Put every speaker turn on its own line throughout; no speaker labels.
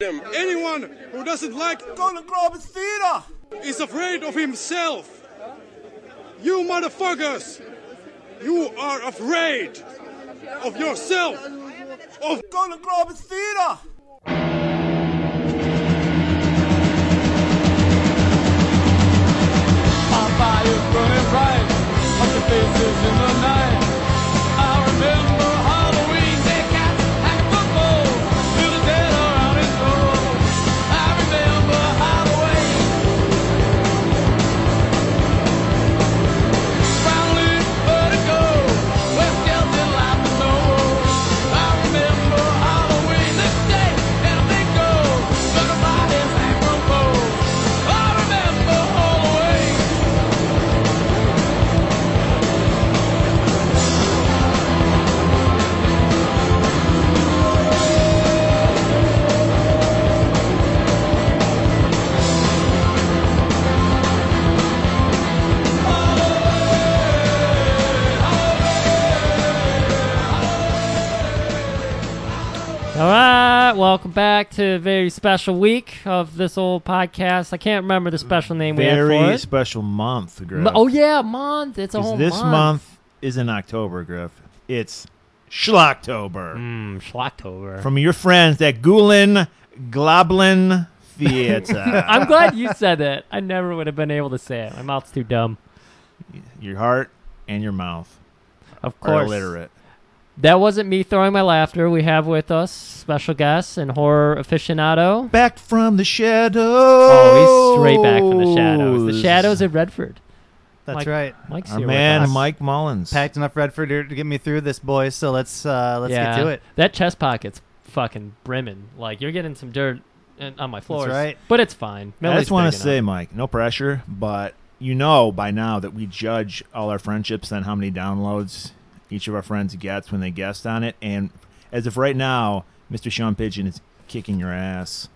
them. Anyone who doesn't like
Golden Globe is theater.
is afraid of himself. You motherfuckers, you are afraid of yourself. Of
Golden Globe is theater.
My fire's burning bright, hundred faces in the night. I remember Halloween, dead cats and football, till the dead are out in trouble. I remember Halloween. Brownlee, vertigo, West Kelton, life is no I remember Halloween, the day that they go, look at my hands and propose. I remember Halloween.
All right, welcome back to a very special week of this old podcast. I can't remember the special name we
Very
had for
special month,
it.
Griff.
But- oh yeah, month. It's a
'Cause
whole
this
month.
month. is in October, Griff. It's Schlocktober
Mm, Schlocktober.
from your friends at Gulen Globlin Theater.
I'm glad you said it. I never would have been able to say it. My mouth's too dumb.
your heart and your mouth
Of
are
course.
illiterate.
That wasn't me throwing my laughter. We have with us special guest and horror aficionado.
Back from the shadows.
Oh, he's straight back from the shadows. The shadows at Redford.
That's
Mike-
right.
Mike's
Our
here
man
with us.
Mike Mullins.
Packed enough Redford here to get me through this, boys. So let's uh, let's
yeah.
get to it.
That chest pocket's fucking brimming. Like you're getting some dirt uh, on my floors.
right.
But it's fine.
I just want to say,
Millie's
Mike, no pressure, but you know by now that we judge all our friendships on how many downloads each of our friends gets when they guest on it. And as of right now, Mr. Sean Pigeon is kicking your ass.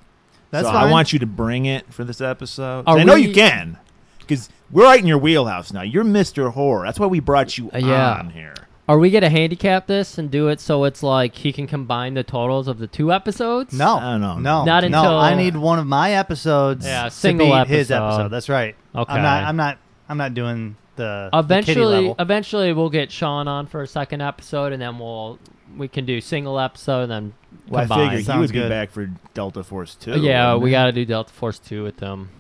That's
so
fine.
I want you to bring it for this episode.
Are
I know
we-
you can, because we're right in your wheelhouse now. You're Mr. Horror. That's why we brought you
Uh, yeah.
on here.
Are we gonna handicap this and do it so it's like he can combine the totals of the two episodes?
No,
I don't know.
no,
Not
no.
until-
I need one of my episodes.
Yeah,
to
single
beat his
episode.
episode. That's right.
Okay.
I'm not. I'm not. I'm not doing the the kiddie
Eventually, um,
level.
eventually we'll get Sean on for a second episode, and then we'll we can do single episode and then
Well, I
combine.
figured he
Sounds
would be
good.
back for Delta Force 2.
yeah,
wouldn't
we
he?
got to do Delta Force two with them.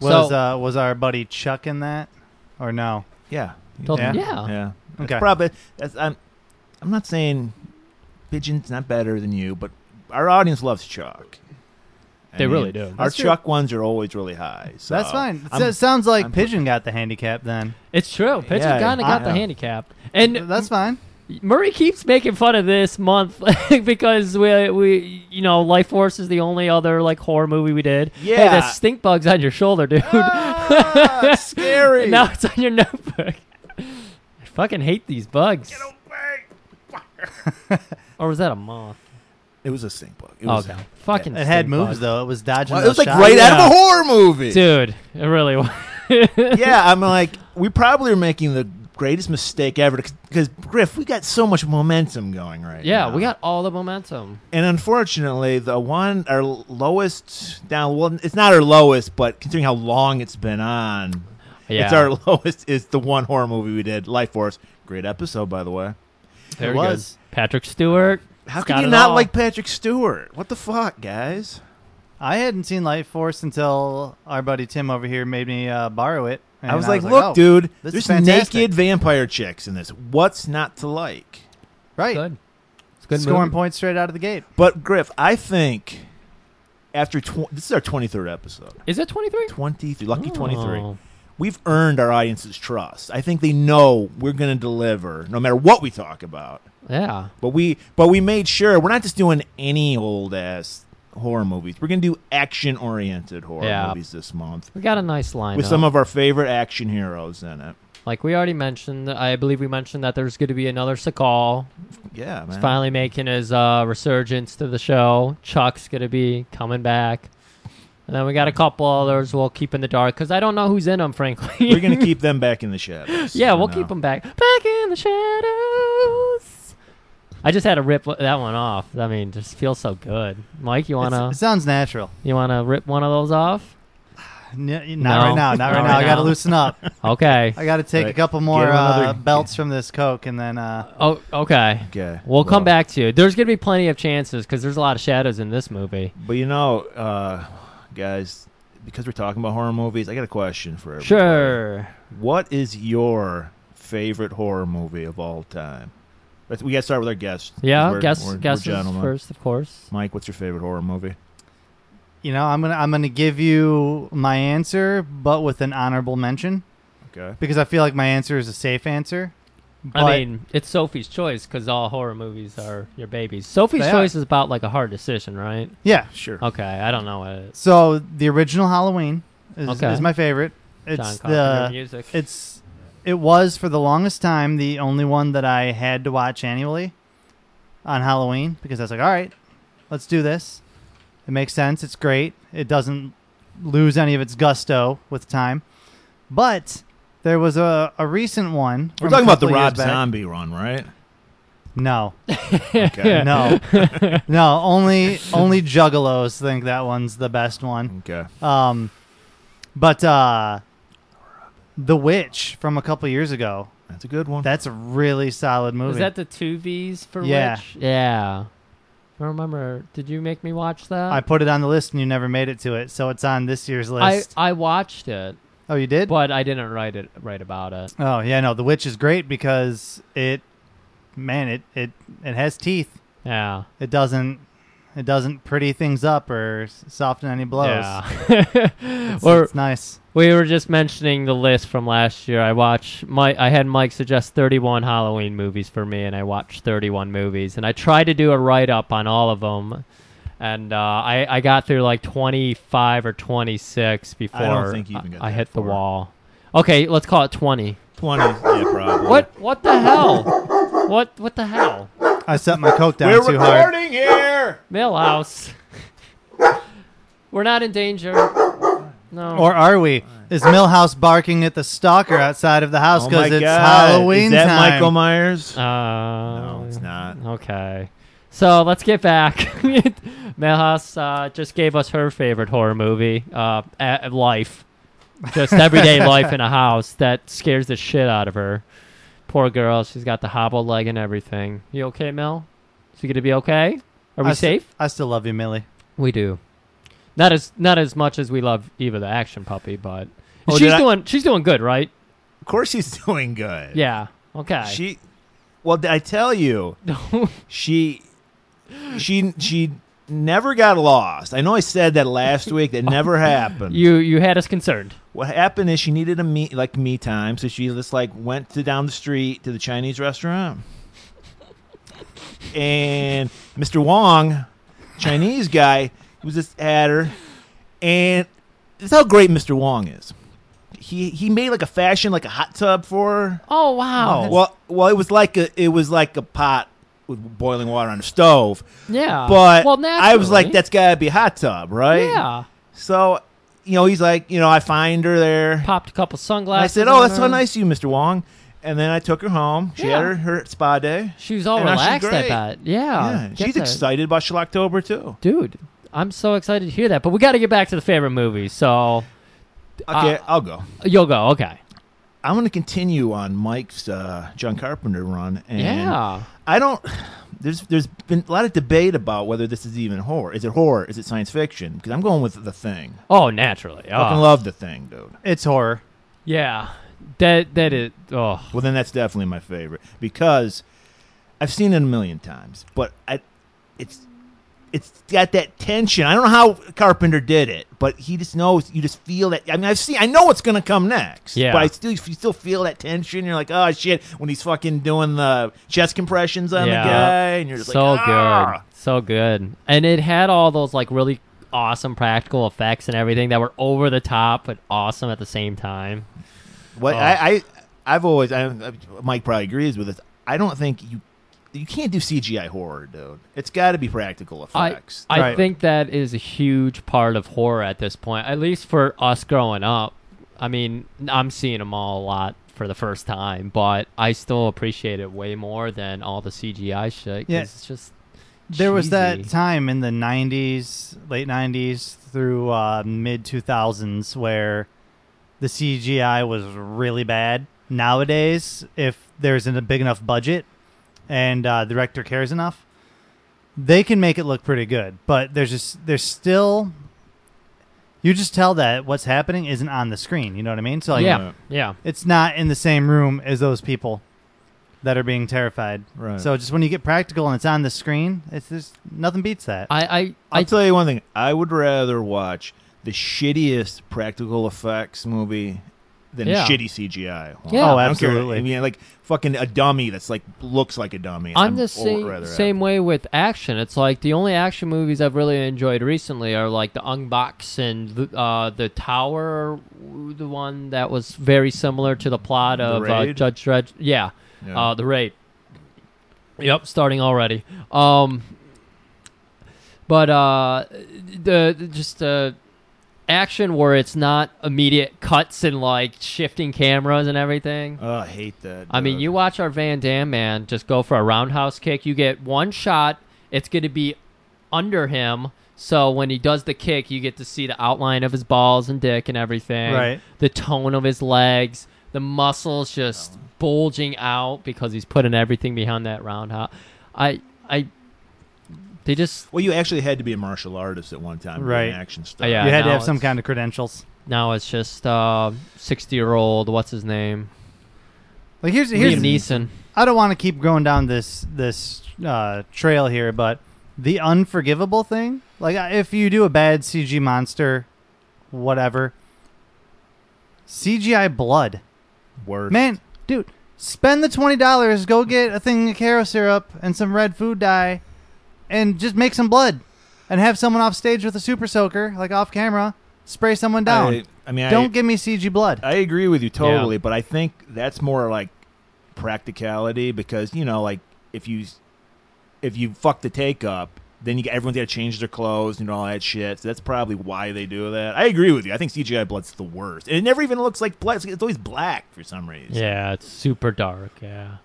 was
so-
uh, was our buddy Chuck in that or no?
Yeah.
Yeah.
Delta- yeah.
Yeah.
Okay.
Probably. That's, I'm, I'm not saying Pigeon's not better than you, but our audience loves Chuck. I
They really do.
Our
That's true.
Chuck ones are always really high. So
That's fine. It
I'm-
s- sounds like
I'm-
Pigeon got the handicap then.
It's true. Pigeon
Yeah,
kind of got
I-
the
yeah.
handicap, and
That's fine.
Murray keeps making fun of this month because we we you know Life Force is the only other like horror movie we did. Hey,
Yeah.
the stink bug's on your shoulder, dude.
Ah, it's scary.
now it's on your notebook. I fucking hate these bugs. or was that a moth?
It was a stink bug. It was,
okay, fucking.
It had
stink
moves
bug.
though. It was dodging.
Well, it was
those
like
shots.
right out
Yeah.
of a horror movie.
dude. It really was.
yeah, I'm like, we probably are making the greatest mistake ever because Griff, we got so much momentum going right now.
yeah, we got all the momentum.
And unfortunately, the one our lowest down. Well, it's not our lowest, but considering how long it's been on,
Yeah,
it's our lowest. Is the one horror movie we did, Life Force. Great episode, by the way.
there
It
we go.
was.
Patrick Stewart.
How
It's
could
got
you
it
not
all.
like Patrick Stewart? What the fuck, guys?
I hadn't seen Life Force until our buddy Tim over here made me uh, borrow it. and
I was like, look,
oh,
dude,
this
there's
is fantastic."
naked vampire chicks in this. What's not to like?
right?
good? It's a good.
Scoring
movie.
points straight out of the gate.
But Griff, I think after tw- this is our 23rd episode.
Is it twenty three?
23, lucky 23.
Oh.
we've earned our audience's trust. I think they know we're going to deliver no matter what we talk about.
Yeah.
But we but we made sure we're not just doing any old ass horror movies. We're going to do action oriented horror
Yeah.
movies this month
We got a nice line
with some of our favorite action heroes in it.
like we already mentioned. I believe we mentioned that there's going to be another Sakal.
Yeah,
He's
man.
finally making his uh, resurgence to the show. Chuck's going to be coming back, and then we got a couple others we'll keep in the dark because I don't know who's in them, frankly.
We're going to keep them back in the shadows.
yeah,
you
we'll
know.
keep them back, back in the shadows. I just had to rip that one off. I mean, just feels so good. Mike, you wanna
It sounds natural.
you wanna rip one of those off?
N- not
No.
right now. Not right now. I got to loosen up.
Okay.
I got to take
Right.
a couple more
Get another-
uh, belts from this Coke, and then uh,
Oh, okay.
Okay.
We'll come
Well,
back to you. There's gonna be plenty of chances because there's a lot of shadows in this movie.
But you know, uh, guys, because we're talking about horror movies, I got a question for everybody.
Sure.
What is your favorite horror movie of all time? Let's, we got to start with our guest. 'cause
Yeah.
we're-
guess
we're- we're
guesses
gentlemen.
first, of course.
Mike, what's your favorite horror movie?
you know, I'm gonna I'm gonna give you my answer, but with an honorable mention
Okay.
because I feel like my answer is a safe answer. But
I mean, it's Sophie's choice because all horror movies are your babies. Sophie's
They are.
choice is about like a hard decision, right?
yeah.
Sure.
Okay, I don't know what it is.
So the original Halloween is,
Okay.
is my favorite.
John
It's
Carpenter
the
music.
it's it was for the longest time the only one that I had to watch annually on Halloween because I was like, all right, let's do this. It makes sense. It's great. It doesn't lose any of its gusto with time. But there was a, a recent one. from
We're
a
talking about the
couple of years
Rob
back.
Zombie run, right?
No,
Okay.
no, no. Only only juggalos think that one's the best one.
Okay.
Um, but uh, The Witch from a couple years ago.
That's a good one.
That's a really solid movie.
Is that the two V's for
Yeah.
Witch? Yeah. I remember. Did you make me watch that?
I put it on the list and you never made it to it, so it's on this year's
I,
list.
I watched it,
oh, you did?
but I didn't write it write about it.
Oh yeah, no. The Witch is great because it, man, it it it has teeth.
Yeah.
It doesn't it doesn't pretty things up or s- soften any blows.
Yeah.
It's,
or
it's nice.
we were just mentioning the list from last year. I watched Mike. I had Mike suggest 31 Halloween movies for me, and I watched 31 movies, and I tried to do a write up on all of them. And uh, I, I got through like 25 or 26 before
think you even got
I
that
hit the
far.
wall. Okay, let's call it 20.
20. Yeah, probably.
What what the hell? What what the hell?
I set my coke down
We're
too
recording
hard.
here.
Millhouse. We're not in danger. No.
Or are we? Is Millhouse barking at the stalker outside of the house
Oh
because
my
it's
God.
Halloween
Is that
time?
Michael Myers?
uh,
no, it's not.
Okay. So let's get back. Melhas uh, just gave us her favorite horror movie, uh, a- Life. Just everyday life in a house that scares the shit out of her. Poor girl. She's got the hobble leg and everything. You okay, Mel? Is you going to be okay? Are we
I st-
safe?
I still love you, Millie.
We do. Not as not as much as we love Eva the action puppy, but
Oh,
she's
did I-
doing she's doing good, right?
Of course she's doing good.
Yeah. Okay.
She Well, did I tell you. she she she never got lost. I know I said that last week. That never happened.
you you had us concerned.
what happened is she needed a me like me time, so she just like went to down the street to the Chinese restaurant. And Mr. Wong, Chinese guy, was just at her. And this is how great Mr. Wong is. He he made like a fashion like a hot tub for her.
Oh wow.
Well, well, it was like a it was like a pot with boiling water on a stove.
yeah.
But
Uh, well,
I was like,
naturally.
that's gotta be a hot tub, right?
Yeah.
So, you know, he's like, you know, I find her there.
Popped a couple
And I
sunglasses.
said, oh,
on
that's so
her.
nice of you, Mister Wong. And then I took her home. She
Yeah.
had her, her spa day.
She was all
And now she's
relaxed at
great.
that. Yeah.
yeah,
Uh, Get
she's
that.
excited about Schlocktober too.
Dude, I'm so excited to hear that. But we got to get back to the favorite movie. So Uh,
Okay, I'll go.
you'll go. Okay.
I'm going to continue on Mike's uh, John Carpenter run. And
yeah.
I don't. There's there's been a lot of debate about whether this is even horror. Is it horror? Is it science fiction? Because I'm going with the thing.
Oh, naturally.
I fucking
Oh.
love the thing, dude.
It's horror.
Yeah. That that is. Oh.
Well, then that's definitely my favorite because I've seen it a million times, but I, it's it's got that tension. I don't know how Carpenter did it, but he just knows. You just feel that. I mean, I've seen. I know what's gonna come next.
Yeah.
But I still, you still feel that tension. You're like, oh shit, when he's fucking doing the chest compressions on
Yeah.
the guy, and you're just
so
like, ah!
good, so good, and it had all those like really awesome practical effects and everything that were over the top but awesome at the same time.
Oh.
What I, I I've always I, Mike probably agrees with this. I don't think you you can't do CGI horror, dude. It's got to be practical effects.
I, I
Right.
think that is a huge part of horror at this point, at least for us growing up. I mean, I'm seeing them all a lot for the first time, but I still appreciate it way more than all the CGI shit. 'cause
Yeah.
it's just
There was that
cheesy.
time in the 90s, late 90s through uh, mid 2000s where the CGI was really bad. Nowadays, if there's a big enough budget and uh, the director cares enough, they can make it look pretty good. But there's just, there's still, you just tell that what's happening isn't on the screen. You know what I mean? So, like, uh,
yeah, yeah.
it's not in the same room as those people that are being terrified.
Right.
So just when you get practical and it's on the screen, it's just nothing beats that.
I I,
I'll
I
tell you one thing. I would rather watch the shittiest practical effects movie than
Yeah.
shitty CGI. one.
Yeah. Oh,
I don't care.
absolutely.
I mean, like fucking a dummy that's like looks like a dummy.
I'm the
or
same
rather-
same way with action. It's like the only action movies I've really enjoyed recently are like the Unbox and the, uh, the Tower, the one that was very similar to the plot of uh,
Raid?
Judge Dredd. Yeah,
Yeah.
Uh, the raid. Yep, starting already. Um, but uh, the the- just uh, action where it's not immediate cuts and like shifting cameras and everything.
Oh, I hate that.
I mean,
dude.
you watch our Van Dam man just go for a roundhouse kick. You get one shot. It's going to be under him. So when he does the kick, you get to see the outline of his balls and dick and everything.
Right.
The tone of his legs, the muscles just bulging out because he's putting everything behind that roundhouse. I, I, they just
Well, you actually had to be a martial artist at one time, to be
Right.
An action star.
yeah.
you had to
now
have some
it's-
kind of credentials.
now it's just sixty year old. What's his name?
Like here's
Liam
here's
Neeson.
I don't want to keep going down this this uh, trail here, but the unforgivable thing, like I- if you do a bad CG monster, whatever, CGI blood,
Word.
man, dude, spend the twenty dollars, go get a thing of caro syrup and some red food dye, and just make some blood, and have someone off stage with a super soaker, like off camera, spray someone down.
I, I mean,
Don't
I,
give me CG blood.
I agree with you totally, but I think that's more like practicality because you know, like if you if you fuck the take up, then you everyone's got to change their clothes and all that shit. So that's probably why they do that. I agree with you. I think CGI blood's the worst, and it never even looks like blood. It's, it's always black for some reason.
Yeah, it's super dark. Yeah,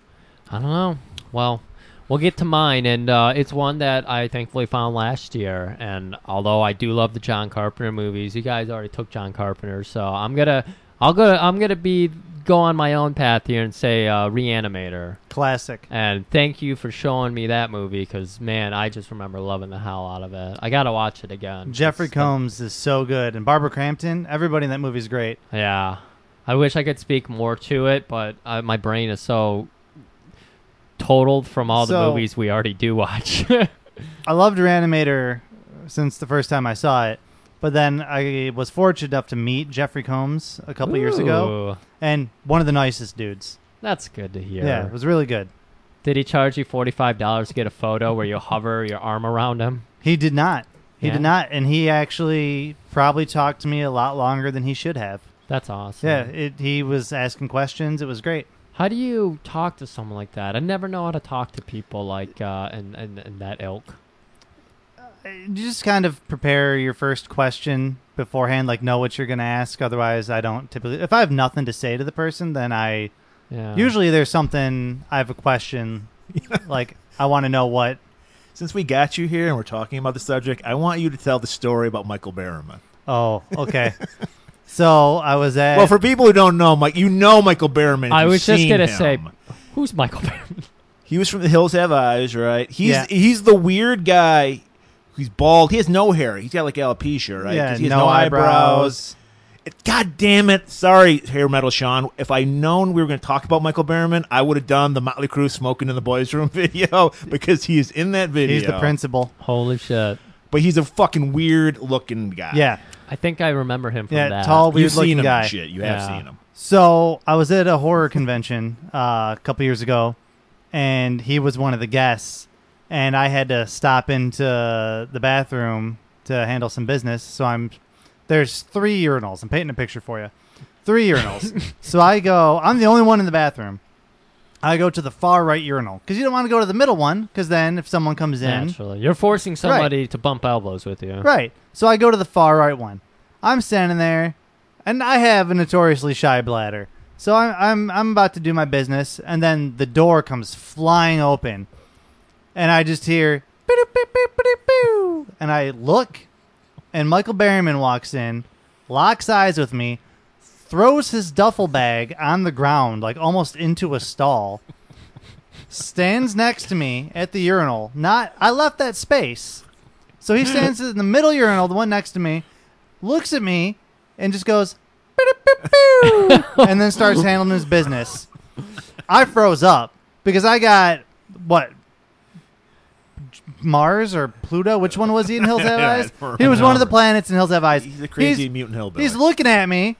I don't know. Well, we'll get to mine, and uh, it's one that I thankfully found last year. And although I do love the John Carpenter movies, you guys already took John Carpenter, so I'm gonna, I'll go, I'm gonna be go on my own path here and say uh, Reanimator.
Classic.
And thank you for showing me that movie, because man, I just remember loving the hell out of it. I gotta watch it again.
Jeffrey
It's the-
Combs is so good, and Barbara Crampton. Everybody in that movie is great.
Yeah, I wish I could speak more to it, but uh, my brain is so totaled from all the
So-
movies we already do watch.
I loved Reanimator since the first time I saw it, but then I was fortunate enough to meet Jeffrey Combs a couple years ago,
Ooh,
and one of the nicest dudes.
That's good to hear.
Yeah, it was really good.
Did he charge you forty five dollars to get a photo where you hover your arm around him?
He did not. He
Yeah.
did not, and he actually probably talked to me a lot longer than he should have.
That's awesome.
Yeah, it, he was asking questions. It was great.
How do you talk to someone like that? I never know how to talk to people like uh, and, and and that ilk.
you just kind of prepare your first question beforehand like know what you're going to ask otherwise i don't typically if i have nothing to say to the person then i
Uh-huh.
Yeah.
usually there's something i have a question like i want to know what
Since we got you here and we're talking about the subject, I want you to tell the story about Michael Berryman.
oh okay so i was at
Well, for people who don't know, Mike, you know Michael Berryman. if
Uh, I
you've
was just
seen
gonna
him.
say, who's Michael Berman?
He was from The Hills Have Eyes, right? He's
Yeah.
he's the weird guy. He's bald. He has no hair. He's got like alopecia, right?
Yeah,
'Cause he has
no eyebrows.
It- God damn it! Sorry, hair metal Sean. If I known we were going to talk about Michael Berryman, I would have done the Motley Crue smoking in the boys' room video because he is in that video.
he's the principal
Holy shit!
but he's a fucking weird looking guy.
yeah
I think I remember him from
yeah
that.
tall
Ah, you've
weird
seen
looking
him.
guy
Shit, you have
Yeah.
seen him.
So I was at a horror convention uh, a couple years ago, and he was one of the guests, and I had to stop into the bathroom to handle some business. So I'm there's three urinals. I'm painting a picture for you. Three urinals. so I go. I'm the only one in the bathroom. I go to the far right urinal because you don't want to go to the middle one because then if someone comes in,
Mm-hmm.
Naturally, you're forcing somebody to bump elbows with you.
Right. So I go to the far right one. I'm standing there, and I have a notoriously shy bladder. So I'm I'm I'm about to do my business, and then the door comes flying open, and I just hear "Beep, beep, beep, beep, boo," and I look, and Michael Berryman walks in, locks eyes with me, throws his duffel bag on the ground like almost into a stall, stands next to me at the urinal. Not I left that space, so he stands in the middle urinal, the one next to me, looks at me, and just goes and then starts handling his business. I froze up because I got what Mars or Pluto? Which one was he in Hills Have
Yeah,
Eyes?
I don't
He was one of the
remember.
planets in Hills Have Eyes.
He's a crazy
He's-
mutant hillbilly.
He's looking at me.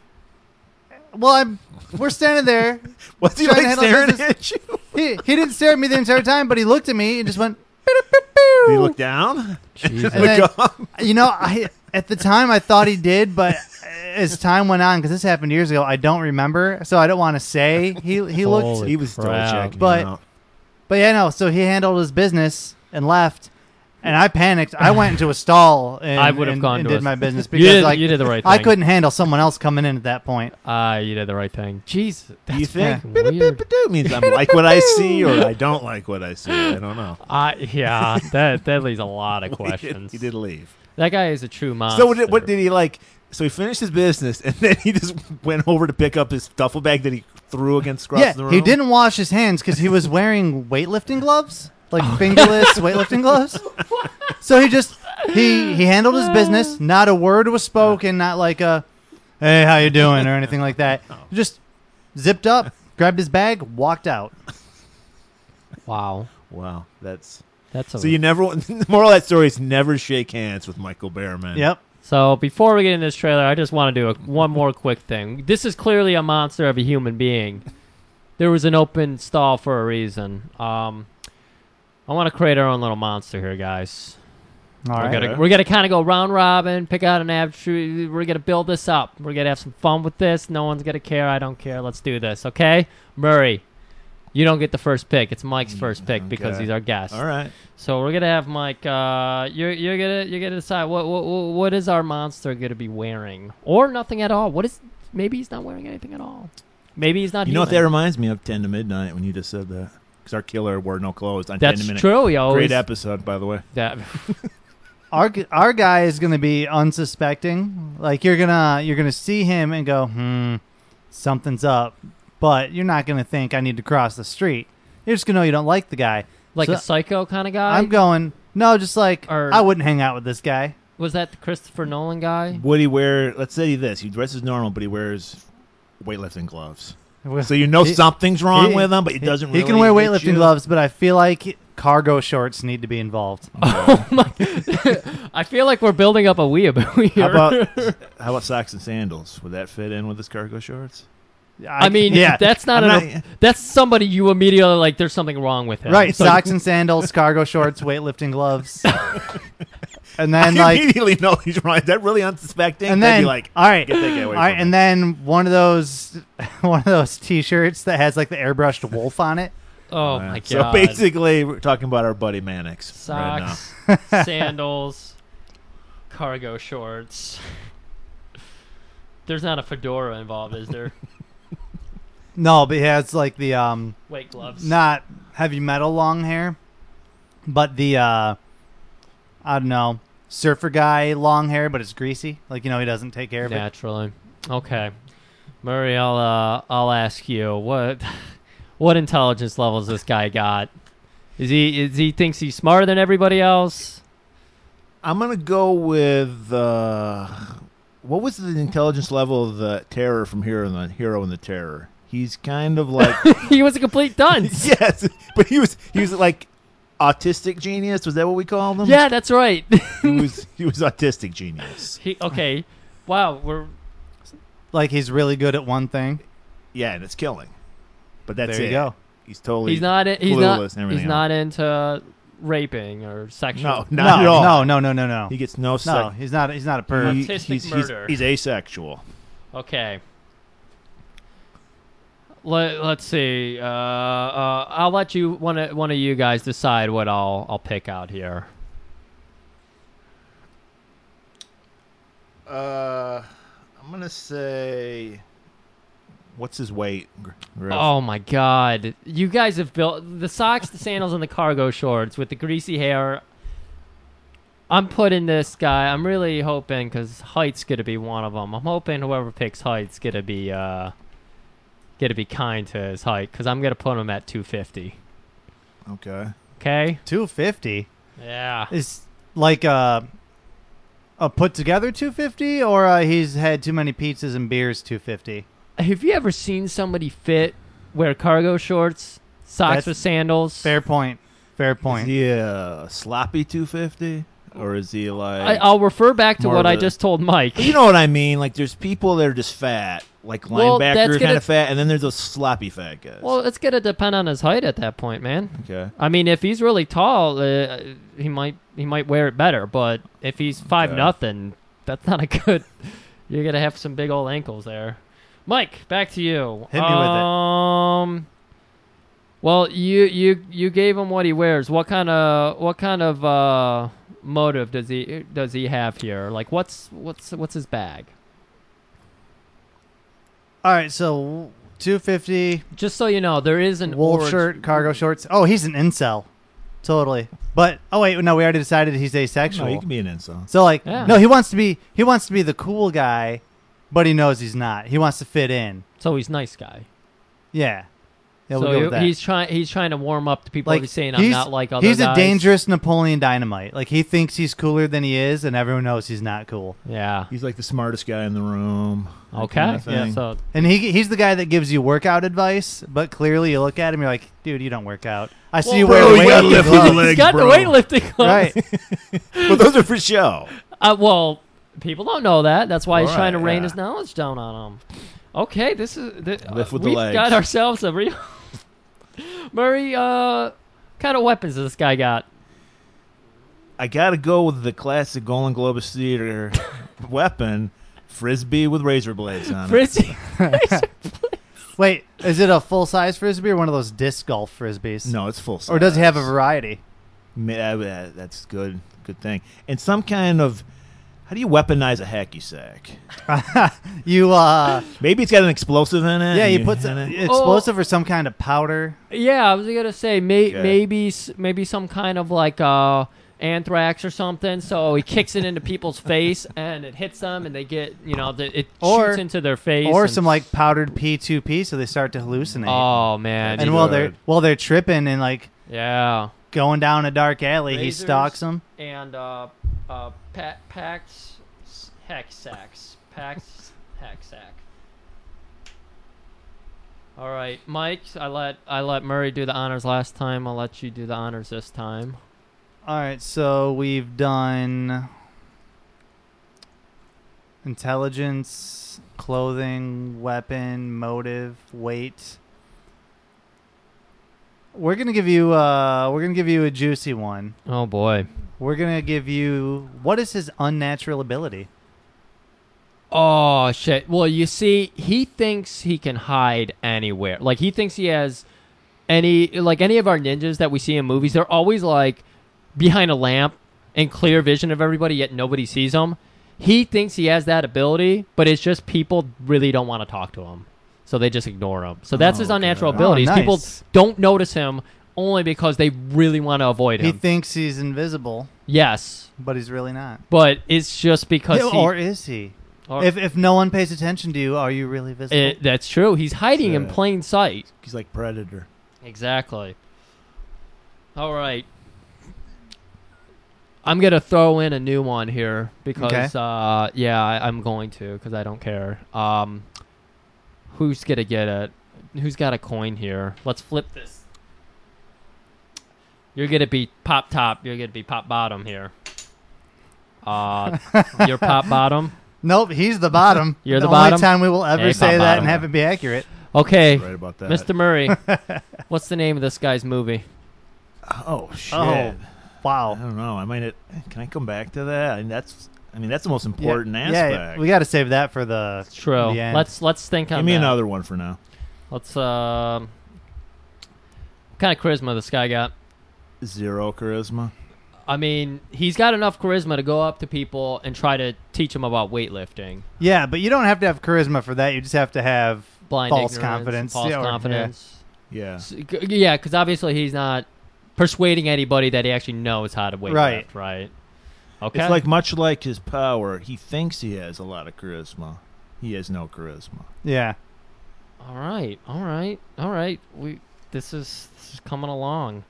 Well, I'm we're standing there.
What's he
trying to
like
handle
staring
business.
at you?
He he didn't stare at me the entire time, but he looked at me and just went. "Beep-a-beep-boo."
Did he look down?
Jesus.
And then-
Look up.
you know, I at the time I thought he did, but as time went on, because this happened years ago, I don't remember, so I don't want to say he he looked.
Holy
He was still
crap.
checking.
But-
it out.
But yeah, no. So he handled his business and left, and I panicked. I went into a stall. And,
I would have
and-
gone
and
to
did
a-
my business
You
because
did-
like
you did the right
I
thing.
couldn't handle someone else coming in at that point.
Ah, you did the right thing. Jesus,
you
that's
think
fucking weird.
"Bidda-bidda-doo" means I'm like what I see or I don't like what I see? I don't know.
I yeah, that that leaves a lot of
He did-
questions.
He did leave.
That guy is a true monster.
So what did, what did he like? So he finished his business and then he just went over to pick up his duffel bag that he threw against across
yeah,
the room.
he didn't wash his hands because he was wearing weightlifting gloves, like
Oh.
fingerless weightlifting gloves. So he just he he handled his
Uh.
business. Not a word was spoken. Not like a hey, how you doing or anything like that.
Oh.
Just zipped up, grabbed his bag, walked out.
Wow,
Wow, that's
Oh, that's a
so you never. The moral of that story is never shake hands with Michael Behrman.
Yep.
So before we get into this trailer, I just want to do a, one more quick thing. This is clearly a monster of a human being. There was an open stall for a reason. Um, I want to create our own little monster here, guys.
All
We're
right.
gonna we're gonna kind of go round robin, pick out an abstract. We're gonna build this up. We're gonna have some fun with this. No one's gonna care. I don't care. Let's do this, okay? Murray, you don't get the first pick. It's Mike's first pick because
Mm, okay.
he's our guest.
All right.
So we're gonna have Mike. Uh, you're you're gonna you're gonna decide what what what what is our monster gonna be wearing, or nothing at all. What is maybe he's not wearing anything at all. Maybe he's not.
You know what
human.
that reminds me of? Ten to midnight when you just said that because our killer wore no clothes on ten to
That's
midnight.
true. uh, Yo,
Great episode, by the way.
That,
Our g- our guy is gonna be unsuspecting. Like you're gonna you're gonna see him and go, hmm, something's up. But you're not gonna think I need to cross the street. You're just gonna know you don't like the guy.
like
So-
a psycho kind of guy.
I'm going. No, just like
Or-
I wouldn't hang out with this guy.
Was that the Christopher Nolan guy?
Would he wear? Let's say this. He dresses normal, but he wears weightlifting gloves.
Well,
So you know
he-
something's wrong
he-
with him, but he doesn't.
He
really
can wear
hit
weightlifting
you.
gloves, but I feel like cargo shorts need to be involved.
I feel like we're building up a weeaboo here.
How about how about socks and sandals? Would that fit in with his cargo shorts?
I mean,
yeah,
that's not,
I'm
an,
not-
that's somebody you immediately like. There's something wrong with him.
right.
So-
Socks and sandals, cargo shorts, weightlifting gloves, and then
I
like
immediately know he's wrong. Is that really unsuspecting?
and
That'd
then oh
be like,
all right,
get that guy away
all right,
from
and
me.
then one of those one of those T-shirts that has like the airbrushed wolf on it.
Oh
Yeah.
my god.
So basically, we're talking about our buddy Mannix. Right now.
socks, sandals, cargo shorts. There's not a fedora involved, is there?
No, but he has like the um
Wait, gloves.
not heavy metal long hair, but the uh I don't know surfer guy long hair, but it's greasy. Like you know he doesn't take care of it.
naturally. Okay, Murray, I'll uh, I'll ask you what what intelligence levels this guy got. Is he is he thinks he's smarter than everybody else?
I'm gonna go with uh, what was the intelligence level of the terror from Hero and the Hero and the Terror? He's kind of like
he was a complete dunce.
yes, but he was he was like autistic genius. Was that what we called him?
yeah, that's right.
he was he was autistic genius.
he, okay, wow, we're
Like he's really good at one thing.
Yeah, and it's killing. But that's
there you
it.
go.
He's totally
he's not he's
clueless
not
and everything
he's not into raping or sexual.
No, not
no,
at all.
no, no, no, no, no.
He gets Mm-hmm. no
no,
sex.
he's not. He's not a perv.
He-
Autistic
he's, he's-
murder.
He's, asexual.
Okay. Let, let's see. Uh, uh, I'll let you one of, one of you guys decide what I'll I'll pick out here.
Uh, I'm gonna say What's his weight? Gr- Griff?
Oh my god. You guys have built the socks, the sandals, and the cargo shorts with the greasy hair. I'm putting this guy. I'm really hoping because height's gonna be one of them. I'm hoping whoever picks height's gonna be uh, gonna be kind to his height because I'm gonna put him at 250.
Okay.
Okay.
250
Yeah.
is like a a put together 250 or uh he's had too many pizzas and beers 250.
Have you ever seen somebody fit wear cargo shorts, socks
That's
with sandals?
Fair point. Fair
Is
point.
he a sloppy 250? Or is he
I,
like.
I'll refer back to
More
what
of
I
a-
just told Mike.
you know what I mean? Like, there's people that are just fat, like
Well,
linebacker
that's
kind
gonna-
of fat, and then there's those sloppy fat guys.
Well, it's gonna depend on his height at that point, man.
okay.
I mean, if he's really tall, uh, he might he might wear it better. But if he's five
Okay.
nothing, that's not a good. You're gonna have some big old ankles there. Mike, back to you.
Hit me with it.
um, Well, you you you gave him what he wears. What kind of what kind of uh, motive does he does he have here? Like, what's what's what's his bag?
All right, so 250
Just so you know, there is an
wolf
orig-
shirt, cargo shorts. Oh, he's an incel. Totally. But oh wait, no, we already decided he's
No,
asexual.
you can be an insult.
So like,
Yeah.
no, he wants to be he wants to be the cool guy, but he knows he's not. He wants to fit in.
So he's nice guy.
Yeah, yeah, we'll
so
go
he-
with that.
he's trying he's trying to warm up to people. he's saying I'm
he's-
not like other
he's
guys."
a dangerous Napoleon Dynamite. Like he thinks he's cooler than he is, and everyone knows he's not cool.
Yeah.
He's like the smartest guy in the room. that
Okay.
kind of
yeah.
thing.
So
And he he's the guy that gives you workout advice, but clearly you look at him, you're like, dude, you don't work out. I see
Well,
you
bro,
wear
you
weightlifting
gotta lift with the
gloves."
leg.
he's
Thanks,
got the
bro.
weightlifting gloves.
Right.
well, those are for show.
Uh, well, people don't know that. That's why he's
All
trying to
right,
rain
yeah.
his knowledge down on him. Okay, this is th- uh,
Lift with the
we've
legs.
got ourselves a real Murray. Uh, kind of weapons does this guy got?
I gotta go with the classic Golden Globus Theater weapon, frisbee with razor blades on it.
Frizzy.
Wait, is it a full size frisbee or one of those disc golf frisbees?
No, it's full size.
Or does he have a variety?
Ma- uh, uh, That's good. Good thing. And some kind of. How do you weaponize a hacky sack?
You uh,
Maybe it's got an explosive in it.
yeah,
and
you put
hit
some
it.
explosive or some kind of powder.
yeah, I was gonna say may-
Okay.
maybe s- maybe some kind of like uh anthrax or something. So he kicks it into people's face and it hits them, and they get you know the, it
Or-
shoots into their face
or
and-
some like powdered P2P, so they start to hallucinate.
Oh man,
and
you
while
go.
they're while they're tripping and like
yeah.
going down a dark alley,
Razors.
he stalks them.
and uh, uh, pa- Pax Hexax. Pax Hexac. All right, Mike. I let I let Murray do the honors last time. I'll let you do the honors this time.
All right, so we've done intelligence, clothing, weapon, motive, weight. We're gonna give you uh, we're gonna give you a juicy one.
Oh boy.
We're gonna give you what is his unnatural ability?
Oh shit. Well, you see, he thinks he can hide anywhere. Like he thinks he has any like any of our ninjas that we see in movies, they're always like behind a lamp and clear vision of everybody yet nobody sees him. He thinks he has that ability, but it's just people really don't want to talk to him. So they just ignore him. So that's his
Oh,
unnatural
okay.
ability. is
Oh,
People
nice.
don't notice him only because they really want to avoid
He
him.
thinks he's invisible,
yes,
but he's really not.
but it's just because he,
or is he?
or-
if if no one pays attention to you, are you really visible?
it- Eh, that's true. He's hiding in
Yeah.
plain sight.
He's like Predator.
Exactly. All right. I'm gonna throw in a new one here because,
Okay.
uh, yeah, I, I'm going to because I don't care. Um, who's gonna get it? Who's got a coin here? Let's flip this. You're gonna be pop top. You're gonna be pop bottom here. Uh, you're pop bottom.
nope, he's the bottom.
You're
the,
the
only
bottom?
time we will ever
Hey,
say
Bob
that
Bottom.
and have it be accurate.
Okay,
Right about that.
Mr. Murray. what's the name of this guy's movie?
Oh shit.
Oh,
I
wow.
don't know. I might. Can I come back to that? I mean, that's. I mean, that's the most
Yeah,
important
yeah,
aspect.
we got to save that for the.
True.
The end.
Let's let's think on
Give me
that.
another one for now.
Let's um, what kind of charisma this guy got.
Zero charisma.
I mean, he's got enough charisma to go up to people and try to teach them about weightlifting.
Yeah, but you don't have to have charisma for that. You just have to have
blind
False
ignorance,
confidence,
false
yeah, or- yeah.
confidence.
Yeah.
S- g- Yeah, because obviously he's not persuading anybody that he actually knows how to weight
Right.
lift, right? Okay.
It's like much like his power, he thinks he has a lot of charisma. He has no charisma.
Yeah.
all right, all right, all right. We this is this is coming along.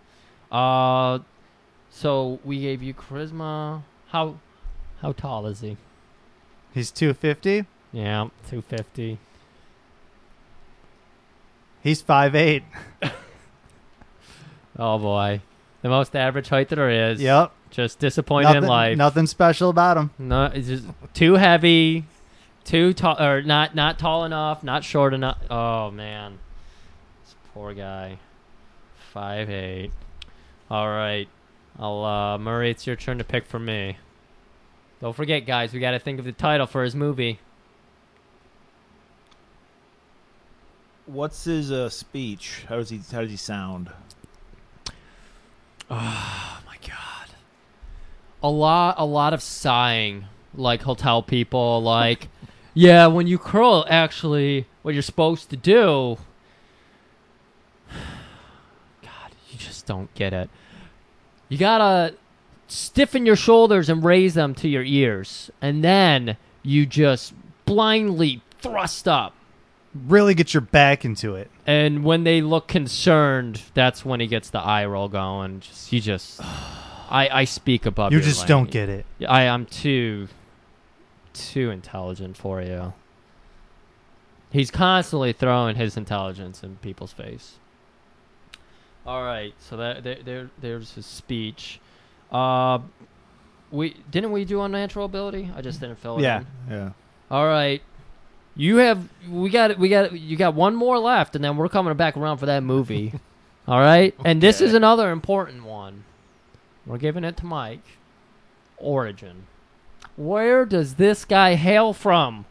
Uh, so we gave you charisma. How how tall is he?
He's 250.
Yeah, two fifty.
He's 5'8.
Oh boy, the most average height that there is.
Yep.
Just disappointed
nothing,
in life.
nothing special about him.
No, it's just too heavy, too tall, or not not tall enough, not short enough. Oh man, this poor guy, five eight. All right, I'll uh, Murray. It's your turn to pick for me. Don't forget, guys, we got to think of the title for his movie.
What's his uh, speech? How does he how does he sound?
A lot, a lot of sighing, like he'll tell people, like, yeah, when you curl, actually, what you're supposed to do. God, you just don't get it. You gotta stiffen your shoulders and raise them to your ears, and then you just blindly thrust up.
Really get your back into it.
And when they look concerned, that's when he gets the eye roll going. Just, you just, I, I speak above.
you
your
just don't
language.
get it.
Yeah, I am too too intelligent for you. He's constantly throwing his intelligence in people's face. All right, so that there, there there's his speech. Uh, we didn't we do unnatural ability? I just didn't fill it.
Yeah.
in.
Yeah.
All right. You have we got we got you got one more left and then we're coming back around for that movie. All right? And this is another important one. We're giving it to Mike. Origin. Where does this guy hail from?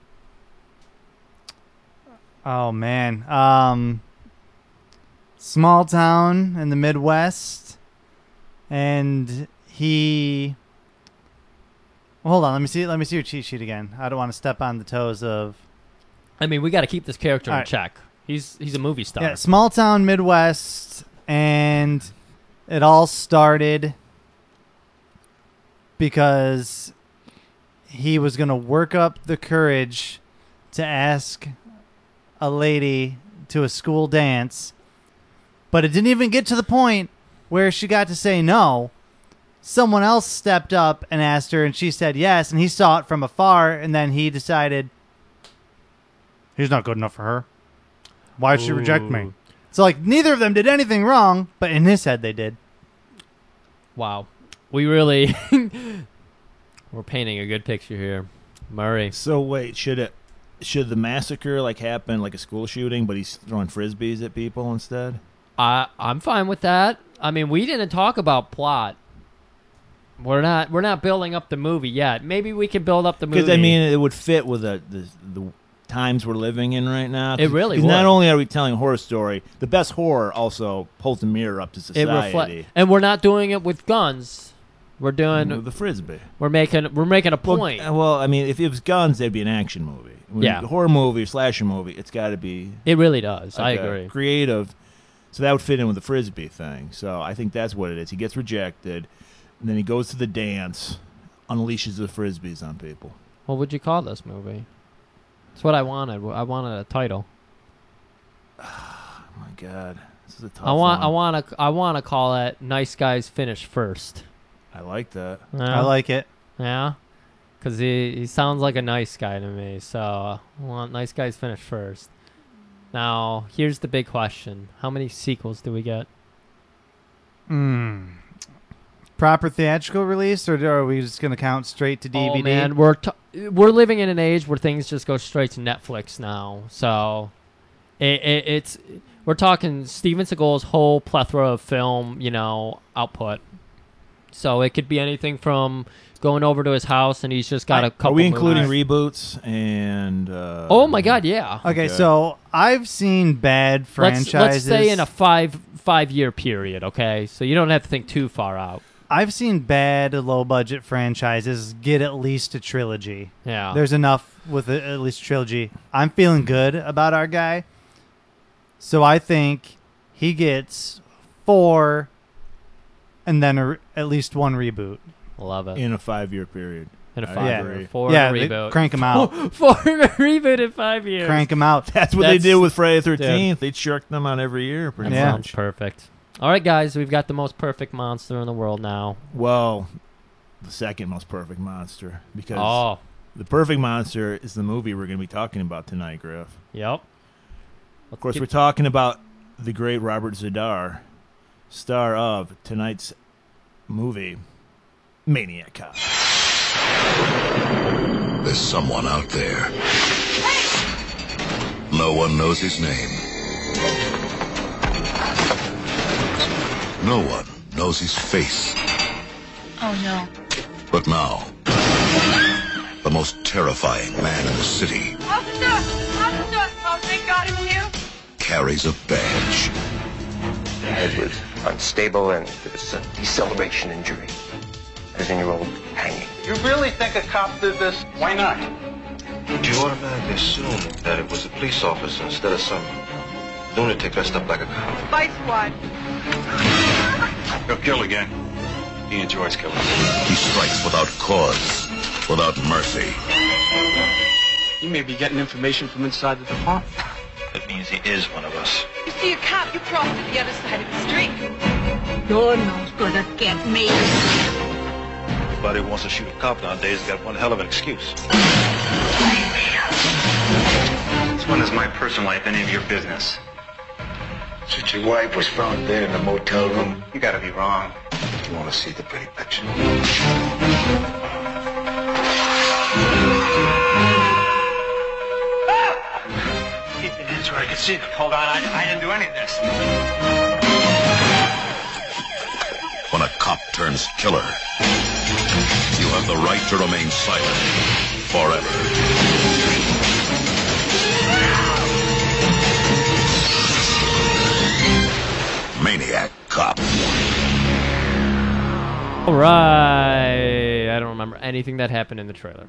Oh man. Um small town in the Midwest and he well, Hold on, let me see let me see your cheat sheet again. I don't want to step on the toes of
I mean, we got to keep this character
All
in
right.
check. He's he's a movie star.
Yeah, small town Midwest and it all started because he was going to work up the courage to ask a lady to a school dance, but it didn't even get to the point where she got to say no. Someone else stepped up and asked her, and she said yes, and he saw it from afar, and then he decided he's not good enough for her. Why would she reject me?
Ooh.
So, like, neither of them did anything wrong, but in his head, they did.
Wow. We really we're painting a good picture here. Murray.
So wait, should it should the massacre like happen like a school shooting, but he's throwing frisbees at people instead?
I I'm fine with that. I mean, we didn't talk about plot. We're not we're not building up the movie yet. Maybe we can build up the movie.
Because I mean, it would fit with the the, the times we're living in right now. 'Cause-
It really
'cause
would.
Not only are we telling a horror story, the best horror also pulls the mirror up to
it
society.
reflect, and we're not doing it with guns. We're
and
doing
the frisbee.
we're making we're making a
Well,
point.
uh, Well, I mean, if it was guns, that'd be an action movie. When
Yeah.
a horror movie, slasher movie. It's got to be.
it really does. I
like a
agree.
Creative. So that would fit in with the frisbee thing. So I think that's what it is. He gets rejected, and then he goes to the dance, unleashes the frisbees on people.
What would you call this movie? That's what I wanted. I wanted a title.
Oh my god, this is a tough
I want I
one.
want to I want to call it "Nice Guys Finish First. Uh,
I like that.
I
Uh-huh.
like it.
Yeah, because he, he sounds like a nice guy to me. So I want nice guys finish first. Now here's the big question: How many sequels do we get? Hmm.
Mm. Proper theatrical release, or are we just going to count straight to DVD?
Oh man, we're t- we're living in an age where things just go straight to Netflix now. So it, it, it's we're talking Steven Seagal's whole plethora of film, you know, output. So it could be anything from going over to his house and he's just got a couple.
Are we
movies.
including reboots and? Uh,
Oh my god, yeah.
Okay,
Okay.
so I've seen bad franchises.
Let's, let's say in a five five year period, okay? So you don't have to think too far out.
I've seen bad low budget franchises get at least a trilogy.
Yeah.
There's enough with a, at least a trilogy. I'm feeling good about our guy. So I think he gets four, and then a, at least one reboot.
Love it.
in a five year period.
In a
I
five
agree.
year, four
yeah, they
reboot,
crank him out.
four reboot in five years.
crank him out.
That's what
That's-
they did with Friday the 13th. They jerked them out every year, pretty
That
Yeah.
sounds
much.
perfect. All right, guys, we've got the most perfect monster in the world now.
Well, the second most perfect monster. Because
Oh,
the perfect monster is the movie we're going to be talking about tonight, Griff.
yep.
Of course, we're talking about the great Robert Zadar, star of tonight's movie, Maniac Cop.
There's someone out there. No one knows his name. No one knows his face.
Oh no.
But now, the most terrifying man in the city
Officer! Officer! Oh, thank God it's you!
carries a badge.
Head was unstable and there was a deceleration injury. As in your old hanging.
You really think a cop did this? Why not?
Do you automatically assume that it was a police officer instead of some lunatic dressed up like a cop?
Fight squad!
He'll kill again. He enjoys killing.
He strikes without cause, without mercy.
You may be getting information from inside the department.
That means he is one of us.
You see a cop, you cross to the other side of the street. You're not gonna get me.
Everybody who wants to shoot a cop nowadays has got one hell of an excuse. This one is my personal life, any of your business.
Since your wife was found dead in a motel room,
You gotta be wrong. You wanna see the pretty picture? Keep your hands where I can see them. Hold on, I, I didn't do any of this.
when a cop turns killer, you have the right to remain silent forever. Maniac Cop.
All right. I don't remember anything that happened in the trailer.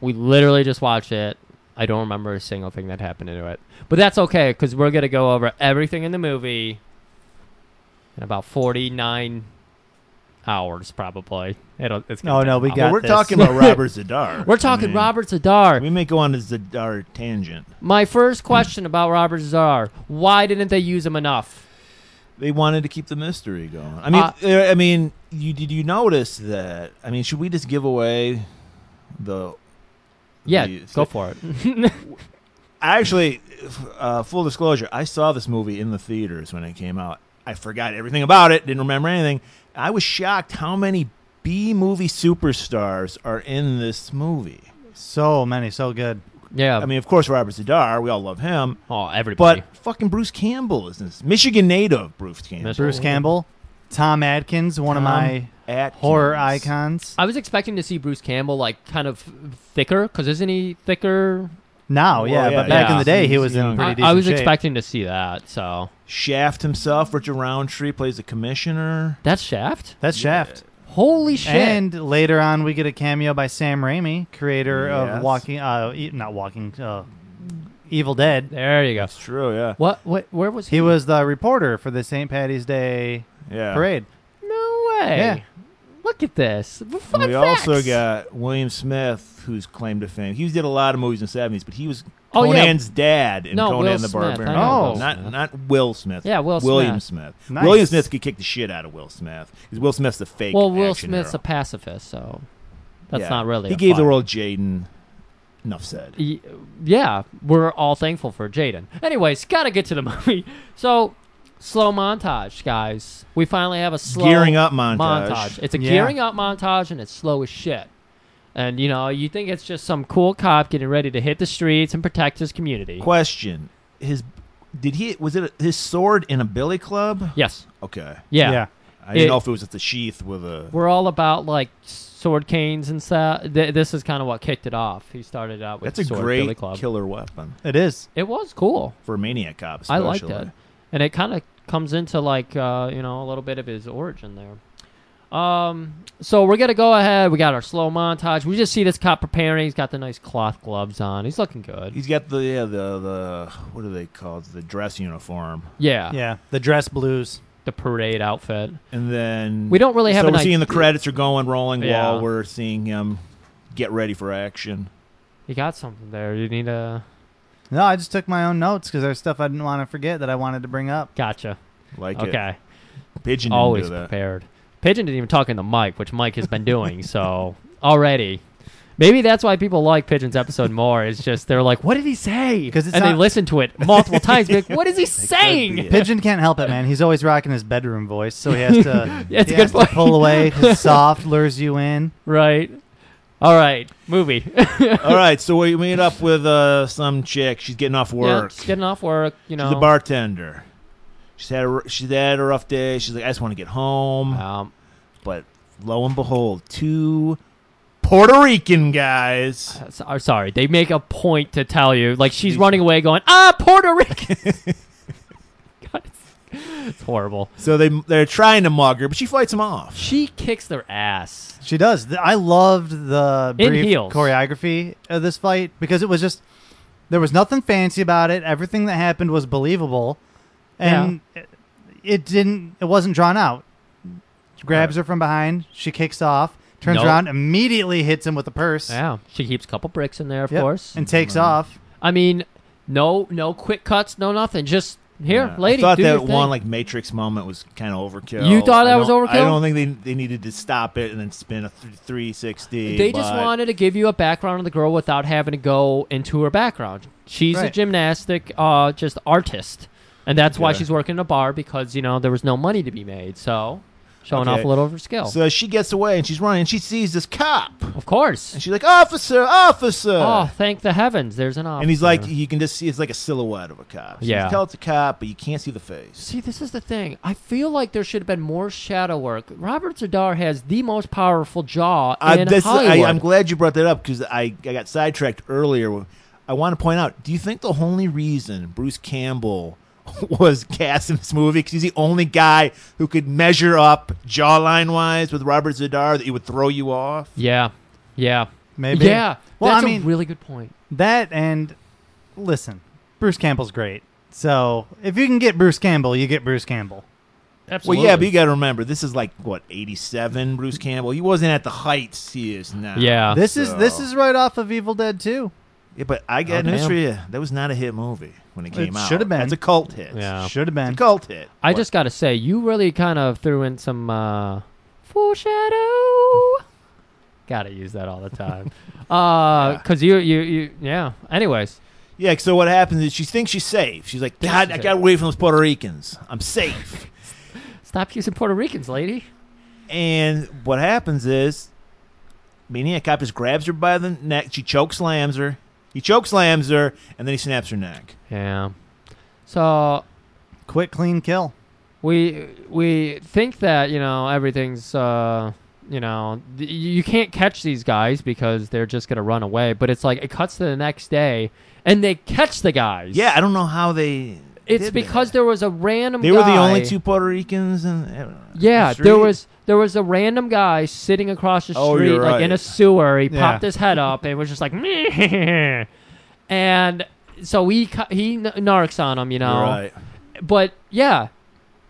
We literally just watched it. I don't remember a single thing that happened into it. But that's okay because we're going to go over everything in the movie in about 49 hours, probably. It'll, it's gonna
No,
take
no,
a
we
while.
got-
Well, we're
this.
talking about Robert Zadar.
We're talking
I mean,
Robert Zadar.
Mm-hmm. We may go on a Zadar tangent.
My first question about Robert Zadar why didn't they use him enough?
They wanted to keep the mystery going. I mean, uh, I mean, you did you notice that? I mean, should we just give away the?
Yeah,
the-
go for it.
I actually, uh, full disclosure, I saw this movie in the theaters when it came out. I forgot everything about it, didn't remember anything. I was shocked how many B movie superstars are in this movie.
So many, so good.
yeah.
I mean, of course, Robert Zadar, we all love him,
oh, everybody.
but fucking Bruce Campbell is in this. Michigan native Bruce Campbell.
Bruce Campbell, Tom Adkins, one of my
at
horror icons.
I was expecting to see Bruce Campbell like kind of thicker because isn't he thicker?
Now,
Well,
yeah,
yeah,
but back
yeah.
in the day, he
He's
was
young.
in pretty
I,
decent
I was
shape.
expecting to see that. So
Shaft himself, Richard Roundtree plays the commissioner.
that's Shaft.
That's Shaft.
Holy shit!
And later on, we get a cameo by Sam Raimi, creator
Yes.
of Walking, uh, e- not Walking, uh, Evil Dead.
there you go.
True, yeah,
What? What? Where was he?
He was the reporter for the St. Patty's Day
yeah.
parade.
no way.
Yeah.
Look at this. Fun
And we also
facts.
got William Smith, who's claim to fame. He did a lot of movies in the seventies, but he was
Oh, yeah.
Conan's dad in
No,
Conan
Will
the
Smith. I
Barbarian.
know Will
not
Smith.
not Will Smith.
Yeah, Will
William
Smith.
Smith.
Nice.
William Smith could kick the shit out of Will Smith because Will Smith's the fake.
Well, Will
action
Smith's a
hero.
pacifist, so that's
Yeah.
not really.
He
a
gave the
fun-
role Jaden. Enough said.
Y- yeah, we're all thankful for Jaden. Anyways, gotta get to the movie. So, slow montage, guys. We finally have a slow
Gearing up montage.
It's a
Yeah.
gearing up montage, and it's slow as shit. And you know, you think it's just some cool cop getting ready to hit the streets and protect his community.
Question: His did he was it his sword in a billy club?
yes.
Okay,
Yeah.
I didn't
It-
know if it was at the sheath with a.
We're all about like sword canes and stuff. Th- this is kind of what kicked it off. He started out with
That's a
sword billy
great
club.
killer weapon
It is.
It was cool.
for a maniac cop.
I liked
especially.
it, and it kind of comes into like uh, you know a little bit of his origin there. Um, so we're gonna go ahead. We got our slow montage. We just see this cop preparing. He's got the nice cloth gloves on. He's looking good.
He's got the yeah, the the what are they called? The dress uniform,
Yeah.
Yeah, the dress blues.
The parade outfit.
and then
We don't really have
So
an
we're seeing
idea-
the credits are going rolling
Yeah.
while we're seeing him get ready for action.
You got something there. You need a
No, I just took my own notes because there's stuff I didn't want to forget that I wanted to bring up.
gotcha.
Like it.
Okay.
Pigeon didn't
Always
do that.
prepared. Pigeon didn't even talk in the mic, which Mike has been doing. so already, maybe that's why people like Pigeon's episode more. Is just they're like, "What did he say?"
'Cause it's
and they
not-
listen to it multiple times. be like, what is he
be
saying?
it.
Pigeon can't help it, man. He's always rocking his bedroom voice, so he has to,
Yeah, it's
he
a good
has to
point.
pull away. 'cause soft lures you in.
Right. All right. Movie.
All right, so we meet up with uh, some chick. She's getting off
Yeah,
work.
just getting off work. You know.
She's a bartender. She's had a, she's had a rough day. She's like, I just want to get home.
Um,
But lo and behold, two Puerto Rican guys.
so- uh, sorry, they make a point to tell you. Like she's running away, going, "Ah, Puerto Rican." God, it's, it's horrible.
So they they're trying to mug her, but she fights them off.
She kicks their ass.
She does. Th- I loved the
In
brief
heels.
choreography of this fight because it was just there was nothing fancy about it. Everything that happened was believable, and it, it didn't. It wasn't drawn out. She grabs her from behind. She kicks off. Turns
Nope.
around. Immediately hits him with a purse.
Yeah, she keeps a couple bricks in there, of
Yep,
course. Mm-hmm.
And takes off.
I mean, no, no quick cuts, no nothing. Just here,
Yeah.
lady.
I thought
do your
that
thing.
one like Matrix moment was kind of overkill.
You thought
I
that was
don't- I
overkill?
don't think they, they needed to stop it and then spin a th- 360.
they just
but-
wanted to give you a background on the girl without having to go into her background. She's a
Right.
gymnastic, uh, just artist, and that's why
Okay.
she's working in a bar because you know there was no money to be made. So, showing off
Okay.
a little of her skill,
So she gets away and she's running and she sees this cop.
of course.
And she's like, Officer, officer.
Oh, thank the heavens! There's an officer.
and he's like, you can just see it's like a silhouette of a cop. So You
Yeah.
can tell it's a cop, but you can't see the face.
See, this is the thing. I feel like there should have been more shadow work. Robert Zadar has the most powerful jaw
I,
in
this, I,
Hollywood.
I'm glad you brought that up because I, I got sidetracked earlier. I want to point out do you think the only reason Bruce Campbell was cast in this movie because he's the only guy who could measure up jawline wise with Robert Zadar that he would throw you off?
yeah, yeah,
Maybe.
yeah.
Well,
that's
I mean
a really good point.
that and listen, Bruce Campbell's great. So if you can get Bruce Campbell, you get Bruce Campbell.
Well,
Absolutely.
yeah, but you got to remember, this is like, what, 87 Bruce Campbell? He wasn't at the heights he is now.
yeah.
This is this
So-
is right off of Evil Dead 2.
Yeah, but I
Oh,
got news
damn.
for you. That was not a hit movie when it came out.
should have been.
That's a cult hit.
Yeah.
Should have
It's
been.
a cult hit.
I just gotta say, you really kind of threw in some uh, foreshadow. gotta use that all the time, uh, cause you, you, you, yeah. Anyways,
yeah. So what happens is she thinks she's safe. She's like, God, I got away from those Puerto Ricans. I'm safe.
stop using Puerto Ricans, lady.
and what happens is, Maniac Cop just grabs her by the neck. She choke slams her. He choke slams her, and then he snaps her neck.
Yeah. So
Quick, clean kill.
we we think that you know everything's uh you know th- you can't catch these guys because they're just gonna run away but it's like it cuts to the next day and they catch the guys
Yeah, I don't know how they.
it's
did
because
that.
there was a random
they were the only
guy-
two Puerto Ricans, and uh,
yeah
the
there
street?
was there was a random guy sitting across the
Oh,
street
you're
like in a
right.
sewer he
Yeah.
popped his head up and was just like "Meh." and so he cu- he n- narcs on him you know
You're right.
but yeah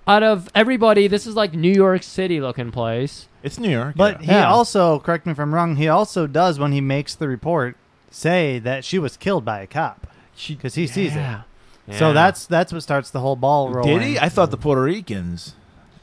out of everybody this is like new york city looking place
It's New York,
But
yeah.
he
Yeah.
also, correct me if I'm wrong, he also does when he makes the report say that she was killed by a cop because he sees it. So that's that's what starts the whole ball rolling.
Did he? I thought the Puerto Ricans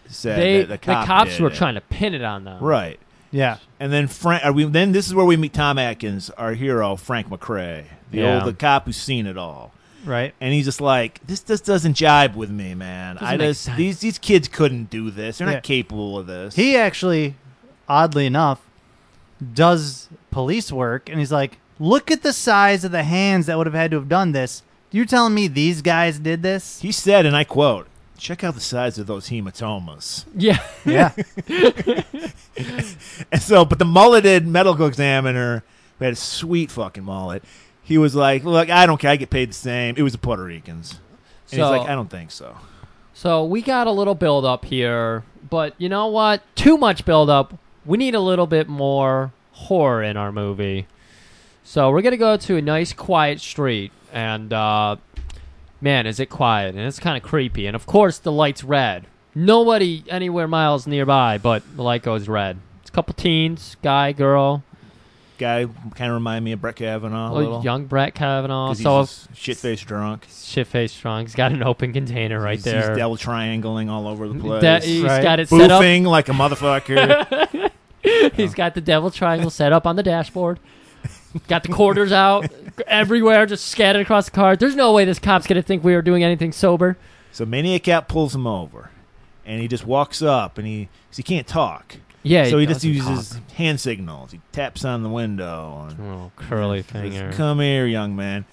said
they
that the, cop
cops
did
were
it.
trying to pin it on them
right.
yeah.
And then Frank, are we? Then this is where we meet Tom Atkins, our hero, Frank McRae, the
Yeah.
old the cop who's seen it all,
Right.
and he's just like, this just doesn't jibe with me, man. I
make
just
sense.
these these kids couldn't do this. They're
Yeah.
not capable of this.
He actually, oddly enough, does police work, and he's like, "Look at the size of the hands that would have had to have done this." You're telling me these guys did this?
he said, and I quote. Check out the size of those hematomas.
yeah
Yeah.
And so, but the mulleted medical examiner, who had a sweet fucking mullet, he was like, "Look, I don't care. I get paid the same." It was the Puerto Ricans, and
So-
he's like, "I don't think so."
So we got a little build up here, but you know what? Too much build up. We need a little bit more horror in our movie. So we're gonna go to a nice quiet street, and uh, man, is it quiet and it's kind of creepy. And of course, the light's red. Nobody anywhere miles nearby, but the light goes red. It's a couple teens, guy, girl,
Guy kind of remind me of Brett Kavanaugh a little.
young Brett Kavanaugh.
'cause he's
So
just shit-faced drunk.
shit faced strong. He's got an open container right
He's-
there.
He's double triangling all over the place.
That- he's
Right.
got it set up.
Boofing like a motherfucker.
He's got the devil triangle set up on the dashboard. Got the quarters out everywhere, just scattered across the car. There's no way this cop's gonna think we were doing anything sober.
so Maniac Cat pulls him over, and he just walks up, and he 'cause he can't talk.
Yeah.
so he just
doesn't
uses
talk.
hand signals. He taps on the window. And
oh, curly
Says,
finger.
Come here, young man.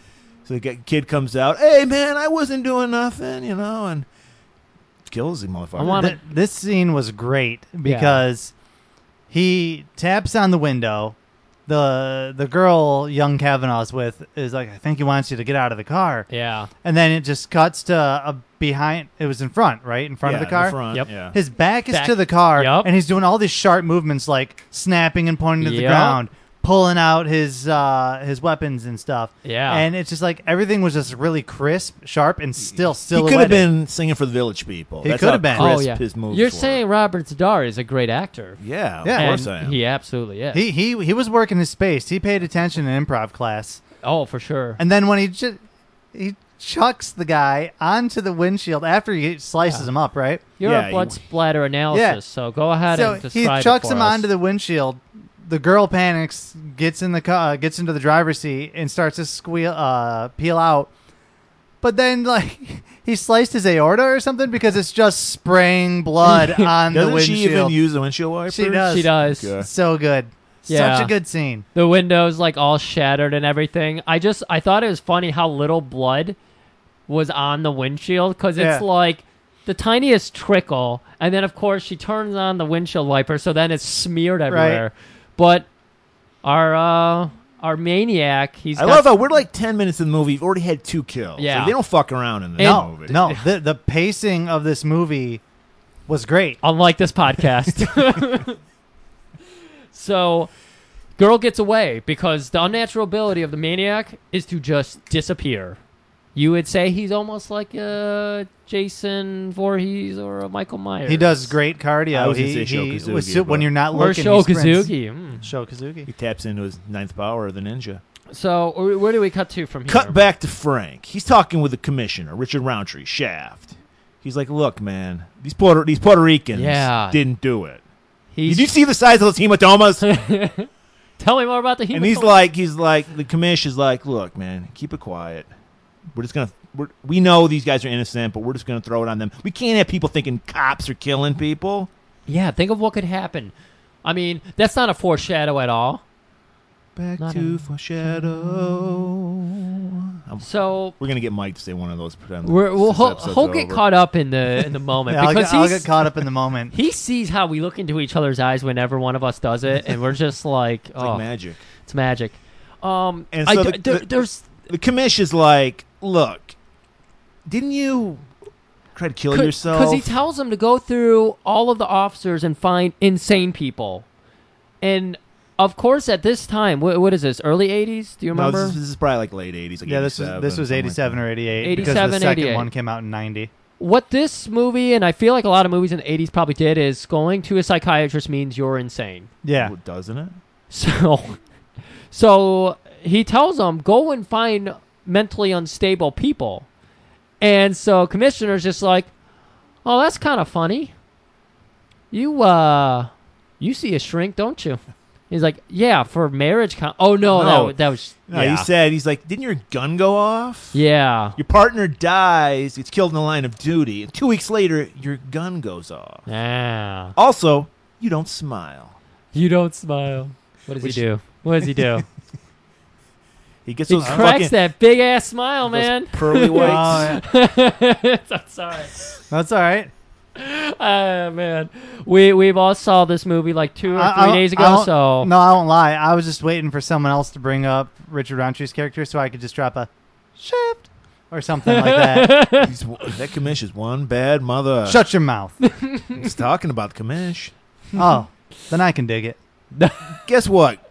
So the g- kid comes out. Hey, man, I wasn't doing nothing, you know, and kills him, motherfucker.
I wanna-
Th- this scene was great because he taps on the window. The the girl young Kavanaugh's with is like, I think he wants you to get out of the car.
yeah.
And then it just cuts to a behind. It was in front, right in front
yeah,
of the car.
In front,
Yep.
Yeah.
His back is
Back-
to the car,
Yup.
and he's doing all these sharp movements, like snapping and pointing to the
Yup.
ground, pulling out his uh, his weapons and stuff.
Yeah.
and it's just like everything was just really crisp, sharp, and still
he
still.
could have been singing for the village people.
He
That's
could
how
have been.
Crisp
oh yeah.
His moves
You're
were.
saying Robert Zadar is a great actor.
Yeah. Of
Yeah.
course
And
I am.
He absolutely is.
He he he was working his space. He paid attention in improv class,
oh, for sure.
and then when he just he chucks the guy onto the windshield after he slices him up, right?
You're
Yeah,
a
he-
blood splatter analysis,
Yeah.
so go ahead
So
and
he
describe
chucks
it for
him
us.
onto the windshield. The girl panics, gets in the car, gets into the driver's seat, and starts to squeal, uh, peel out. But then, like, he sliced his aorta or something because it's just spraying blood on the
Doesn't
windshield.
she even use the windshield wiper?
She does.
She does.
Okay.
so good,
Yeah.
such a good scene.
the windows like all shattered and everything. I just I thought it was funny how little blood was on the windshield because
Yeah.
it's like the tiniest trickle, and then of course she turns on the windshield wiper, so then it's smeared everywhere. But our uh our maniac, he's
I
got-
love how we're like 10 minutes in the movie. You've already had two kills.
Yeah.
Like, they don't fuck around in this
No,
movie.
Oh, No, the the pacing of this movie was great.
unlike this podcast. so, girl gets away because the unnatural ability of the maniac is to just disappear. You would say he's almost like a Jason Voorhees or a Michael Myers.
He does great cardio.
I was gonna
he,
say
he
Shokazugi,
was,
but-
when you're not
Or
looking. he sprints.
Shokazuki. Mm.
Shokazugi.
He taps into his ninth power, the ninja.
So, where where do we cut to from here?
Cut back to Frank. He's talking with the commissioner, Richard Roundtree, Shaft. He's like, "Look, man, these Puerto these Puerto Ricans
Yeah.
didn't do it.
He's,
Did you see the size of those hematomas?"
tell me more about the human.
and he's like, he's like, the commish is like, "Look, man, keep it quiet. We're just gonna." We're, we know these guys are innocent, but we're just going to throw it on them. We can't have people thinking cops are killing people.
yeah, think of what could happen. I mean, that's not a foreshadow at all.
Back
Not
to
a-
foreshadow. I'm-
So,
we're going to get Mike to say one of those. pretend
we're, we'll,
this
he'll,
episode's
he'll get
over.
caught up in the in the moment
Yeah, I'll,
because
get, I'll
he's,
get caught up in the moment.
He sees how we look into each other's eyes whenever one of us does it, and we're just like,
It's like
oh,
magic.
it's magic. Um,
And
I
so
d-
the-
there-
the-
there's
the commish is like, look, didn't you try to kill yourself?
because he tells him to go through all of the officers and find insane people, and of course at this time, what, what is this? Early '80s? Do you
no,
remember?
this, is- this is probably like late eighties. Like
Yeah, this was this was 87 or 88 because the
87,
second
88.
one came out in 90.
what this movie and I feel like a lot of movies in the '80s probably did is going to a psychiatrist means you're insane.
Yeah.
doesn't it?
So, so he tells them go and find mentally unstable people, and so commissioner's just like, oh, that's kind of funny. You uh, you see a shrink, don't you? He's like, yeah, for marriage. Con- oh no, that
No.
wa- that was
No,
yeah.
he said he's like, didn't your gun go off?
yeah,
Your partner dies, gets killed in the line of duty, and two weeks later, your gun goes off.
yeah.
Also, you don't smile.
You don't smile. What does
Which-
he do? What does he do?
He gets
he
those uh, fucking
cracks that big ass smile,
those
man.
pearly
Oh,
whites.
yeah.
I'm sorry.
That's all right.
Ah man, we we've all saw this movie like two or three
I- I-
days
I
ago.
won't-
So
no, I won't lie. I was just waiting for someone else to bring up Richard Roundtree's character so I could just drop a shift. or something like that.
He's, that commish is one bad mother.
Shut your mouth.
He's talking about the commish.
Oh, then I can dig it.
Guess what,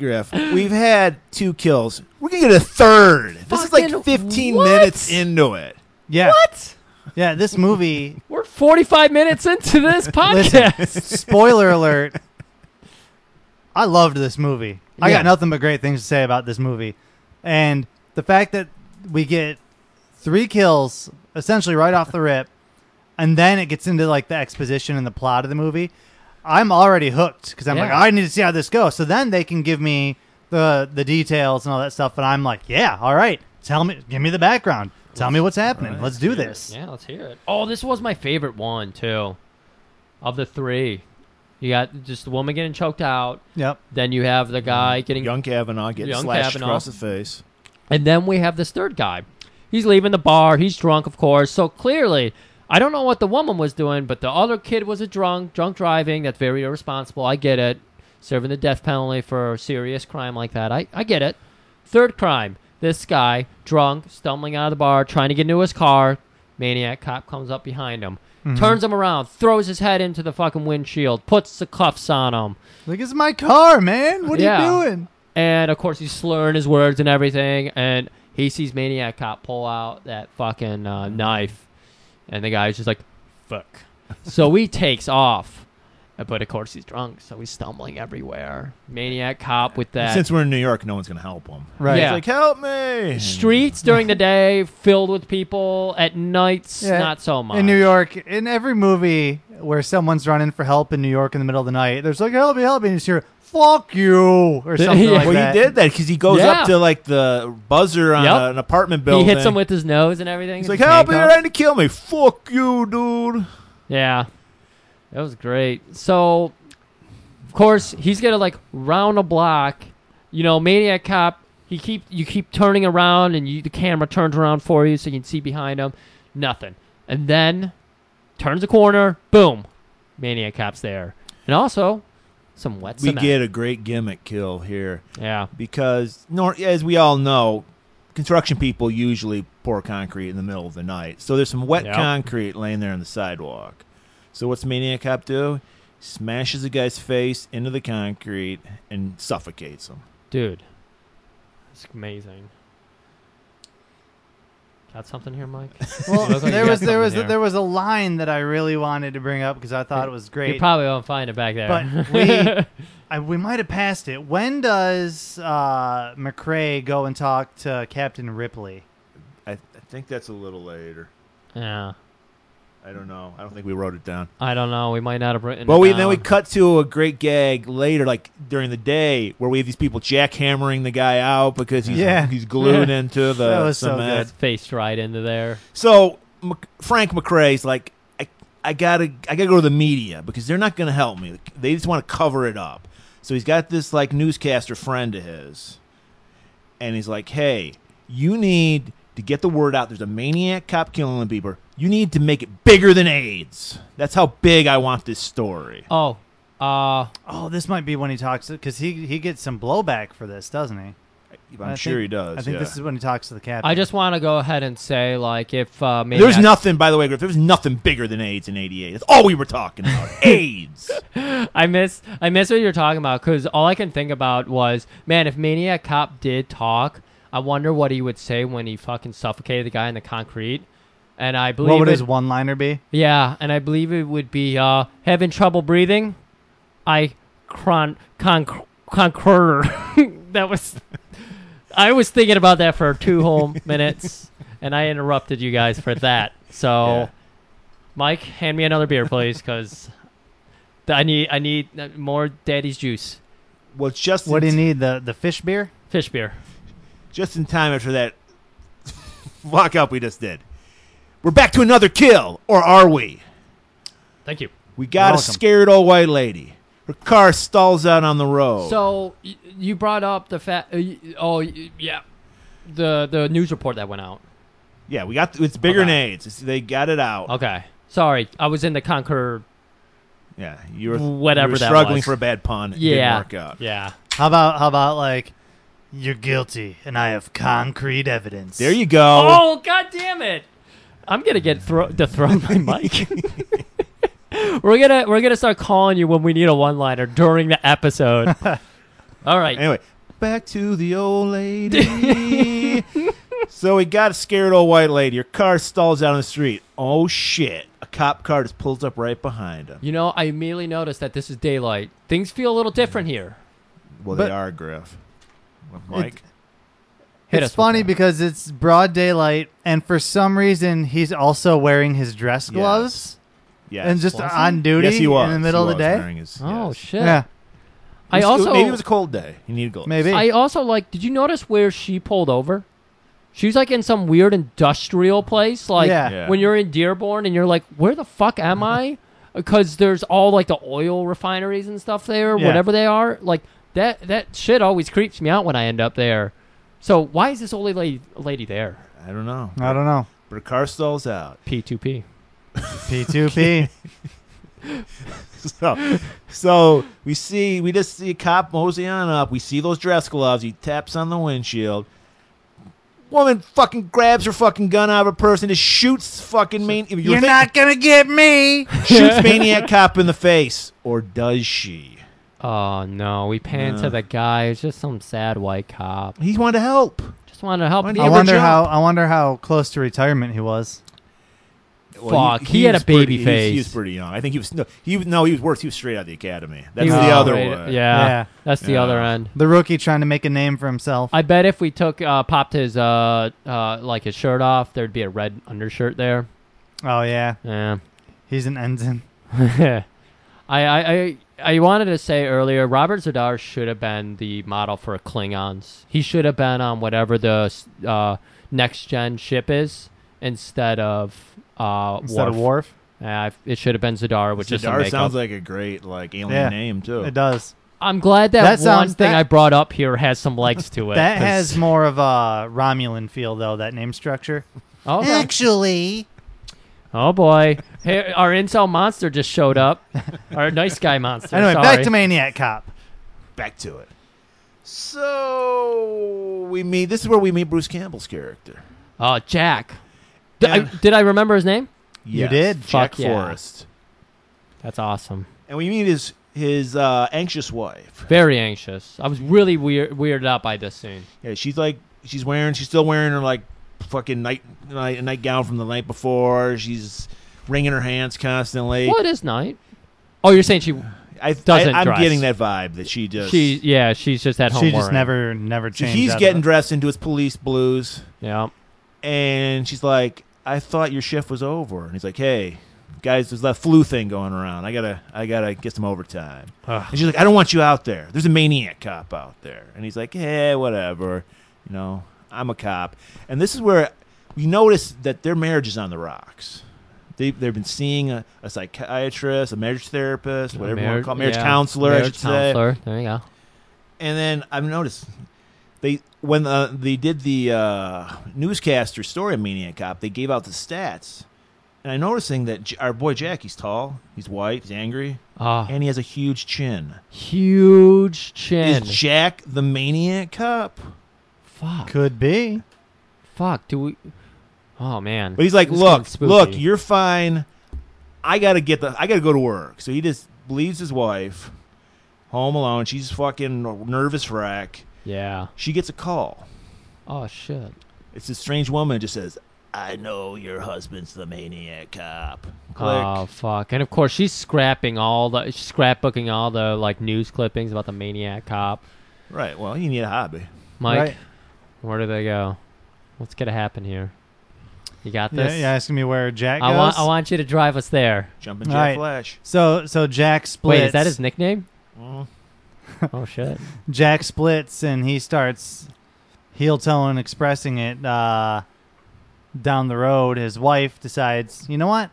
Griff? We've had two kills. We're gonna get a third. this is like
Fucking
15
what?
minutes into it.
Yeah.
What?
Yeah, this movie.
We're 45 minutes into this podcast.
Spoiler alert. I loved this movie. I
Yeah.
got nothing but great things to say about this movie. And the fact that we get three kills essentially right off the rip, and then it gets into like the exposition and the plot of the movie, I'm already hooked because I'm like,
Yeah.
I need to see how this goes. So then they can give me the the details and all that stuff, and I'm like, yeah, all right, tell me, give me the background, tell me what's happening, let's do this.
yeah, let's hear it. Oh, this was my favorite one, too. Of the three, you got just the woman getting choked out.
Yep.
Then you have the guy getting
Young Kavanaugh gets
Young
slashed
Kavanaugh.
across the face.
And then we have this third guy. He's leaving the bar. He's drunk, of course. So clearly, I don't know what the woman was doing, but the other kid was a drunk, drunk driving. That's very irresponsible. I get it. Serving the death penalty for a serious crime like that. I, I get it. Third crime. This guy, drunk, stumbling out of the bar, trying to get into his car. Maniac cop comes up behind him, turns him around, throws his head into the fucking windshield, puts the cuffs on him.
Like, it's my car, man. What are
Yeah.
you doing?
And of course, he's slurring his words and everything. And he sees Maniac Cop pull out that fucking uh,
Mm-hmm.
knife. And the guy's just like, fuck. so he takes off. But of course, he's drunk. So he's stumbling everywhere. Maniac Cop with that.
Since we're in New York, no one's gonna help him.
Right.
Yeah.
He's like, help me.
Streets during the day filled with people. At nights,
Yeah.
not so much.
In New York, in every movie where someone's running for help in New York in the middle of the night, there's like, help me, help me. And you just hear, fuck you, or something
Yeah.
like
Well,
that.
he did that because he goes
Yeah.
up to like the buzzer on
Yep.
a- an apartment
he
building.
hits him with his nose and everything.
He's like,
his
help me! You're
handcuffs.
trying to kill me. Fuck you, dude.
Yeah. That was great. So, of course, he's gonna like round a block. You know, Maniac Cop. He keep you keep turning around, and you the camera turns around for you, so you can see behind him. Nothing. And then turns a corner. Boom. Maniac Cop's there. And also some wet
We
cement.
get a great gimmick kill here.
yeah.
because nor, as we all know, construction people usually pour concrete in the middle of the night. So there's some wet
Yep.
concrete laying there on the sidewalk. So what's Maniac Cop do? Smashes the guy's face into the concrete and suffocates him.
Dude, it's amazing. Got something here, Mike?
Well,
Looks like
there
you
was
got
there was
something
there was a line that I really wanted to bring up because I thought it was
You
great.
probably won't find it back there.
But we- I, we might have passed it. When does uh, McRae go and talk to Captain Ripley?
I, I think that's a little later.
yeah.
I don't know. I don't think we wrote it down.
I don't know. We might not have written.
Well,
it
we
down.
then we cut to a great gag later, like during the day, where we have these people jackhammering the guy out because he's
Yeah.
he's glued into the
That was so
cement.
good.
That's faced right into there.
So M- Frank McRae's like, I, I gotta, I gotta go to the media because they're not gonna help me. They just want to cover it up. So he's got this like newscaster friend of his, and he's like, hey, you need to get the word out. There's a maniac cop killing Bieber. You need to make it bigger than AIDS. That's how big I want this story.
Oh, uh,
Oh, this might be when he talks because he he gets some blowback for this, doesn't he?
I'm
I
sure
think-
he does.
I think
yeah.
this is when he talks to the captain.
I just want to go ahead and say, like, if uh, maybe
There's
I-
nothing, by the way, Griff. There's nothing bigger than AIDS in '88. That's all we were talking about. AIDS.
I miss, I miss what you're talking about because all I can think about was, man, if Maniac Cop did talk, I wonder what he would say when he fucking suffocated the guy in the concrete. And I believe
what would
it-
his one liner be?
yeah, and I believe it would be uh, having trouble breathing. I cron con concur. that was. I was thinking about that for two whole minutes, and I interrupted you guys for that. So,
Yeah.
Mike, hand me another beer, please, because I need I need uh, more daddy's juice,
Well, just
What do you
e
need? The the fish beer?
fish beer.
just in time after that walk up we just did. We're back to another kill, or are we?
Thank you.
We got a
welcome.
scared old white lady. Her car stalls out on the road.
So y- you brought up the fact. Uh, y- oh y- yeah, the the news report that went out.
yeah, we got it's bigger
Okay.
than AIDS. It's- they got it out.
Okay, sorry, I was in the Conquer
Yeah, you were
Whatever
you were
that
struggling
was.
for a bad pun. It
Yeah.
didn't work out.
Yeah.
How about how about like You're guilty, and I have concrete evidence.
There you go.
Oh, god damn it! I'm gonna get thro- dethrone my mic. we're gonna we're gonna start calling you when we need a one liner during the episode. All right.
Anyway, back to the old lady. so we got a scared old white lady. Her car stalls out on the street. Oh shit! A cop car just pulls up right behind him.
You know, I immediately noticed that this is daylight. Things feel a little different here.
Well,
But-
they are Griff. Mike,
Hit
it's
us with
funny
that.
because it's broad daylight, and for some reason he's also wearing his dress gloves
yes.
and just
Was he?
on duty
yes, he was.
in the middle
He
of the
was
day.
wearing his-
Oh
yes.
shit!
Yeah,
I
It was-
also
maybe it was a cold day. He needed gloves.
maybe.
I also like. Did you notice where she pulled over? She was like in some weird industrial place, like
Yeah.
Yeah.
when you're in Dearborn and you're like, "Where the fuck am I?" Because there's all like the oil refineries and stuff there,
Yeah.
whatever they are. Like that that shit always creeps me out when I end up there. So why is this old lady lady there?
I don't know.
I don't know.
But her car stalls out.
P two P.
P2P.
So, so we see, we just see a cop mosey on up. We see those dress gloves. He taps on the windshield. Woman fucking grabs her fucking gun out of her purse and just shoots fucking man. You're,
You're not gonna get me.
shoots maniac cop in the face, or does she?
Oh no, we pan to
No.
the guy. It's just some sad white cop.
He wanted to help.
Just wanted to help.
Why
me.
not?
I
ever
wonder
jump?
how. I wonder how close to retirement he was.
Fuck, he had a
was pretty-
baby
he was- He
face.
was pretty young. I think he was no, he was no, he was worse. He was straight out of the academy. That's
He
the
was
other
great.
one.
Yeah,
Yeah.
that's the
Yeah.
other end.
The rookie trying to make a name for himself.
I bet if we took uh, popped his uh, uh, like his shirt off, there'd be a red undershirt there.
oh yeah,
Yeah.
he's an ensign.
I, I I I wanted to say earlier, Robert Zadar should have been the model for Klingons. He should have been on whatever the uh, next gen ship is instead of uh,
Instead of
Worf.
Worf,
Yeah, I- it should have been Zadar, which is some
Sidar
makeup.
sounds like a great like alien
Yeah.
name too.
it does.
I'm glad that,
That
one
sounds-
thing
that-
I brought up here has some legs to it.
That
'cause-
has more of a Romulan feel though. That name structure.
Oh, okay.
Actually,
Oh boy, hey, our incel monster just showed up. our nice guy monster.
anyway,
sorry.
back to Maniac Cop.
back to it. So we meet. This is where we meet Bruce Campbell's character.
Oh, Jack. D- I-
And-
did I remember his name?
Yes,
did?
Jack
Fuck yeah.
Forrest,
That's awesome.
and we meet his his uh, anxious wife.
Very anxious. I was really weird, weirded out by this scene.
Yeah, she's like she's wearing she's still wearing her like fucking night night nightgown from the night before. She's wringing her hands constantly.
Well, it is night. Oh, you're saying she?
I,
Doesn't
I, am
dress.
getting that vibe that she just
She? Yeah, she's just at home.
She just
worrying.
never, never
So
changed.
he's
out of
getting
it.
dressed into his police blues,
Yeah.
and she's like, "I thought your shift was over," and he's like, "Hey." Guys, there's that flu thing going around. I gotta, I gotta get some overtime.
Ugh.
And she's like, I don't want you out there. There's a maniac cop out there. And he's like, hey, whatever. You know, I'm a cop. And this is where we notice that their marriage is on the rocks. They, they've been seeing a, a psychiatrist, a marriage therapist, whatever you
Marriage-
want to call it, marriage
yeah.
counselor,
Marriage
I should say.
counselor. There you go.
And then I've noticed they when uh, they did the uh, newscaster story of Maniac Cop, they gave out the stats. And I'm noticing that J- our boy Jack, he's tall, he's white, he's angry,
Ah,
and he has a huge chin.
huge chin.
Is Jack the Maniac Cop?
fuck.
Could be.
Fuck. Do we? Oh man.
But he's like,
This is
look,
getting spooky.
look, you're fine. I gotta get the, I gotta go to work. So he just leaves his wife home alone. She's fucking a nervous wreck.
Yeah.
She gets a call.
Oh shit.
It's this strange woman just says, "I know your husband's the Maniac Cop." Click.
Oh fuck! And of course, she's scrapping all the she's scrapbooking all the like news clippings about the maniac cop.
right. Well, you need a hobby.
Mike,
Right.
where do they go? What's gonna happen here? You got
Yeah,
this.
yeah, asking me where Jack goes.
I want I want you to drive us there.
Jumping Jack
All right.
Flash.
so, so Jack splits.
Wait, is that his nickname?
Mm.
oh shit!
Jack splits and he starts heel toeing, expressing it uh, down the road. His wife decides, you know what?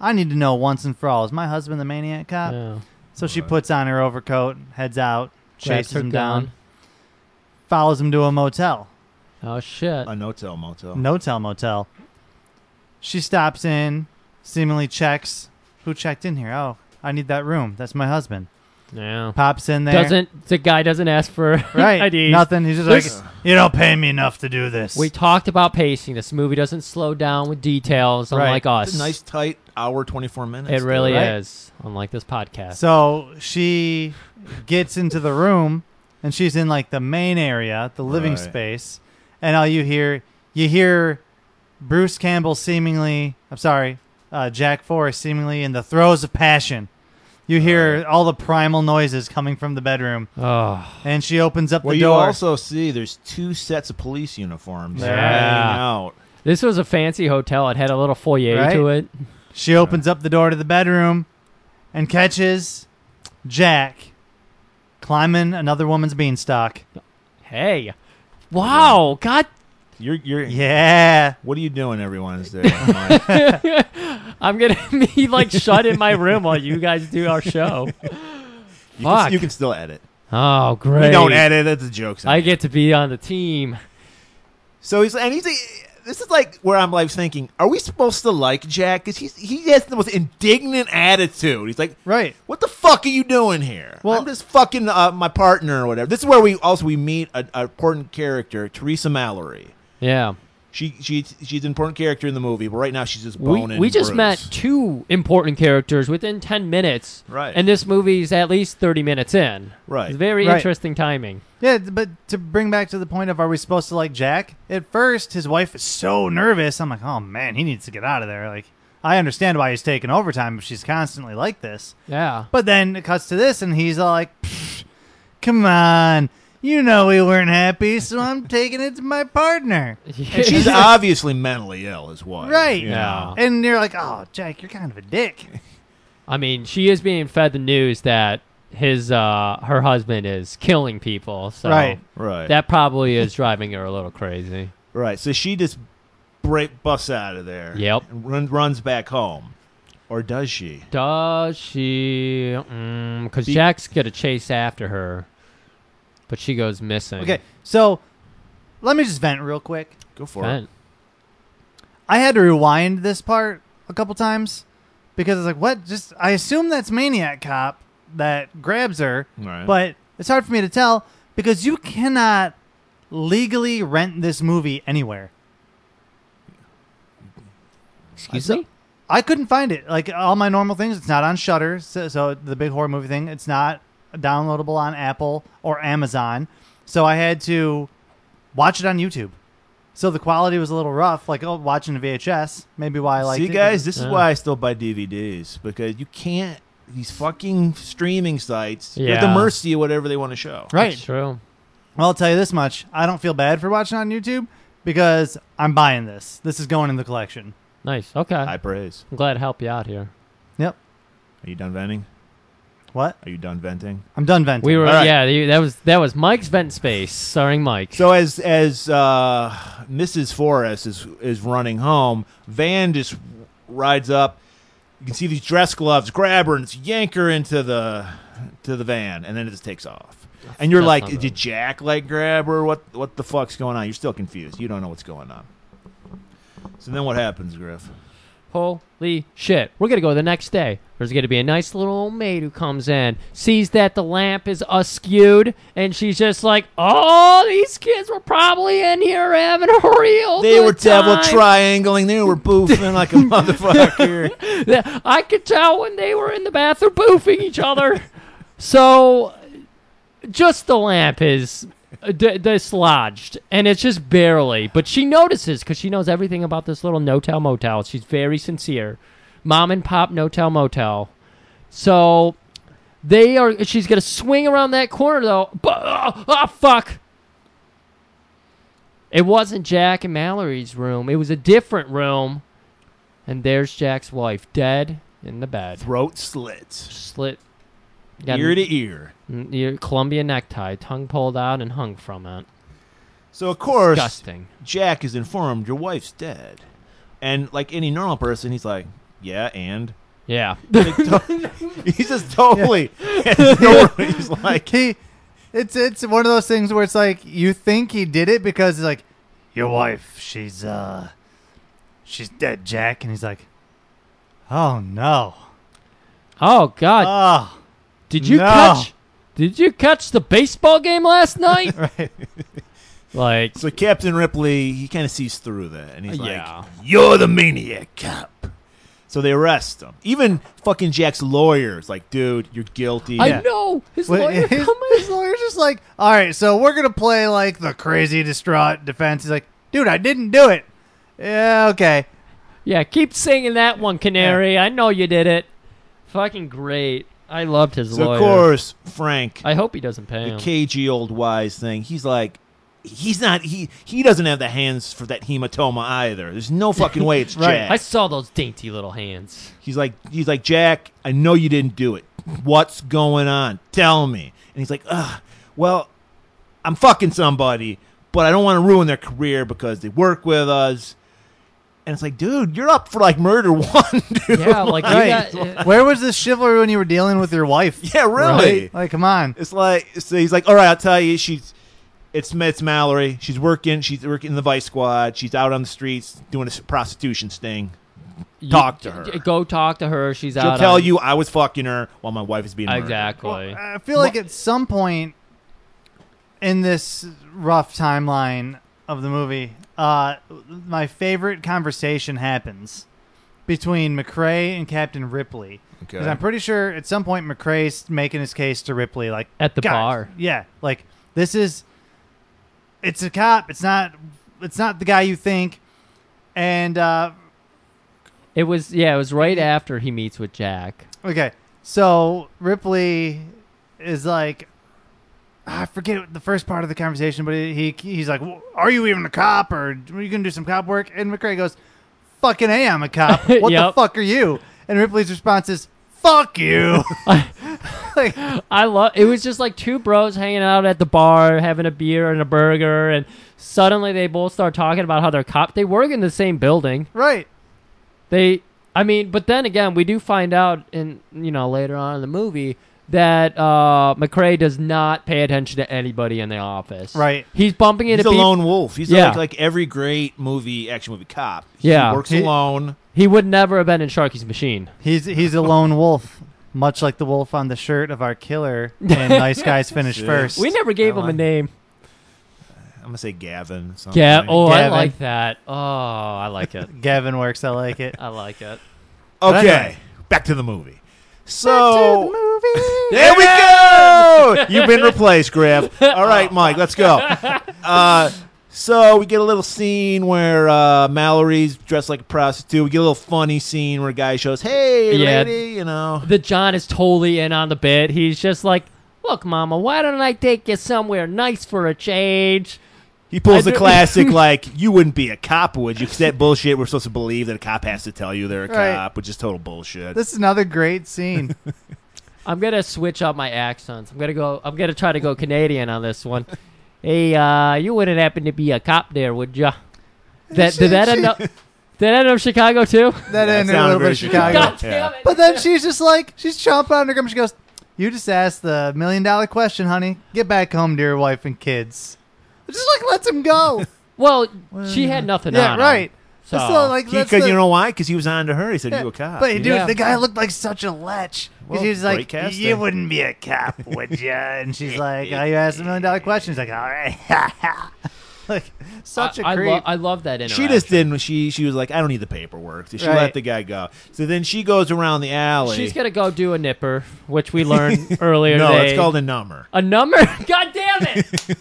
I need to know once and for all. Is my husband the maniac cop?
Yeah.
So she puts on her overcoat, heads out,
Grabs
chases
her
him
gun.
down, follows him to a motel,
Oh shit!
A no-tell motel.
no tell motel. She stops in, seemingly checks who checked in here. Oh, I need that room. That's my husband.
Yeah.
Pops in there.
Doesn't the guy doesn't ask for
right?
IDs.
Nothing. He's just
There's-
like, you don't pay me enough to do this.
We talked about pacing. This movie doesn't slow down with details,
Right.
unlike us.
It's a nice tight hour twenty four minutes.
it really
right?
is, unlike this podcast.
So she gets into the room and she's in like the main area, the living
Right.
space, and all you hear you hear Bruce Campbell seemingly I'm sorry, uh, Jack Forrest seemingly in the throes of passion. You hear all the primal noises coming from the bedroom
oh,
and she opens up
Well,
the
you
door.
also see there's two sets of police uniforms.
Yeah.
hanging out.
this was a fancy hotel. It had a little foyer
Right?
to it.
she opens up the door to the bedroom and catches Jack climbing another woman's beanstalk.
Hey, wow, God,
You're you're.
Yeah.
What are you doing every Wednesday? Mike?
I'm gonna be like shut in my room while you guys do our show.
you,
Fuck.
can, you can still edit.
Oh,
We
great!
don't edit. That's a joke.
I get to be on the team.
So he's and he's this is like where I'm like thinking, are we supposed to like Jack? Because he's he has the most indignant attitude. He's like,
Right.
what the fuck are you doing here? Well, I'm just fucking uh, my partner or whatever. This is where we also we meet a, a important character, Teresa Mallory.
Yeah,
She she she's an important character in the movie, but right now she's just
we,
boning.
we just
Bruce.
met two important characters within ten minutes,
Right.
And this movie's at least thirty minutes in.
Right.
It's very
Right.
interesting timing.
Yeah, but to bring back to the point of are we supposed to like Jack? At first, his wife is so nervous. I'm like, oh man, he needs to get out of there. Like, I understand why he's taking overtime if she's constantly like this.
Yeah.
But then it cuts to this, and he's all like, "Pfft, come on, you know we weren't happy, so I'm taking it to my partner.
And she's obviously mentally ill, is what.
Right.
you know.
And you're like, oh, Jack, you're kind of a dick.
I mean, she is being fed the news that his uh her husband is killing people. So
Right.
Right.
that probably is driving her a little crazy.
Right. So she just break busts out of there.
Yep.
And run, runs back home, or does she?
Does she? Because
Be-
Jack's gonna chase after her, but she goes missing.
Okay, so let me just vent real quick.
Go for it.
Fine.
I had to rewind this part a couple times because it's like, what? Just I assume that's Maniac Cop that grabs her,
Right.
but it's hard for me to tell because you cannot legally rent this movie anywhere.
Excuse
I-
me.
I couldn't find it. Like all my normal things, it's not on Shutter, so, so the big horror movie thing, it's not downloadable on Apple or Amazon. So I had to watch it on YouTube. So the quality was a little rough, like oh, watching a VHS. Maybe why I like
See, guys, this is
Yeah.
why I still buy DVDs because you can't. These fucking streaming sites. You're at the
Yeah.
mercy of whatever they want to show.
right?
It's true.
Well, I'll tell you this much: I don't feel bad for watching on YouTube because I'm buying this. This is going in the collection.
Nice. Okay.
I praise.
I'm glad to help you out here.
Yep.
Are you done venting?
What?
Are you done venting?
I'm done venting.
We were
All right.
yeah. you- That was that was Mike's vent space starring Mike.
So as as uh, Mrs. Forrest is is running home, Van just rides up. You can see these dress gloves grab her and just yank her into the to the van, and then it just takes off. And you're
that's
like,
not
did Jack like grab her? What what the fuck's going on? You're still confused. You don't know what's going on. So then what happens, Griff?
Holy shit. We're going to go the next day. There's going to be a nice little old maid who comes in, sees that the lamp is askewed, and she's just like, oh, these kids were probably in here having a real
They
good
were devil
time."
triangling. They were boofing like a motherfucker.
Yeah, I could tell when they were in the bathroom boofing each other. so just the lamp is d- dislodged, and it's just barely. But she notices because she knows everything about this little no tell motel. She's very sincere. Mom and pop no tell motel. So they are. She's gonna swing around that corner though. But ah ah, fuck. It wasn't Jack and Mallory's room. It was a different room. And there's Jack's wife, dead in the bed,
Throat slit,
slit, got
ear to ear.
Mm, Your Columbia necktie, tongue pulled out and hung from it.
So of course,
Disgusting.
Jack is informed your wife's dead. And like any normal person, he's like, yeah, and
Yeah.
Like, to- he's just totally. has no- he's like,
he, it's it's one of those things where it's like you think he did it because it's like your wife, she's uh, she's dead, Jack, and he's like, oh no,
Uh,
Oh God.
oh
Did you
No.
catch? Did you catch the baseball game last night?
Right.
Like,
So Captain Ripley, he kind of sees through that, and he's
Yeah.
like, "You're the maniac cop." So they arrest him. Even fucking Jack's lawyer's like, "Dude, you're guilty."
I know his
Wait,
lawyer.
his,
come in.
his lawyer's just like, all right, so we're gonna play like the crazy distraught defense. He's like, dude, I didn't do it. Yeah, okay.
Yeah, keep singing that one, Canary. I know you did it. Fucking great. I loved his
So
lawyer.
of course, Frank,
I hope he doesn't pay
the
him.
cagey old wise thing, he's like, he's not. He he doesn't have the hands for that hematoma either. There's no fucking way it's
Right.
Jack.
I saw those dainty little hands.
He's like, he's like, Jack, I know you didn't do it. What's going on? Tell me. And he's like, ugh, well, I'm fucking somebody, but I don't want to ruin their career because they work with us. And it's like, dude, you're up for like murder one, dude.
Yeah, like you
Right.
got-
Where was this chivalry when you were dealing with your wife?
Yeah, really.
Like, come on.
It's like, so he's like, all right, I'll tell you, she's, it's it's Mallory. She's working. She's working in the Vice Squad. She's out on the streets doing a prostitution sting.
you-
Talk to her.
Go talk to her. She's
She'll
out.
tell
on-
you I was fucking her while my wife is being murdered.
exactly.
I feel like at some point in this rough timeline of the movie, uh, my favorite conversation happens between McCrae and Captain Ripley. Because I'm pretty sure at some point McCrae's making his case to Ripley, like
At the
"Guys,
bar."
Yeah, like this is, it's a cop. It's not. It's not the guy you think. And uh,
It was yeah. It was right after he meets with Jack.
Okay, so Ripley is like, "Ah, I forget the first part of the conversation, but he he's like, "Well, "Are you even a cop, or are you gonna do some cop work?" And McRae goes, "Fucking a, I'm a cop. What the
Yep.
fuck are you?" And Ripley's response is, "Fuck you." like,
I love. It was just like two bros hanging out at the bar, having a beer and a burger, and suddenly they both start talking about how they're cop. They work in the same building.
right?
They, I mean, but then again, we do find out in you know later on in the movie that uh McRae does not pay attention to anybody in the office.
Right.
He's bumping
He's
into
a
peop-
lone wolf. He's
Yeah.
like like every great movie, action movie cop.
Yeah.
he works
He-
alone.
He would never have been in Sharky's machine.
He's he's a lone wolf, much like the wolf on the shirt of our killer. And nice guys finish first.
We never gave him a
one.
name.
I'm gonna say Gavin. Something.
Yeah. Oh, I
Gavin.
like that. Oh, I like it.
Gavin works. I like it.
I like it.
okay.
anyway.
Back to the movie. So
movie.
there we go. You've been replaced, Griff. All right, Mike. Let's go. Uh, so we get a little scene where uh, Mallory's dressed like a prostitute. We get a little funny scene where a guy shows, "Hey,
Yeah.
lady," you know.
The John is totally in on the bit. He's just like, "Look, Mama, why don't I take you somewhere nice for a change?"
He pulls
I
the
do-
classic, like, you wouldn't be a cop, would you? Because that bullshit, we're supposed to believe that a cop has to tell you they're a
Right.
cop, which is total bullshit.
This is another great scene.
I'm gonna switch up my accents. I'm gonna go. I'm gonna try to go Canadian on this one. hey, uh, you wouldn't happen to be a cop there, would ya? That did that end up? Did that end up Chicago too?
That
That
ended a little
sounded
bit
very
of Chicago.
Chicago.
God damn it!
But then she's just like, she's chomping on her gum. She goes, "You just asked the million dollar question, honey. Get back home to your wife and kids." Just like lets him go.
Well, she had nothing
yeah,
on. him,
right.
so-
That's the- like that's
Because
the-
you know why? Because he was on to her. He said,
yeah.
you a cop.
But dude,
Yeah.
the guy looked like such a lech. 'Cause
Well,
he was like,
great casting.
"You wouldn't be a cop, would you?" And she's like, "Oh, you asked a million dollar question." He's like, "All right." like such a
um, I, I,
creep.
lo- I love that
she
interaction.
just didn't. She she was like, I don't need the paperwork. So she
Right.
let the guy go. So then she goes around the alley.
She's gonna go do a nipper, which we learned earlier.
no,
today.
it's called a number.
a number. God damn it!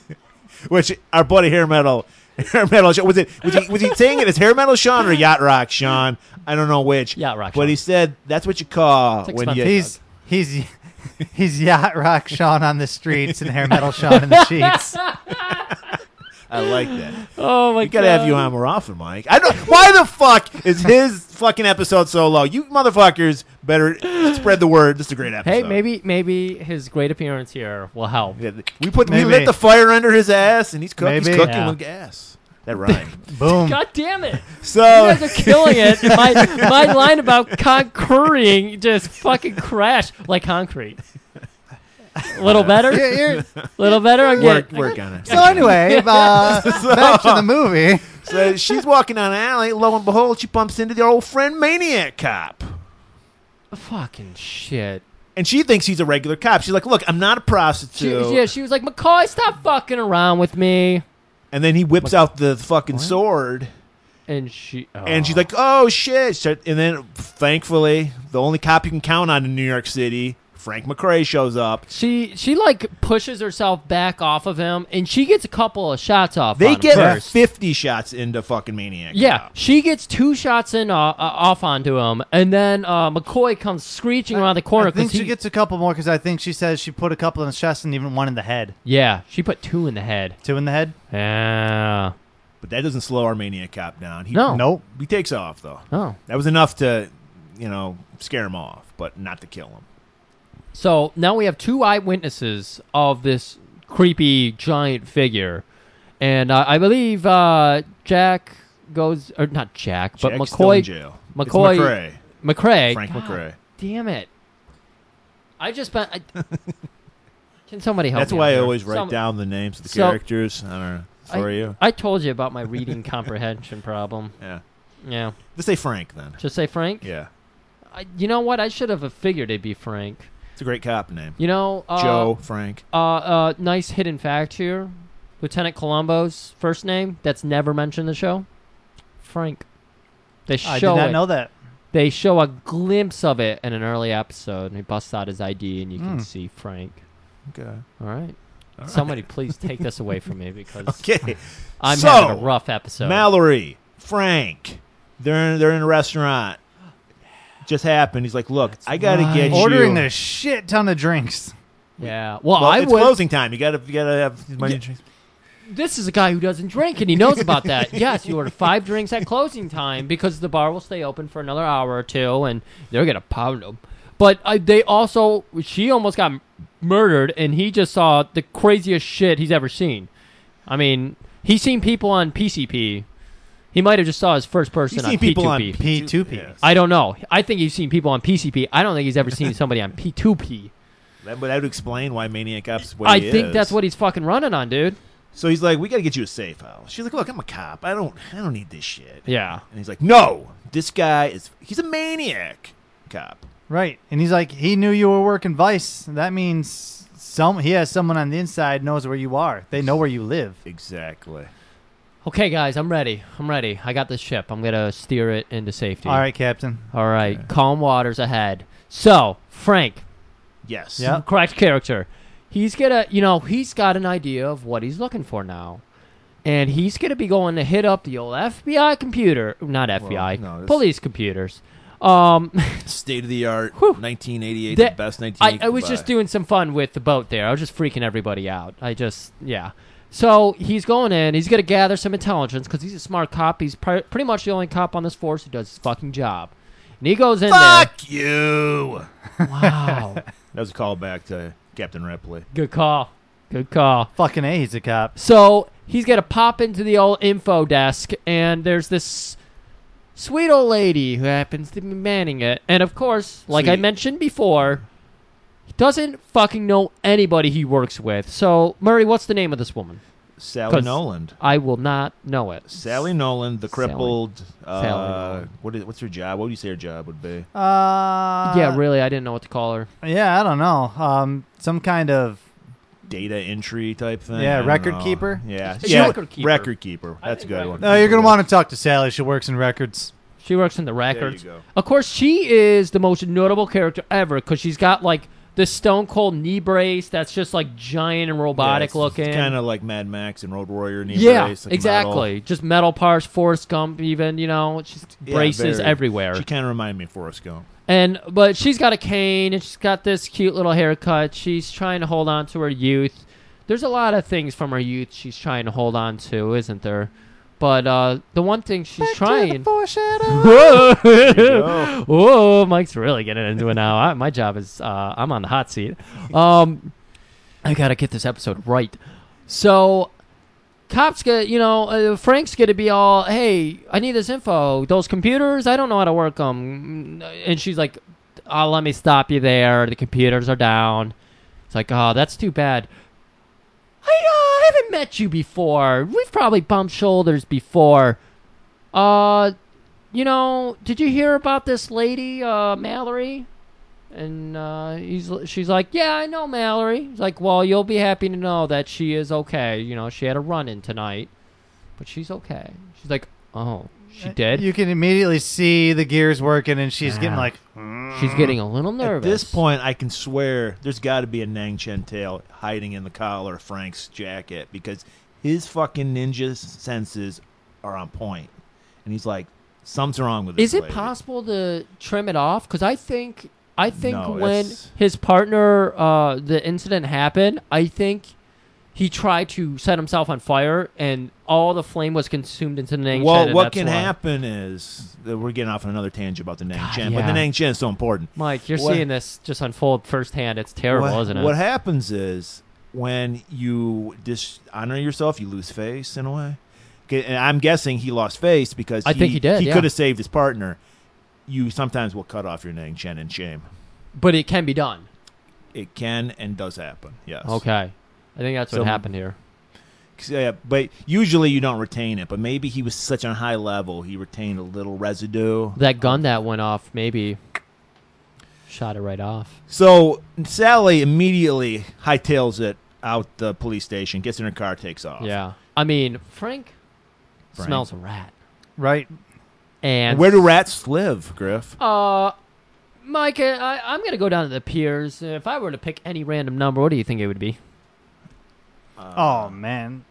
Which our buddy hair metal, hair metal. Sean- Was it? Was he, was he saying it as hair metal Sean or yacht rock Sean? I don't know which.
Yacht rock
But
Sean.
he said that's what you call
It's
when you.
expensive.
he's he's he's yacht rock Sean on the streets and hair metal Sean in the sheets.
I like that.
Oh my
We gotta have you on more often, Mike. I don't. Why the fuck is his fucking episode so low? You motherfuckers better spread the word. This is a great episode.
Hey, maybe maybe his great appearance here will help.
Yeah, th- we put
Maybe.
we lit the fire under his ass, and he's, cook, he's
Maybe.
cooking
Yeah.
with gas. That rhymed.
Boom.
God damn it! You
so
guys are killing it. My my line about concurring just fucking crashed like concrete. Little better,
Yeah, you're-
little better. I'm
work
getting.
work on it.
So anyway, uh, back to the movie.
So she's walking down an alley. Lo and behold, she bumps into the old friend Maniac Cop.
Fucking shit.
And she thinks he's a regular cop. She's like, "Look, I'm not a
She,
prostitute."
yeah, she was like, McCoy, stop fucking around with me.
And then he whips out the fucking sword,
And she oh.
and she's like, "Oh shit!" So- And then, thankfully, the only cop you can count on in New York City, Frank McRae, shows up.
she she like pushes herself back off of him, and she gets a couple of shots off. on
They
him
get
first.
50 shots into fucking Maniac.
Yeah,
Cop.
she gets two shots in uh, uh, off onto him, and then uh, McCoy comes screeching around the corner.
I think
'cause
she
he-
gets a couple more because I think she says she put a couple in the chest and even one in the head.
Yeah, she put two in the head.
Two in the head.
Yeah.
But that doesn't slow our Maniac cop down. He,
No.
Nope.
He takes off, though.
Oh.
That was enough to, you know, scare him off, but not to kill him.
So now we have two eyewitnesses of this creepy giant figure, and uh, I believe uh, Jack goes or not Jack, but
Jack's
McCoy.
still in jail. It's
McCoy.
McRae.
McCray.
Frank
God
McRae.
Damn it! I just been. I, can somebody help?
That's
me out
why I
here?
always write
Some-
down the names of the
So-
characters. I don't know. It's
I,
For you.
I told you about my reading comprehension problem.
Yeah.
Yeah.
Let's say Frank, then.
Just say Frank.
Yeah.
I, you know what? I should have figured it'd be Frank.
It's a great cop name.
You know, uh,
Joe, Frank.
Uh, uh, nice hidden fact here. Lieutenant Colombo's first name that's never mentioned in the show, Frank. They show
I did not
it.
know that.
They show a glimpse of it in an early episode, and he busts out his ID, and you can see Frank.
Hmm. Okay.
All right. Somebody please take this away from me because
Okay.
I'm
So,
having a rough episode.
Mallory, Frank, they're in, they're in a restaurant. Just happened. He's like, look, I gotta get you
Ordering a shit ton of drinks.
yeah. Well,
Well,
I
it's
would.
closing time. You gotta you gotta have money. drinks.
This is a guy who doesn't drink, and he knows about that. yes, you order five drinks at closing time because the bar will stay open for another hour or two, and they're gonna pound them. But uh, they also, she almost got m- murdered, and he just saw the craziest shit he's ever seen. I mean, he's seen people on PCP. He might have just saw his first person
He's
on
seen people on
P2P.
P2P.
Yeah.
I don't know. I think he's seen people on PCP. I don't think he's ever seen somebody on P2P.
That, but that would explain why Maniac Ops. Way
I think that's what he's fucking running on, dude.
So he's like, we gotta get you a safe house. She's like, look, I'm a cop. I don't I don't need this shit.
Yeah.
And he's like, no, this guy is he's a maniac cop.
Right. And he's like, he knew you were working Vice. That means some he has someone on the inside knows where you are. They know where you live.
Exactly.
Okay, guys, I'm ready. I'm ready. I got this ship. I'm gonna steer it into safety.
All right, Captain.
All right. Calm waters ahead. So, Frank,
Yes.
Yeah.
correct character. He's gonna, you know, he's got an idea of what he's looking for now, and he's gonna be going to hit up the old FBI computer, not FBI,
no, that's-
police computers. Um,
State of the art, 1988,
That-
the best
I,
1988.
I was just doing some fun with the boat there. I was just freaking everybody out. I just, yeah. So he's going in. He's going to gather some intelligence because he's a smart cop. He's pr- pretty much the only cop on this force who does his fucking job. And he goes in
Fuck you.
there. Wow.
That was a callback to Captain Ripley.
Good call. Good call.
Fucking A, he's a cop.
So he's going to pop into the old info desk, and there's this sweet old lady who happens to be manning it. And of course, like I
Sweet.
mentioned before, he doesn't fucking know anybody he works with. So, Murray, what's the name of this woman?
Sally
'Cause-
Noland.
I will not know it.
Sally Noland, the
Sally.
crippled. Uh,
Sally Noland.
What is, what's her job? What would you say her job would be?
Uh
yeah, really, I didn't know what to call her.
Yeah, I don't know. Um some kind of
Data entry type thing.
Yeah,
I don't
record
know.
keeper?
Yeah,
She's a
yeah,
record keeper.
Record keeper. That's a
think
good
record
one.
No, oh, you're gonna want to talk to Sally. She works in records.
She works in the records.
go.
Of course, she is the most notable character ever because she's got like the stone cold knee brace that's just like giant and robotic looking.
Kind of like Mad Max and Road Warrior. Knee
yeah,
brace, like
exactly.
metal.
Just metal parts, Forrest Gump, even you know, she's
Yeah,
braces
very-
everywhere.
She kind of reminded me of Forrest Gump.
and but she's got a cane and she's got this cute little haircut. She's trying to hold on to her youth. There's a lot of things from her youth she's trying to hold on to, isn't there? But uh, the one thing she's trying. Whoa. Whoa, Mike's really getting into it now. I, my job is uh, I'm on the hot seat. Um, I gotta get this episode right. So, cops get you know uh, Frank's gonna be all, hey, I need this info. Those computers, I don't know how to work them. And she's like, oh, let me stop you there. The computers are down. It's like, oh, that's too bad. I, uh, I haven't met you before. We've probably bumped shoulders before. Uh, you know, did you hear about this lady, uh, Mallory? And uh, he's she's like, "Yeah, I know Mallory." He's like, "Well, you'll be happy to know that she is okay. You know, she had a run-in tonight, but she's okay." She's like, "Oh,
Uh,
she did."
You can immediately see the gears working, and she's getting
Yeah.
like,
she's getting a little
At
nervous.
this point, I can swear there's got to be a Nang Chen tail hiding in the collar of Frank's jacket because his fucking ninja senses are on point, and he's like, "Something's wrong with this."
Is it
lady."
possible to trim it off? Because I think I think
No,
when
that's-
his partner, uh, the incident happened, I think he tried to set himself on fire, and all the flame was consumed into the Nang Shed,
Well,
and
what
that's
can
why.
happen is that we're getting off on another tangent about the Nang
God,
Chen, but the
yeah.
Nang Chen is so important.
Mike, you're
What-
seeing this just unfold firsthand. It's terrible,
what,
isn't it?
What happens is when you dishonor yourself, you lose face in a way. Okay, and I'm guessing he lost face because
I think he did,
He
yeah.
could have saved his partner. You sometimes will cut off your Nang Chen in shame.
but it can be done.
It can and does happen. Yes.
Okay, I think that's
So-
what happened here.
'Cause, Yeah, but usually you don't retain it. But maybe he was such on high level, he retained a little residue.
That gun that went off maybe shot it right off.
So Sally immediately hightails it out the police station, gets in her car, takes off.
Yeah, I mean Frank,
Frank.
smells a rat,
right.
and
Where do rats live, Griff?
Uh, Mike, uh, I, I'm gonna go down to the piers. Uh, If I were to pick any random number, what do you think it would be?
oh man,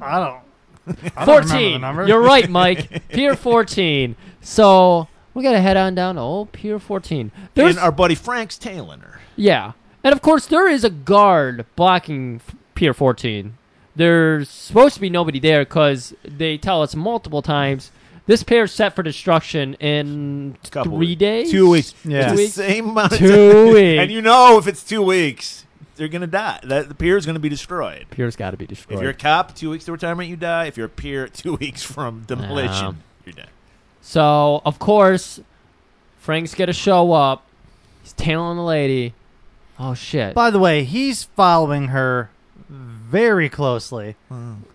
I don't. I don't remember the
14.
number.
You're right, Mike. Pier 14. So we gotta head on down to old Pier 14. There's
and our buddy Frank's tailing her.
yeah, and of course there is a guard blocking f- Pier 14. There's supposed to be nobody there because they tell us multiple times this pier's set for destruction in
Couple
three
weeks.
days,
Two weeks.
Yeah.
It's
Two
the
weeks?
same amount of
Two
time.
weeks.
And you know if it's two weeks, they're gonna die. That the pier is gonna be destroyed.
Pier's got to be
If
destroyed.
you're a cop, two weeks to retirement, you die. If you're a peer, two weeks from demolition,
Um,
you're dead.
So of course, Frank's gonna show up. He's tailing the lady. Oh shit!
By the way, he's following her very closely.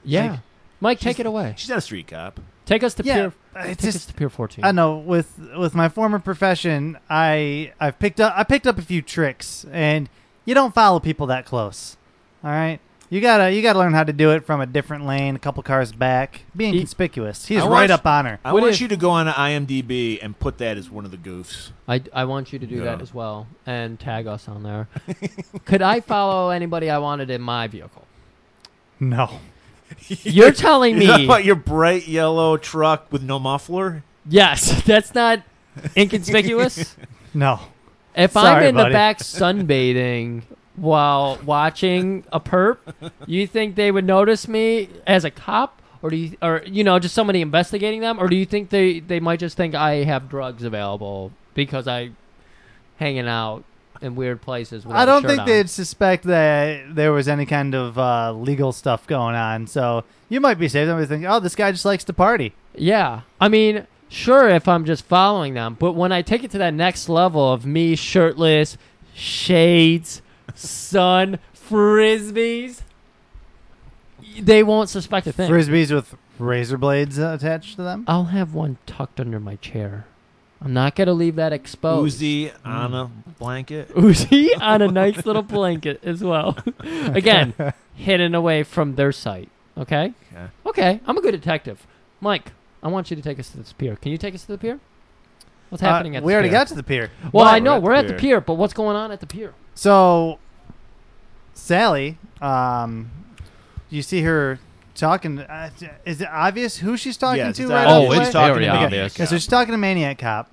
yeah, Mike, take it away.
She's not a street cop.
Take us to
Yeah,
pier.
I
Take us
just-
to pier fourteen.
I know with with my former profession, I I've picked up I picked up a few tricks, and you don't follow people that close. All right, you gotta you gotta learn how to do it from a different lane, a couple cars back, being
He-
conspicuous. He's
I
right
watched-
up on her.
I
What
want
if-
you to go on IMDb and put that as one of the goofs.
I, I want you to do that
Yeah.
as well and tag us on there. Could I follow anybody I wanted in my vehicle?
No,
You're telling
You're talking
me
about your bright yellow truck with no muffler.
yes? That's not inconspicuous.
no,
If I'm
Sorry,
in the
buddy.
back sunbathing while watching a perp, you think they would notice me as a cop, or do you, or you know, just somebody investigating them, or do you think they they might just think I have drugs available because I hanging out in weird places? Without
I
a
don't
shirt
think
on?
they'd suspect that there was any kind of uh, legal stuff going on. So you might be safe. They might think, oh, this guy just likes to party.
Yeah, I mean, sure, if I'm just following them, but when I take it to that next level of me shirtless, shades, sun, frisbees. They won't suspect a thing.
Frisbees with razor blades uh, attached to them.
I'll have one tucked under my chair. I'm not gonna leave that exposed.
Uzi on a blanket.
Uzi on a nice little blanket as well. Again, hidden away from their sight. Okay.
Okay.
Okay. I'm a good detective. Mike, I want you to take us to this pier. Can you take us to the pier? What's happening
Uh,
at?
we
this
already
pier?
got to the pier.
Well,
Well,
I know
we're at
we're
the
at the
pier.
pier, but what's going on at the pier?
So, Sally, um, you see her talking. Uh, is it obvious who she's talking
Yes,
to?
it's
Right
obvious.
Oh,
off the
it's
way?
very
to me.
obvious.
Okay, so she's talking to Maniac Cop,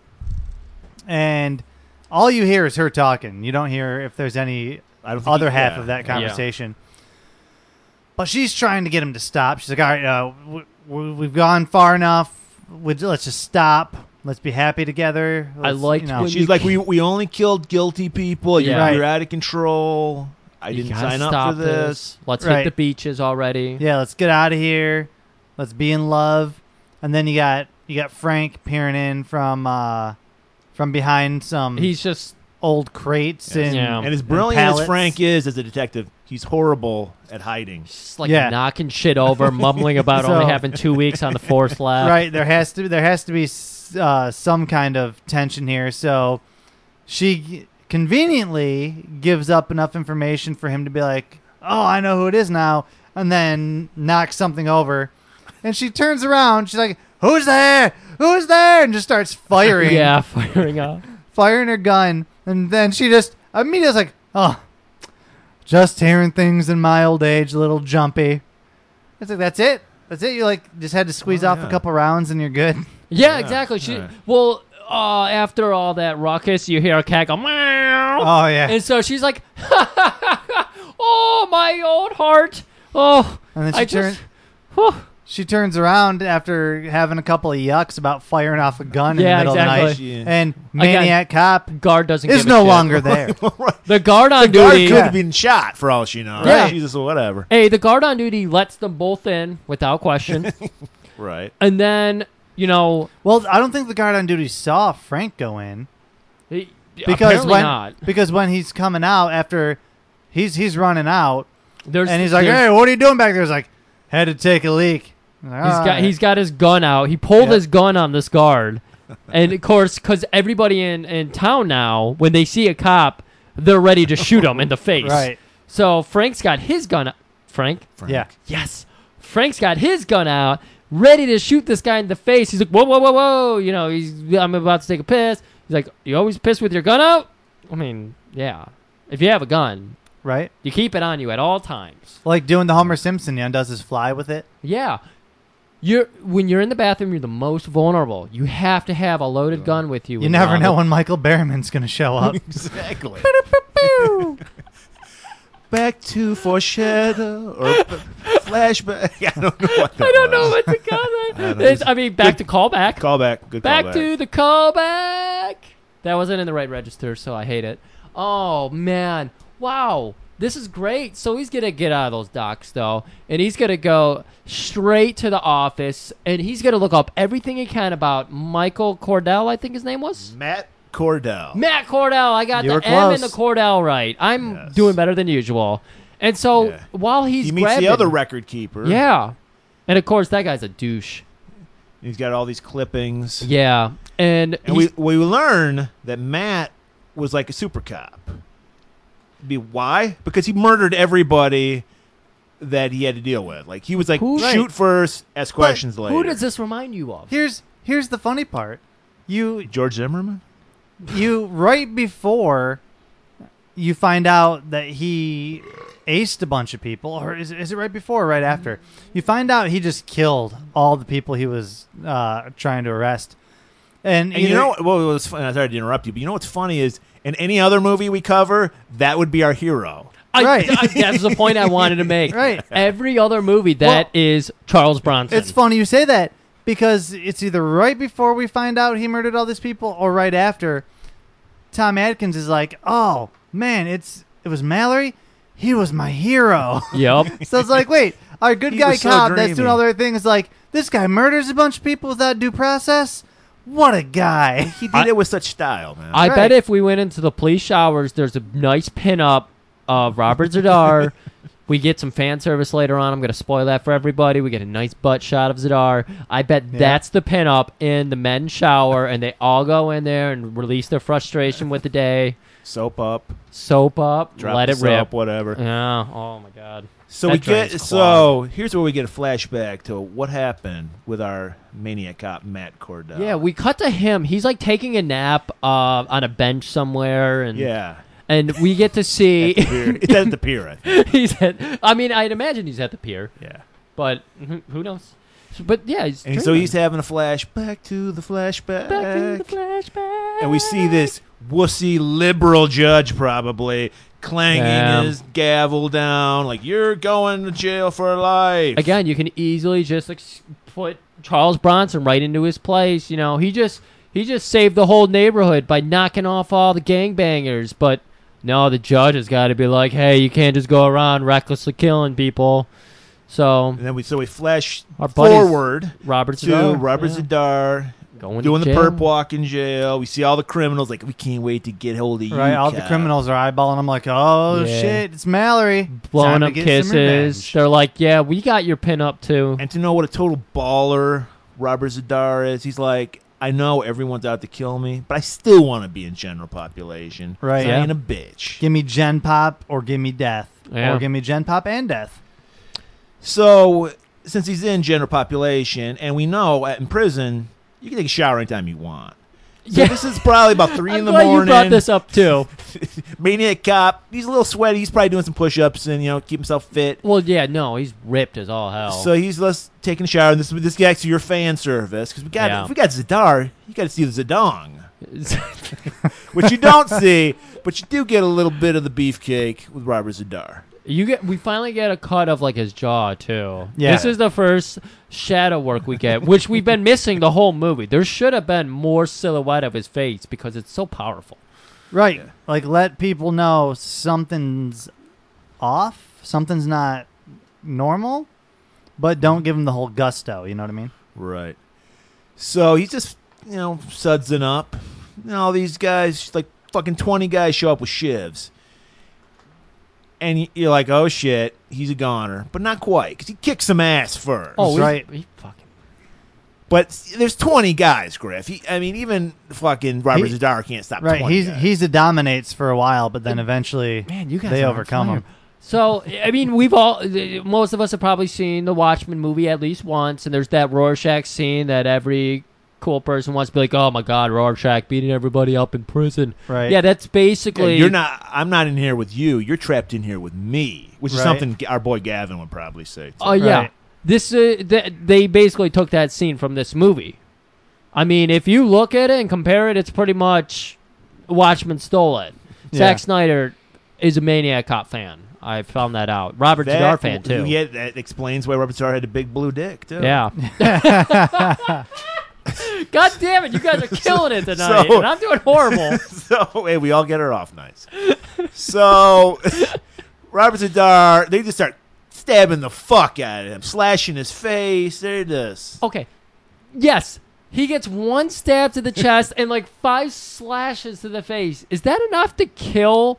and all you hear is her talking. You don't hear if there's any
I don't think
other
he-
half
yeah.
of that conversation. But she's trying to get him to stop. She's like, "All right, uh, w- w- we've gone far enough. Would let's just stop. Let's be happy together." Let's,
liked when
She's like, we, we only killed guilty people. You're,
Yeah.
you're out of control. I
You
didn't
gotta
sign up
stop
for this.
Let's hit
Right.
the beaches already.
yeah let's get out of here let's be in love and then you got you got frank peering in from uh from behind some
He's just
old crates and
Yeah.
And as brilliant as
pallets.
Frank is as a detective, he's horrible at hiding.
just like
Yeah.
knocking shit over, mumbling about
So-
only having two weeks on the force left.
right there has to there has to be s- uh, some kind of tension here so she conveniently gives up enough information for him to be like, "Oh, I know who it is now," and then knocks something over. And she turns around. She's like, "Who's there? Who's there?" And just starts firing,
Yeah, firing up.
firing her gun. And then she just immediately is like, "Oh, just hearing things in my old age, a little jumpy." It's like that's it. That's it. You like just had to squeeze
Oh,
off
yeah.
a couple rounds and you're good.
Yeah, exactly. She
Alright.
well, uh, after all that ruckus, you hear a cat go meow,
Oh yeah.
and so she's like, "Oh, my old heart! Oh,
and then she
I
turns.
just, whew."
She turns around after having a couple of yucks about firing off a gun in
Yeah,
the middle of
exactly.
the
Yeah.
night. And Maniac Cop
guard doesn't
is
give a
no
shit.
longer there.
the guard on
Guard
duty.
could have been shot for all she knows.
Yeah.
Right? Jesus, well, whatever.
Hey, the guard on duty lets them both in without question,
Right.
and then you know
well, I don't think the guard on duty saw Frank go in
he-
because
apparently
when
not.
because when he's coming out after he's he's running out
There's,
and he's like, "Hey,
there's-
what are you doing back there?" He's like, "Had to take a leak." He's
He's got he's got his gun out. He pulled
Uh, Yeah.
his gun on this guard, and of course, because everybody in in town now, when they see a cop, they're ready to shoot him in the face.
right.
So Frank's got his gun. Frank.
Yeah.
Yes. Frank's got his gun out, ready to shoot this guy in the face. He's like, whoa, whoa, whoa, whoa. You know, he's I'm about to take a piss. He's like, you always piss with your gun out. I mean, yeah. If you have a gun,
Right.
you keep it on you at all times.
Like doing the Homer Simpson, you know, does his fly with it.
Yeah. You're when you're in the bathroom, you're the most vulnerable. You have to have a loaded gun with you.
You never know when Michael Berryman's going to show up.
Exactly. Back to foreshadow or flashback. Yeah, I don't know what that
I don't know
was.
what to call that. It's- I mean, back to callback.
Callback. Good
back
callback.
to the callback. That wasn't in the right register, so I hate it. Oh man, wow, this is great. So he's gonna get out of those docks though, and he's gonna go straight to the office, and he's gonna look up everything he can about Michael Cordell. I think his name was.
Matt Cordell.
Matt Cordell. I got
You
the
were
M and the
close.
Cordell right. I'm
Yes.
doing better than usual. And so
Yeah.
while he's
he meets
grabbing,
the other record keeper.
yeah, and of course that guy's a douche.
He's got all these clippings.
Yeah, and,
And
he's-
we, we learn that Matt was like a super cop. Be why? Because he murdered everybody that he had to deal with. Like he was like
Who-
shoot
Right.
first, ask questions later.
who does this remind you of?
Here's here's the funny part. You
George Zimmerman?
you right before you find out that he aced a bunch of people, or is, is it right before or right after? You find out he just killed all the people he was uh, trying to arrest. And,
And you
either-
know what well, was funny? Sorry to interrupt you, but you know what's funny is in any other movie we cover, that would be our hero.
I,
Right.
I, that's the point I wanted to make.
Right.
Every other movie that is Charles Bronson.
it's funny you say that because it's either right before we find out he murdered all these people or right after. Tom Atkins is like, "Oh man, it's it was Mallory. He was my hero."
Yep.
So it's like, wait, our good
He
guy
was so
cop that's doing
dreamy.
all the right things, like this guy murders a bunch of people without due process. What a guy!
He did it with such style, man.
I bet
Right.
if we went into the police showers, there's a nice pinup of Robert Zadar. we get some fan service later on. I'm going to spoil that for everybody. We get a nice butt shot of Zadar. I bet that's the pinup in the men's shower, and they all go in there and release their frustration with the day.
soap up,
Soap up,
drop
let
the
it
soap,
rip.
whatever.
Yeah. Oh my God.
So
That
we
drain's
get so here's where we get a flashback to what happened with our maniac cop Matt Cordell.
Yeah, we cut to him. He's like taking a nap uh, on a bench somewhere, and
yeah.
Mm-hmm.
and we get to
At the
see
pier. it's at the pier. I think.
he's at. I mean, I'd imagine he's at the pier.
Yeah.
but who- who knows? So- But yeah, he's
And so
dreaming.
he's having a flashback to the flashback.
back to the flashback,
and we see this wussy liberal judge probably clanging
Yeah.
his gavel down like you're going to jail for life.
again. You can easily just like s- put Charles Bronson right into his place. You know, he just he just saved the whole neighborhood by knocking off all the gangbangers. But no, the judge has got to be like, hey, you can't just go around recklessly killing people. So
And then we so we flash
Our buddies-
forward
Robert
to
Zadar,
Robert
yeah.
Zadar
Going
doing
to
the
jail.
perp walk in jail. We see all the criminals like we can't wait to get hold of you.
right, all the
cop."
criminals are eyeballing. I'm like, oh
Yeah.
shit, it's Mallory Time
blowing
to
up
get some
kisses.
revenge.
They're like, yeah, we got your pin up too.
And to know what a total baller Robert Zadar is, he's like, I know everyone's out to kill me, but I still want to be in general population.
Right.
'cause I
Yeah.
ain't a bitch.
Give me Gen Pop or give me Death.
Yeah.
Or give me Gen Pop and Death.
So since he's in general population, and we know at- in prison you can take a shower anytime you want. So
Yeah.
this is probably about 3 in the
glad
morning.
you brought this up too.
Maniac cop. He's a little sweaty. He's probably doing some push-ups and you know keep himself fit.
Well, yeah, no, he's ripped as all hell.
So he's less taking a shower. And this this gets to your fan service because we got
Yeah.
if we got Zadar, you got to see the Zadong, which you don't see, but you do get a little bit of the beefcake with Robert Zadar.
you get we finally get a cut of like his jaw too.
Yeah.
This is the first shadow work we get, which we've been missing the whole movie. There should have been more silhouette of his face because it's so powerful.
Right. Like let people know something's off, something's not normal, but
Mm.
don't give them the whole gusto, you know what I mean?
Right. So he just you know suds it up. And all these guys, like fucking twenty guys, show up with shivs. And y- you're like, oh shit, he's a goner, but not quite, because he kicks some ass first.
Oh, he's-
right.
He fucking
But s- there's 20 guys, Griff. He, I mean, even fucking Robert
He-
Zadar can't stop
Right.
20
He's
guys.
he's the dominates for a while, but then eventually
man, you guys
they
are on
overcome
fire.
him.
So I mean, we've all th- most of us have probably seen the Watchmen movie at least once, and there's that Rorschach scene that every cool person wants to be like, "Oh my God, Rorschach beating everybody up in prison."
Right.
Yeah, that's
Yeah,
basically.
You're not. I'm not in here with you. You're trapped in here with me, which is
Right.
something G- our boy Gavin would probably say.
Oh yeah.
Right.
This uh, th- they basically took that scene from this movie. I mean, if you look at it and compare it, it's pretty much Watchmen stole it.
Yeah.
Zack Snyder is a Maniac Cop fan. I found that out. Robert Jr. fan too.
Yeah, that explains why Robert Zadar had a big blue dick too.
Yeah. God damn it, you guys are killing it tonight.
So-
and I'm doing horrible.
So hey, we all get her off nights. so Robert Zadar, they just start stabbing the fuck out of him, slashing his face. They're just
Okay. Yes. He gets one stab to the chest and like five slashes to the face. Is that enough to kill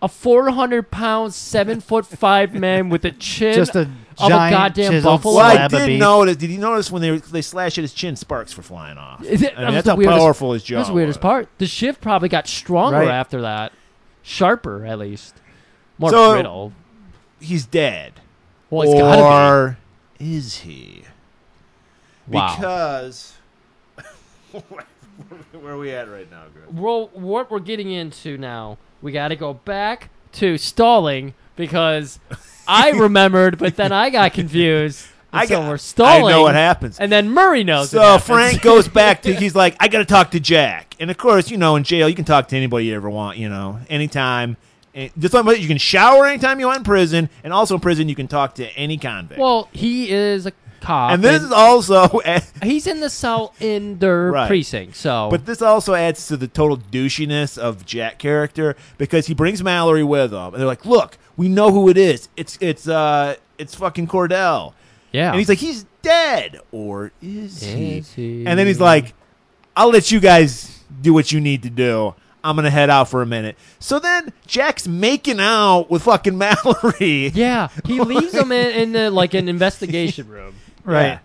a 400 pound, seven foot five man with a chin
Just a
of a
giant
goddamn
chiseled
buffalo?
Well, I
Slab a
did
beast.
notice. Did you notice when they they slashed at his chin, sparks were flying off?
Is it-
I mean,
that was
that's
the
how
weirdest-
powerful his jaw.
That's the weirdest
was.
part. The shift probably got stronger
Right.
after that, sharper at least, more
So-
brittle.
He's dead.
Well, it's gotta
or is he?
be. Wow.
Because where are we at right now, Greg?
Well, what we're getting into now, we got to go back to stalling because I remembered, but then I got confused. and
I
so
got-
we're stalling.
I know what happens.
And then Murray knows. it
So
happens.
Frank goes back to he's like, I got to talk to Jack, and of course, you know, in jail you can talk to anybody you ever want, you know, anytime. And just like you can shower anytime you want in prison, and also in prison you can talk to any convict.
well, he is a cop,
and this is also,
he's in the cell in their
Right.
precinct. So,
but this also adds to the total douchiness of Jack character because he brings Mallory with him, and they're like, "Look, we know who it is. It's it's uh it's fucking Cordell."
yeah,
And he's like, he's dead. Or is,
Is
he?
he?
And then he's like, I'll let you guys do what you need to do. I'm going to head out for a minute. So then Jack's making out with fucking Mallory.
yeah, he leaves him in, in the like an investigation room.
Right.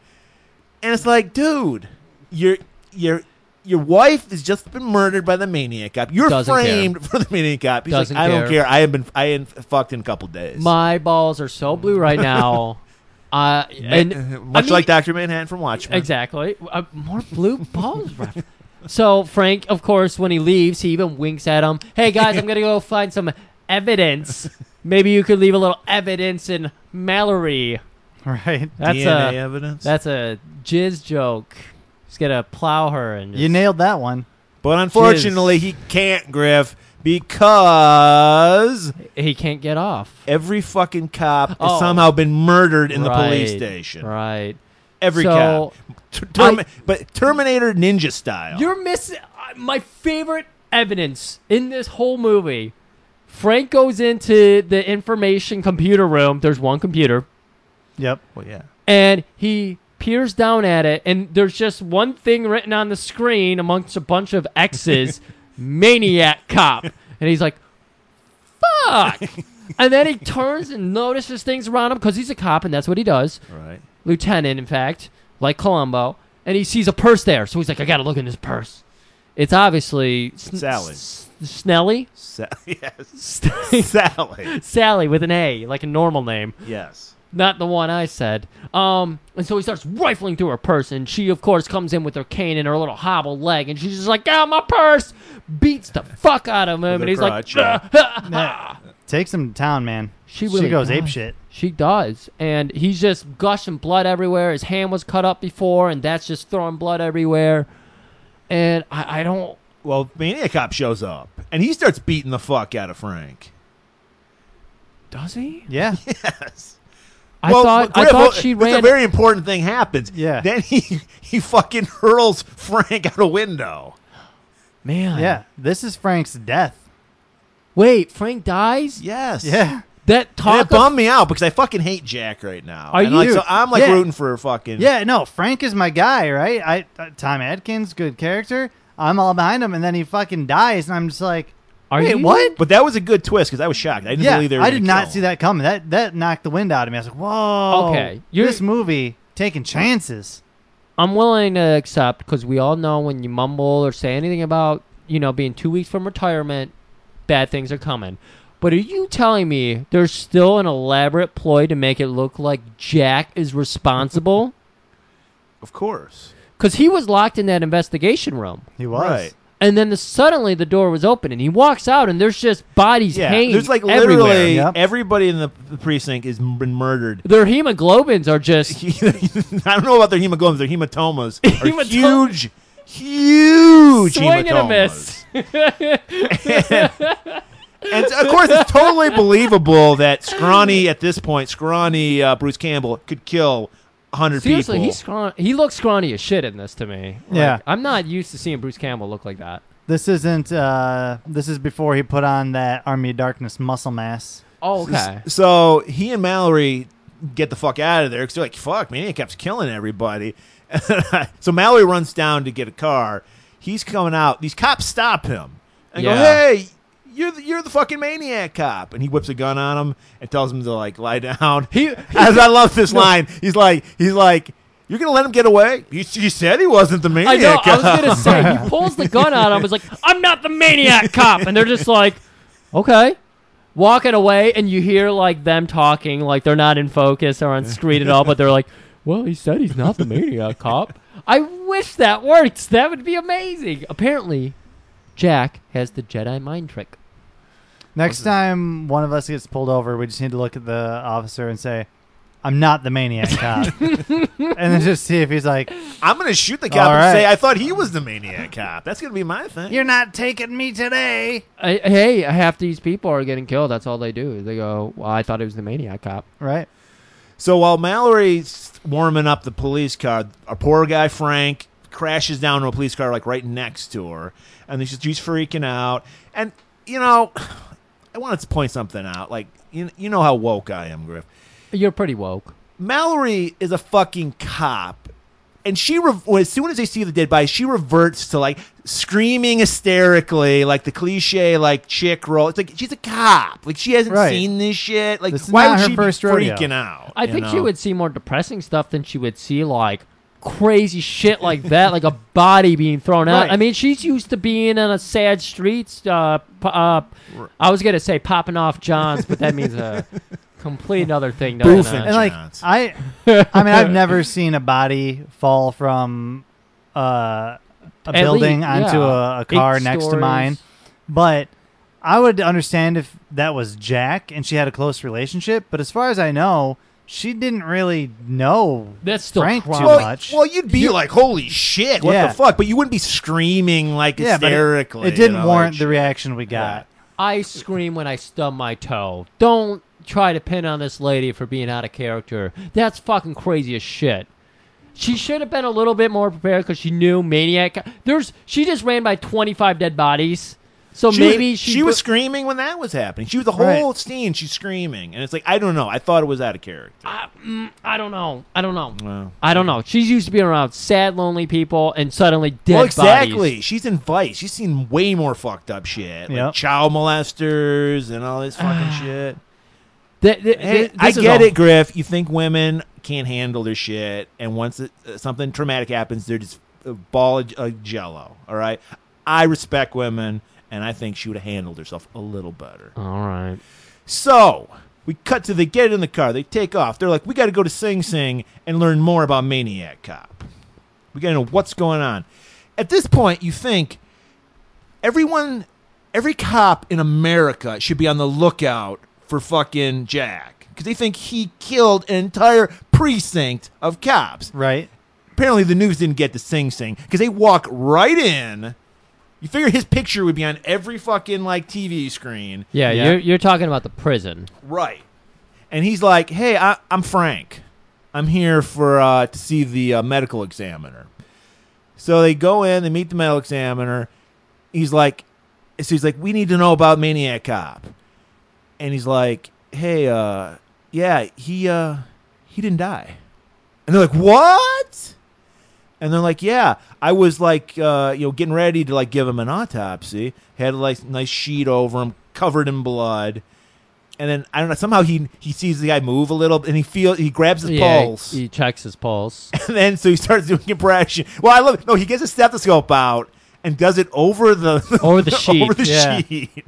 And it's like, dude, your your your wife has just been murdered by the maniac cop. You're
Doesn't care.
framed for the maniac cop. He's
Doesn't
like, I don't
care.
care. I have been I ain't fucked in a couple days.
My balls are so blue right now. Uh, and
Eh, Much
I mean-
like Doctor Manhattan from Watchmen.
Exactly. Uh, more blue balls. ref- so Frank, of course, when he leaves, he even winks at him. Hey guys, I'm gonna go find some evidence. Maybe you could leave a little evidence in Mallory.
Right.
That's
DNA
a
evidence.
that's a jizz joke. He's gonna plow her and
You
just-
nailed that one.
But unfortunately, he can't, Griff, because
he can't get off.
every fucking cop has
Oh.
somehow been murdered in the police
Right,
station.
Right.
Every
So,
cop. Ter- Termi-
I-
but Terminator Ninja style.
You're missing uh, my favorite evidence in this whole movie. Frank goes into the information computer room. There's one computer.
Yep.
Well, yeah.
and he peers down at it, and there's just one thing written on the screen amongst a bunch of X's Maniac Cop. And he's like, fuck. and then he turns and notices things around him because he's a cop, and that's what he does.
Right.
Lieutenant, in fact, like Columbo. and he sees a purse there, so he's like, I gotta look in this purse. It's obviously Sn-
Sally.
S- Snelly,
Sa- yes. Sally.
Sally with an A, like a normal name,
Yes.
not the one I said. Um, and so he starts rifling through her purse, and she, of course, comes in with her cane and her little hobble leg, and she's just like, "Ah, my purse!" Beats the fuck out of him,
her
and he's
crotch,
like,
yeah.
"Ah, ah."
Takes him to town, man.
She really
goes
does.
ape shit.
She does. And he's just gushing blood everywhere. His hand was cut up before, and that's just throwing blood everywhere. And I, I don't.
Well, Maniac Cop shows up and he starts beating the fuck out of Frank.
Does he?
Yeah.
Yes.
I thought I
Griff, well,
thought she
it's A
ran.
very important thing happens.
Yeah.
Then he he fucking hurls Frank out a window.
Man.
yeah. This is Frank's death.
Wait, Frank dies?
Yes.
Yeah.
That
And it
talk.
bummed me out because I fucking hate Jack right now.
Are
And, like,
you-
so I'm like
Yeah.
rooting for fucking.
Yeah, no, Frank is my guy, right? I uh, Tom Atkins, good character. I'm all behind him, and then he fucking dies, and I'm just like,
Are
wait,
you-
what?
But that was a good twist because I was shocked. I didn't
Yeah,
believe they were
I
gonna
did not
kill
see
him.
that coming. That that knocked the wind out of me. I was like, whoa.
Okay, you're-
this movie taking chances.
I'm willing to accept because we all know when you mumble or say anything about you know being two weeks from retirement, bad things are coming. But are you telling me there's still an elaborate ploy to make it look like Jack is responsible?
Of course.
Because he was locked in that investigation room.
He was.
Right.
And then the, suddenly the door was open and he walks out and there's just bodies
Yeah.
hanging
There's like
everywhere.
literally
Yep.
everybody in the, the precinct has m- been murdered.
Their hemoglobins are just.
I don't know about their hemoglobins. Their hematomas are
Hemato-
huge, huge
Swing and a
hematomas.
miss.
And of course, it's totally believable that scrawny at this point, scrawny uh, Bruce Campbell could kill hundred people.
Seriously, he's scrawny. He looks scrawny as shit in this to me. Like,
Yeah.
I'm not used to seeing Bruce Campbell look like that.
This isn't. uh This is before he put on that Army of Darkness muscle mass.
Oh, okay.
So he and Mallory get the fuck out of there because they're like, "Fuck, man, he kept killing everybody." so Mallory runs down to get a car. He's coming out. These cops stop him and go,
Yeah.
"Hey, you're the, you're the fucking maniac cop!" And he whips a gun on him and tells him to like lie down.
He-
As I love this line, he's like, he's like. You're gonna let him get away? You, you said he wasn't the
I
maniac.
know. I was
cop."
gonna say he pulls the gun out. I was like, "I'm not the maniac cop," and they're just like, "Okay." Walking away, and you hear like them talking, like they're not in focus or on screen at all, but they're like, "Well, he said he's not the maniac cop." I wish that worked. That would be amazing. Apparently, Jack has the Jedi mind trick.
Next time one of us gets pulled over, we just need to look at the officer and say, "I'm not the maniac cop," and then just see if he's like,
I'm gonna shoot the cop
All
and
right.
say I thought he was the maniac cop. That's gonna be my thing.
"You're not taking me today."
I, hey, half these people are getting killed. That's all they do. They go, "Well, I thought it was the maniac cop."
Right.
So while Mallory's warming up the police car, our poor guy Frank crashes down to a police car like right next to her, and she's, she's freaking out. And you know, I wanted to point something out. Like you, you know how woke I am, Griff.
You're pretty woke.
Mallory is a fucking cop. And she, re- well, as soon as they see the dead body, she reverts to like screaming hysterically, like the cliche, like chick role. It's like she's a cop. Like she hasn't
Right.
seen this shit. Like
This is
why
not
would
her
she
first
be
rodeo.
freaking out?
I
you
think she
know?
would see more depressing stuff than she would see like crazy shit like that, like a body being thrown out.
Right.
I mean, she's used to being on a sad streets. Uh, p- uh, I was gonna say popping off Johns, but that means a complete other thing. Doesn't
Boofing.
it?
and like
Chance.
I, I mean, I've never seen a body fall from uh, a
At
building
least-
onto
yeah.
a, a car
Eight
next to
stories.
mine, but I would understand if that was Jack and she had a close relationship. But as far as I know, she didn't really know
That's still
Frank
trauma.
too
well,
much.
well, you'd be like, "Holy shit, what
Yeah.
the fuck?" But you wouldn't be screaming like
Yeah, but it-
hysterically.
it,
you
didn't
know, like
warrant
shit.
the reaction we got.
I scream when I stub my toe. Don't try to pin on this lady for being out of character. That's fucking crazy as shit. She should have been a little bit more prepared because she knew maniac. There's she just ran by 25 dead bodies, so
She
maybe
was,
she,
she, was screaming when that was happening. She was the
Right.
whole scene. She's screaming, and it's like I don't know. I thought it was out of character.
I, mm, I don't know. I don't know.
Wow.
I don't know. She's used to being around sad, lonely people, and suddenly dead
well, exactly.
bodies.
She's in Vice. She's seen way more fucked up shit, like
Yep.
child molesters and all this fucking shit.
Th- th-
Hey,
th-
I
this is
get
all-
it, Griff. You think women can't handle their shit, and once it, uh, something traumatic happens, they're just a ball of of jello. All right, I respect women, and I think she would have handled herself a little better.
All right.
So we cut to they get in the car. They take off. They're like, we got to go to Sing Sing and learn more about Maniac Cop. We got to know what's going on. At this point, you think everyone, every cop in America should be on the lookout for fucking Jack because they think he killed an entire precinct of cops
Right.
apparently the news didn't get to Sing Sing because they walk right in. You figure his picture would be on every fucking like TV screen.
Yeah, You're, you're talking about the prison.
right. And he's like, "Hey, I, I'm Frank. I'm here for uh, to see the uh, medical examiner." So they go in, they meet the medical examiner. He's like, so he's like, "We need to know about Maniac Cop," and he's like, "Hey, uh, yeah, he uh, he didn't die." And they're like, "What?" And they're like, "Yeah, I was like, uh, you know, getting ready to like give him an autopsy. Had a like nice sheet over him, covered in blood." And then I don't know. Somehow he he sees the guy move a little, and he feels he grabs his
Yeah,
pulse,
He checks his pulse.
and then so he starts doing compression. Well, I love it. No, he gets a stethoscope out and does it over the
Over the sheet,
over the
yeah.
sheet.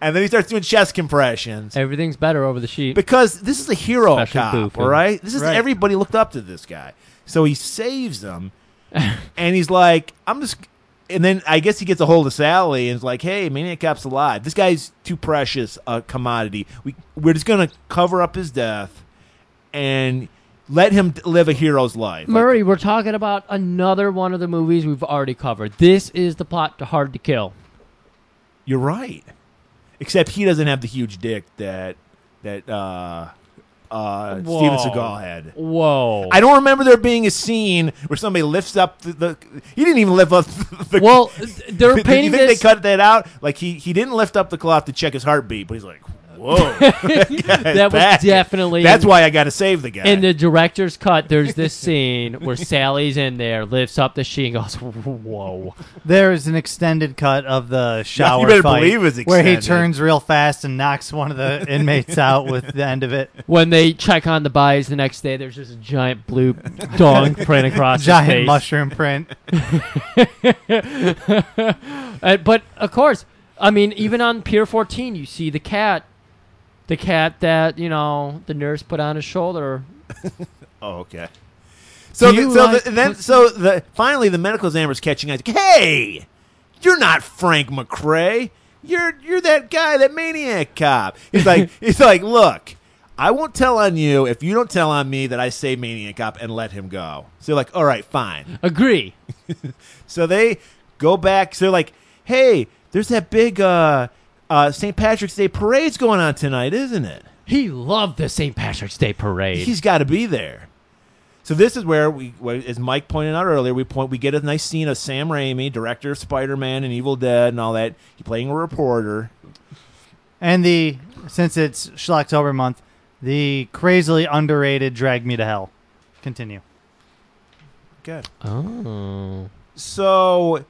And then he starts doing chest compressions
Everything's better over the sheet.
because this is a hero
Special
cop,
poop, yeah.
all right? This is
Right.
everybody looked up to this guy. So he saves them, and he's like, "I'm just." And then I guess he gets a hold of Sally and is like, "Hey, Maniac Cop's alive. This guy's too precious a commodity. We we're just gonna cover up his death, and let him d- live a hero's life." Like,
Murray, we're talking about another one of the movies we've already covered. This is the plot to Hard to Kill.
You're right. Except he doesn't have the huge dick that that uh uh Steven
Whoa.
Seagal had.
Whoa.
I don't remember there being a scene where somebody lifts up the, the he didn't even lift up the
well,
you
they're
think
painting
they
this.
cut that out? Like he he didn't lift up the cloth to check his heartbeat, but he's like, "Whoa."
that was definitely
That's why I got to save the guy.
In the director's cut, there's this scene where Sally's in there, lifts up the sheet, and goes, "Whoa!"
There is an extended cut of the shower
better
fight
believe it's
where he
extended.
turns real fast and knocks one of the inmates out with the end of it.
When they check on the bodies the next day, there's just a giant blue dong print across his
Giant
face.
mushroom print.
Uh, but of course, I mean, even on Pier 14, you see the cat, the cat that you know the nurse put on his shoulder.
oh, okay. So,
Do
the,
you
so
like
the, then
pussy?
so the finally the medical examiner's catching eyes. Like, hey, you're not Frank McRae. You're you're that guy, that maniac cop. He's like he's like, look, I won't tell on you if you don't tell on me that I say maniac cop and let him go. So you're like, all right, fine.
Agree.
So they go back. So they're like, hey, there's that big uh, uh, St. Patrick's Day parade's going on tonight, isn't it?
He loved the St. Patrick's Day parade.
He's got to be there. So this is where we, where- as Mike pointed out earlier, we point we get a nice scene of Sam Raimi, director of Spider Man and Evil Dead and all that. He's playing a reporter.
And the since it's Schlocktober month, the crazily underrated Drag Me to Hell. Continue.
Good.
oh.
So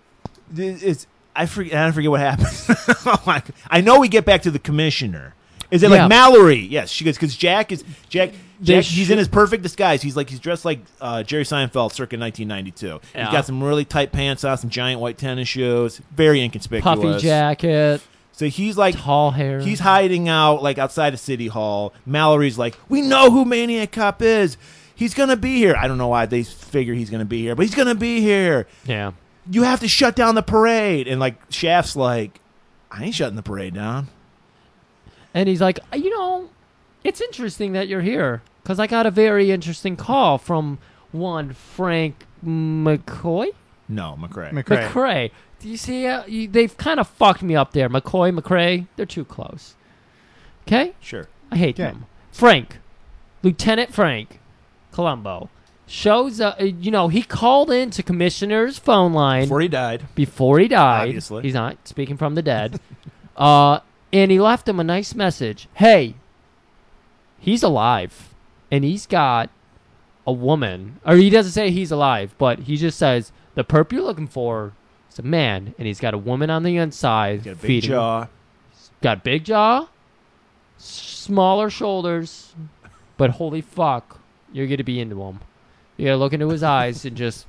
th- it's I forget I don't forget what happens. oh my, g- I know we get back to the commissioner. Is it
Yeah.
like Mallory? Yes, she goes because Jack is Jack.
They
Jack he's in
should-
his perfect disguise. He's like he's dressed like uh, Jerry Seinfeld circa 1992. He's
Yeah.
got some really tight pants on, some giant white tennis shoes, very inconspicuous.
Puffy jacket,
So he's like
tall hair.
He's hiding out like outside of City Hall. Mallory's like, we know who Maniac Cop is. He's gonna be here. I don't know why they figure he's gonna be here, but he's gonna be here.
yeah.
You have to shut down the parade. And like Shaft's like, I ain't shutting the parade down.
And he's like, you know, it's interesting that you're here because I got a very interesting call from one Frank McCoy
No, McRae.
McCray.
McCray. Do you see? How, you, they've kind of fucked me up there. McCoy, McCray, they're too close. Okay,
sure.
I hate
Okay.
them. Frank, Lieutenant Frank, Columbo shows up. uh, You know, he called in to Commissioner's phone line
Before he died.
before he died.
Obviously.
He's not speaking from the dead. uh, and he left him a nice message. Hey, he's alive. And he's got a woman. Or he doesn't say he's alive, but he just says, the perp you're looking for is a man. And he's got a woman on the inside.
He's got a big
feeding.
jaw.
Got big jaw, s- smaller shoulders. But holy fuck, You're gonna be into him. You gotta look into his eyes and just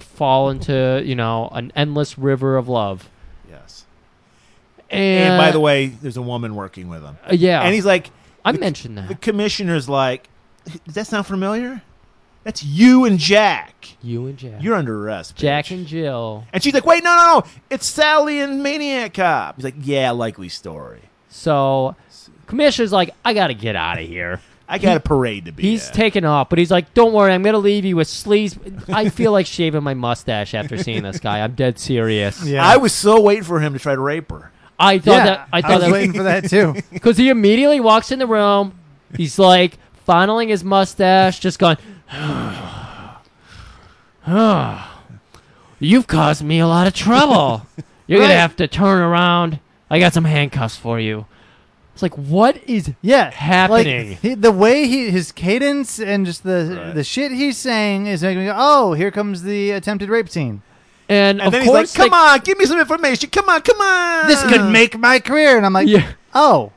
fall into you know an endless river of love.
Yes.
And,
And by the way, there's a woman working with him.
uh, yeah,
And he's like,
I
the-
mentioned
the
that
commissioner's like, does that sound familiar? That's you and Jack.
you and Jack,
You're under arrest. bitch."
Jack and Jill.
And she's like, wait, no, no, no. It's Sally and Maniac Cop. He's like, yeah, likely story.
So commissioner's like, I gotta get out of here.
I got a parade to be
He's
at.
taken off, but he's like, "Don't worry, I'm gonna leave you with sleaze." I feel like shaving my mustache after seeing this guy. I'm dead serious.
Yeah.
I was so waiting for him to try to rape her.
I thought
yeah,
that. I
I
thought
was
that
waiting for that too.
Because he immediately walks in the room. He's like fondling his mustache, just going, You've caused me a lot of trouble. You're going
Right.
to have to turn around. I got some handcuffs for you. It's like, what is.
Yeah,
Happening.
Like, he, the way he his cadence and just the
Right.
the shit he's saying is making me go, oh, here comes the attempted rape scene.
And,
And
of
then he's like,
course,
come
they-
on, give me some information. Come on, come on.
This could make my career, and I'm like,
Ah. Yeah.
oh,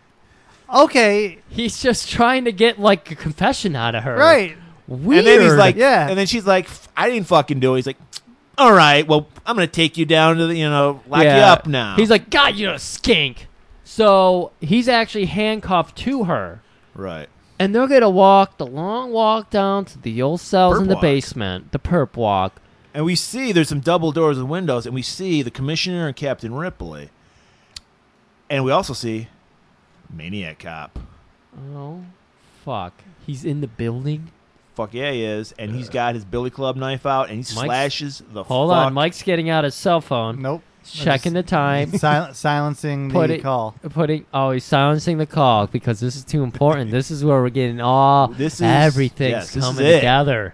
okay,
He's just trying to get like a confession out of her.
right.
Weird.
And then he's like,
Yeah.
And then she's like, "F- I didn't fucking do it. He's like, all right, well, I'm going to take you down to the, you know, lock you
Yeah.
up now.
He's like, God, you're a skink. So he's actually handcuffed to her.
right.
and they're gonna walk the long walk down to the old cells
Perp
in the
walk.
basement, the perp walk.
And we see there's some double doors and windows, and we see the commissioner and Captain Ripley. And we also see Maniac Cop.
Oh, fuck! He's in the building.
Fuck yeah, he is. And he's got his billy club knife out, and he
Mike's-
slashes the
Hold
fuck.
on, Mike's getting out his cell phone,
Nope.
checking the time,
Sil- silencing
Put
the
it-
call.
putting. Oh, he's silencing the call because this is too important. this is where we're getting all
This is-
everything's
yes, this is
coming
it.
together,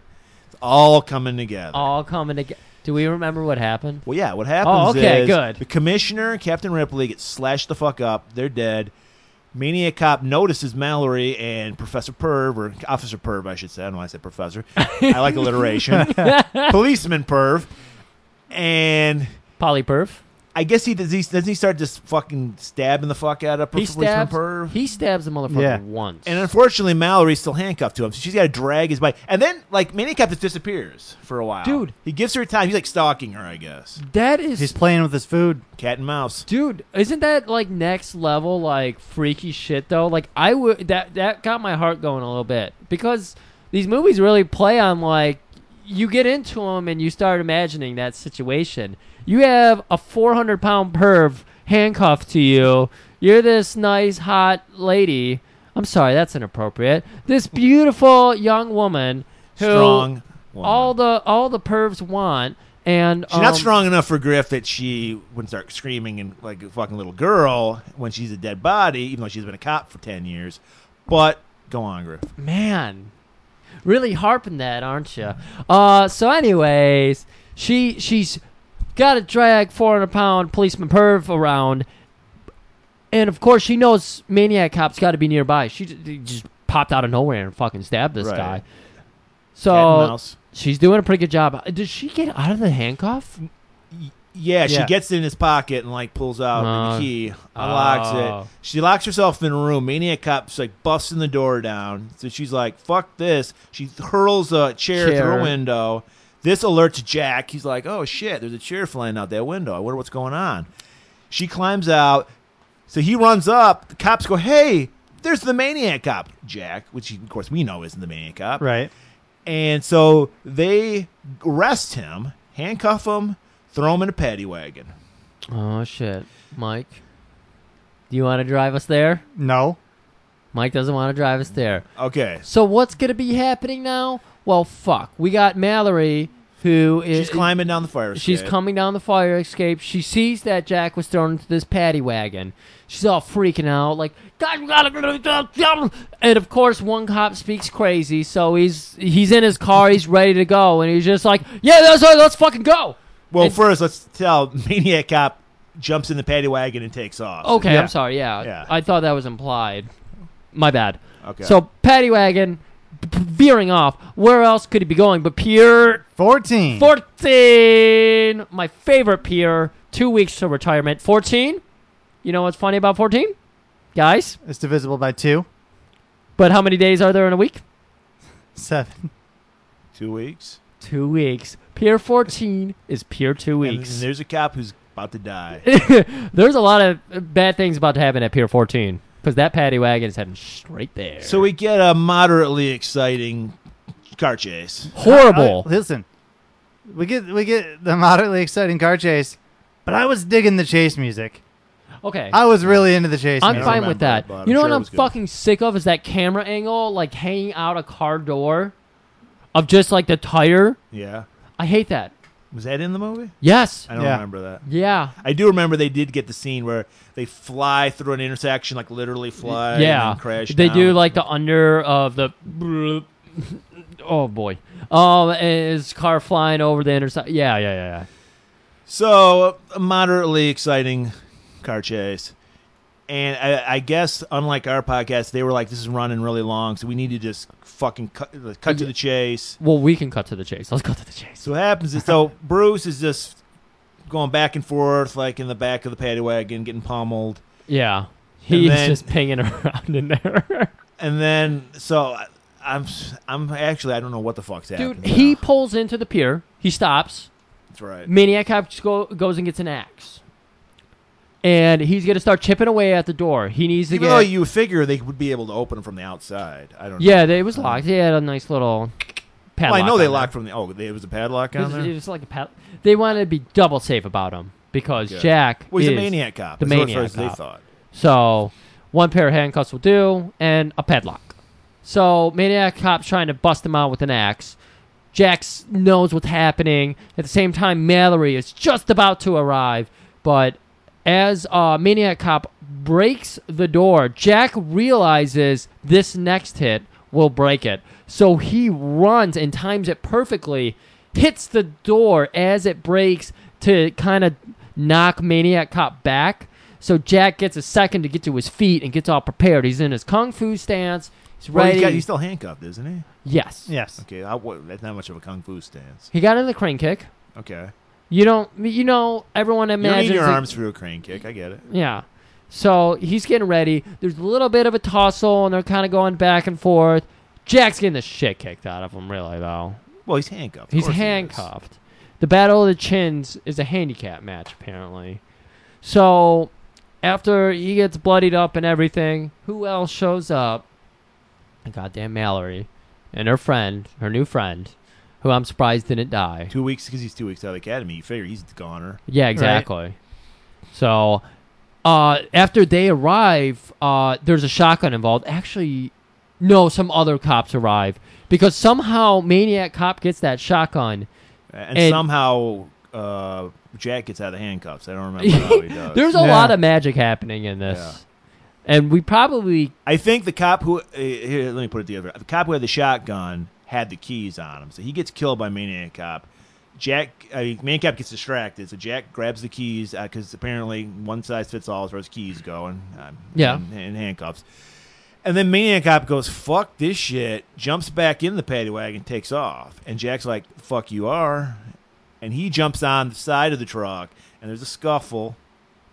All coming together.
all coming together. Do we remember what happened?
Well, yeah. What happens
Oh, okay,
is
good.
the commissioner, Captain Ripley, gets slashed the fuck up. They're dead. Maniac cop notices Mallory and Professor Perv, or Officer Perv, I should say. I don't know why I said Professor. I like alliteration. Policeman Perv, and
Polyperf.
I guess he does. He, doesn't he start just fucking stabbing the fuck out of
He
Policeman
stabs.
Perv?
He stabs the motherfucker
Yeah.
once.
and unfortunately, Mallory's still handcuffed to him, so she's got to drag his bike. And then, like, Maniac cop just disappears for a while.
Dude.
he gives her time. He's like stalking her, I guess.
that is
He's playing with his food.
Cat and mouse.
Dude, isn't that like next level like freaky shit though? Like I would that that got my heart going a little bit because these movies really play on like you get into them and you start imagining that situation. You have a 400 pound perv handcuffed to you. You're this nice hot lady. I'm sorry, that's inappropriate. This beautiful young woman who
Strong. woman.
all the all the pervs want and
She's not
um,
strong enough for Griff that she wouldn't start screaming and like a fucking little girl when she's a dead body, even though she's been a cop for ten years. But go on, Griff.
man really harping that aren't you uh so anyways she she's got to drag 400 pound policeman perv around and of course she knows maniac cop's got to be nearby she j- just popped out of nowhere and fucking stabbed this
Right.
guy
Cat and
so
mouse.
she's doing a pretty good job did she get out of the handcuff
Yeah,
Yeah.
she gets it in his pocket and like pulls out
Oh.
the key, unlocks
Oh.
it. She locks herself in a room. Maniac cop's like busting the door down, so she's like, "Fuck this!" She hurls a chair,
Chair.
through a window. This alerts Jack. He's like, "Oh shit! There's a chair flying out that window. I wonder what's going on." She climbs out. So he runs up. The cops go, "Hey, there's the maniac cop, Jack," which he, of course we know isn't the maniac cop.
Right.
And so they arrest him, handcuff him, throw him in a paddy wagon.
oh shit mike do you want to drive us there
No.
mike doesn't want to drive us there
Okay.
So what's gonna be happening now? Well, fuck. We got Mallory, who is
She's climbing down the fire escape.
she's coming down the fire escape. She sees that Jack was thrown into this paddy wagon. She's all freaking out, like, "God, we gotta get out of here." And of course, one cop speaks crazy, so he's he's in his car, he's ready to go, and he's just like, "Yeah, that's right, let's fucking go."
Well,
and-
first, let's tell Maniac Cop jumps in the paddy wagon and takes off.
Okay,
Yeah.
I'm sorry. Yeah.
Yeah.
I thought that was implied. My bad.
Okay.
So paddy wagon p- p- veering off. Where else could he be going but pure
14.
14 my favorite peer two weeks to retirement 14 you know what's funny about 14 guys
It's divisible by two.
but how many days are there in a week
seven.
Two weeks.
Two weeks. Pier 14 is Pier 2
And
weeks.
there's a cop who's about to die.
There's a lot of uh, bad things about to happen at Pier 14 because that paddy wagon is heading straight there.
so we get a moderately exciting car chase.
horrible.
I- listen, we get we get the moderately exciting car chase, but I was digging the chase music.
okay.
I was really into the chase.
I'm
music.
fine with
remember
that.
it, but I'm
you know
sure
what
it
I'm
was good.
fucking sick of is that camera angle, like hanging out a car door, of just like the tire.
Yeah.
I hate that.
Was that in the movie?
Yes.
I don't
Yeah.
remember that.
Yeah.
I do remember they did get the scene where they fly through an intersection, like literally fly.
yeah.
And then crash.
They
down.
do like the under of the. Oh boy. Um, and his car flying over the intersection. Yeah, yeah, yeah, yeah.
So a moderately exciting car chase, and I, I guess unlike our podcast, they were like, "This is running really long, so we need to just fucking cut, cut to the chase."
Well, we can cut to the chase. Let's cut to the chase.
So what happens is, so Bruce is just going back and forth, like in the back of the paddy wagon, getting pummeled.
Yeah. He's
then-
just pinging around in there.
and then so I- I'm I'm actually I don't know what the fuck's happening.
Dude, he
now.
pulls into the pier. He stops.
That's right.
Maniac Cop just go, goes and gets an axe. And he's going to start chipping away at the door. He needs to
Even
get.
though you would figure they would be able to open from the outside. I don't.
yeah, they- it was locked. He had a nice little
know.
padlock.
Well, I know they
on there.
locked from the. Oh, there was a padlock
It
on
was,
there.
it was like a pat. They wanted to be double safe about him because
Good.
Jack
well, he's
is
a maniac cop.
The
That's what
maniac
first they
cop.
thought.
So one pair of handcuffs will do, and a padlock. So maniac cop's trying to bust him out with an axe. Jax knows what's happening. At the same time, Mallory is just about to arrive, but as uh, maniac cop breaks the door, Jack realizes this next hit will break it. So he runs and times it perfectly, hits the door as it breaks to kind of knock Maniac Cop back. So Jack gets a second to get to his feet and gets all prepared. He's in his kung fu stance. He's
Well,
ready.
he's, got, he's still handcuffed, isn't he?
yes.
Yes.
Okay, I, wa- that's not much of a kung fu stance.
He got in the crane kick.
Okay,
You don't. You know, everyone
you don't
imagines.
need your
that-
arms for a crane kick. I get it.
Yeah. So he's getting ready. There's a little bit of a tussle, and they're kind of going back and forth. Jack's getting the shit kicked out of him, really, though.
Well, he's handcuffed. Of
He's
course he is.
handcuffed. the Battle of the Chins is a handicap match, apparently. So, after he gets bloodied up and everything, who else shows up? Goddamn Mallory and her friend, her new friend, who I'm surprised didn't die.
Two weeks because he's two weeks out of the academy. You figure he's the goner.
Yeah, exactly. So, uh, after they arrive, uh, there's a shotgun involved. Actually, no, some other cops arrive because somehow Maniac Cop gets that shotgun.
And,
And-
somehow uh, Jack gets out of the handcuffs. I don't remember how he does.
There's a
Yeah.
lot of magic happening in this. And we probably
I think the cop who uh, here, let me put it the other the cop who had the shotgun had the keys on him, so he gets killed by maniac cop. Jack, I mean, maniac cop gets distracted, so Jack grabs the keys because apparently one size fits all as far as keys go, and um,
Yeah.
and, and handcuffs. And then maniac cop goes, "Fuck this shit!" Jumps back in the paddy wagon, takes off, and Jack's like, "Fuck you are," and he jumps on the side of the truck, and there's a scuffle.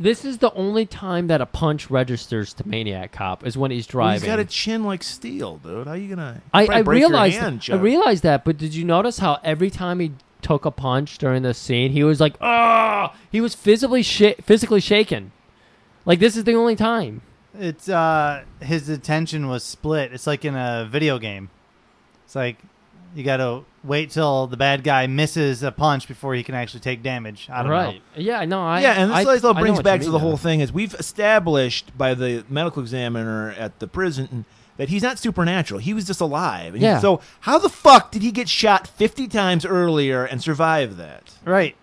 this is the only time that a punch registers to Maniac Cop is when he's
Well,
driving.
He's got a chin like steel, dude. How you gonna?
I,
probably
I
break your
realized
hand,
I
Chuck.
realized that, but did you notice how every time he took a punch during the scene, he was like, "Ah!" He was physically sha- physically shaken. Like this is the only time.
It's uh, his attention was split. It's like in a video game. It's like you got to wait till the bad guy misses a punch before he can actually take damage. I don't
right? Yeah, no, I
yeah, and
I,
this also
I know
brings
what
back
you
to the
mean,
whole
though.
thing is we've established by the medical examiner at the prison that he's not supernatural. He was just alive. And
Yeah.
So how the fuck did he get shot fifty times earlier and survive that?
know. Right.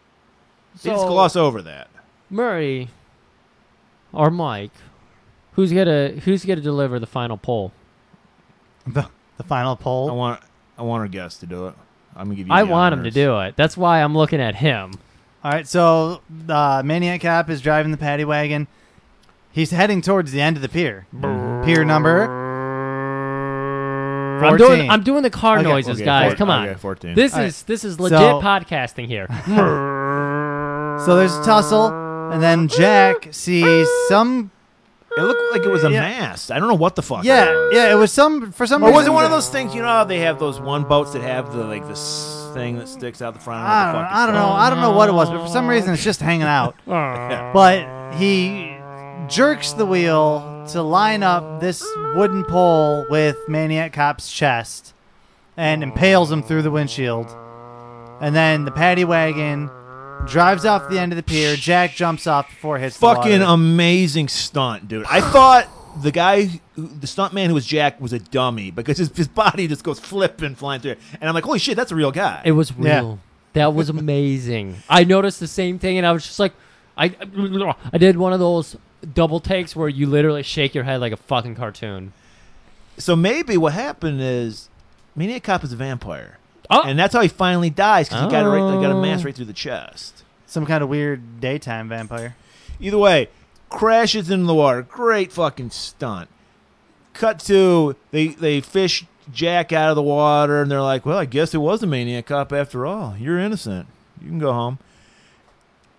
they just
So-
gloss over that.
Murray or Mike, who's gonna who's gonna deliver the final poll?
The, the final
I
poll.
want I want our guest to do it. I'm gonna give you.
I
the
want him to
honors.
do it. That's why I'm looking at him.
All right. So uh, Maniac Cop is driving the paddy wagon. He's heading towards the end of the pier. Pier number. 14.
I'm doing I'm doing the car
Okay.
noises,
Okay,
guys.
four-
Come on.
okay, 14.
This
All right.
is this is legit
So-
podcasting here.
So there's a tussle, and then Jack sees some
It looked like it was a
Yeah.
mast. I don't know what the fuck.
Yeah,
it was.
yeah. It was some for some
Or was
reason-
it one of those things? You know how they have those one boats that have the like this thing that sticks out the front.
I don't, know, I don't know. I don't know what it was, but for some reason it's just hanging out.
Oh.
but he jerks the wheel to line up this wooden pole with Maniac Cop's chest and impales him through the windshield. And then the paddy wagon drives off the end of the pier. Jack jumps off before it hits the
Fucking um-
water.
amazing stunt, dude. I thought the guy, who- the stunt man who was Jack, was a dummy because his, his body just goes flipping, flying through. And I'm like, holy shit, that's a real guy.
It was real.
Yeah.
That was amazing. I noticed the same thing, and I was just like, I, I did one of those double takes where you literally shake your head like a fucking cartoon.
so maybe what happened is Maniac Cop is a vampire,
Oh,
and that's how he finally dies because he got a right, he got a mass
Oh.
right through the chest.
Some kind of weird daytime vampire.
Either way, crashes into the water. Great fucking stunt. Cut to they they fish Jack out of the water, and they're like, "Well, I guess it was a maniac cop after all. You're innocent. You can go home."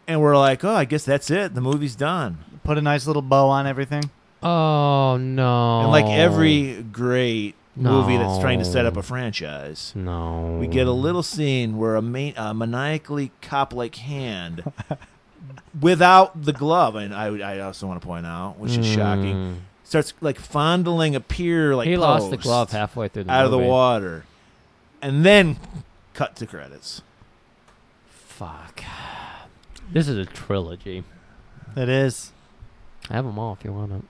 And we're like, "Oh, I guess that's it. The movie's done."
Put a nice little bow on everything.
oh no!
And like every great movie that's
No.
trying to set up a franchise,
no,
we get a little scene where a, ma- a maniacally cop-like hand. Without the glove, and I, I also want to point out, which is shocking,
Mm.
starts like fondling a pier like
He lost the
post
glove halfway through the
out of the
movie.
water, and then cut to credits.
Fuck. This is a trilogy.
It is.
I have them all if you want them.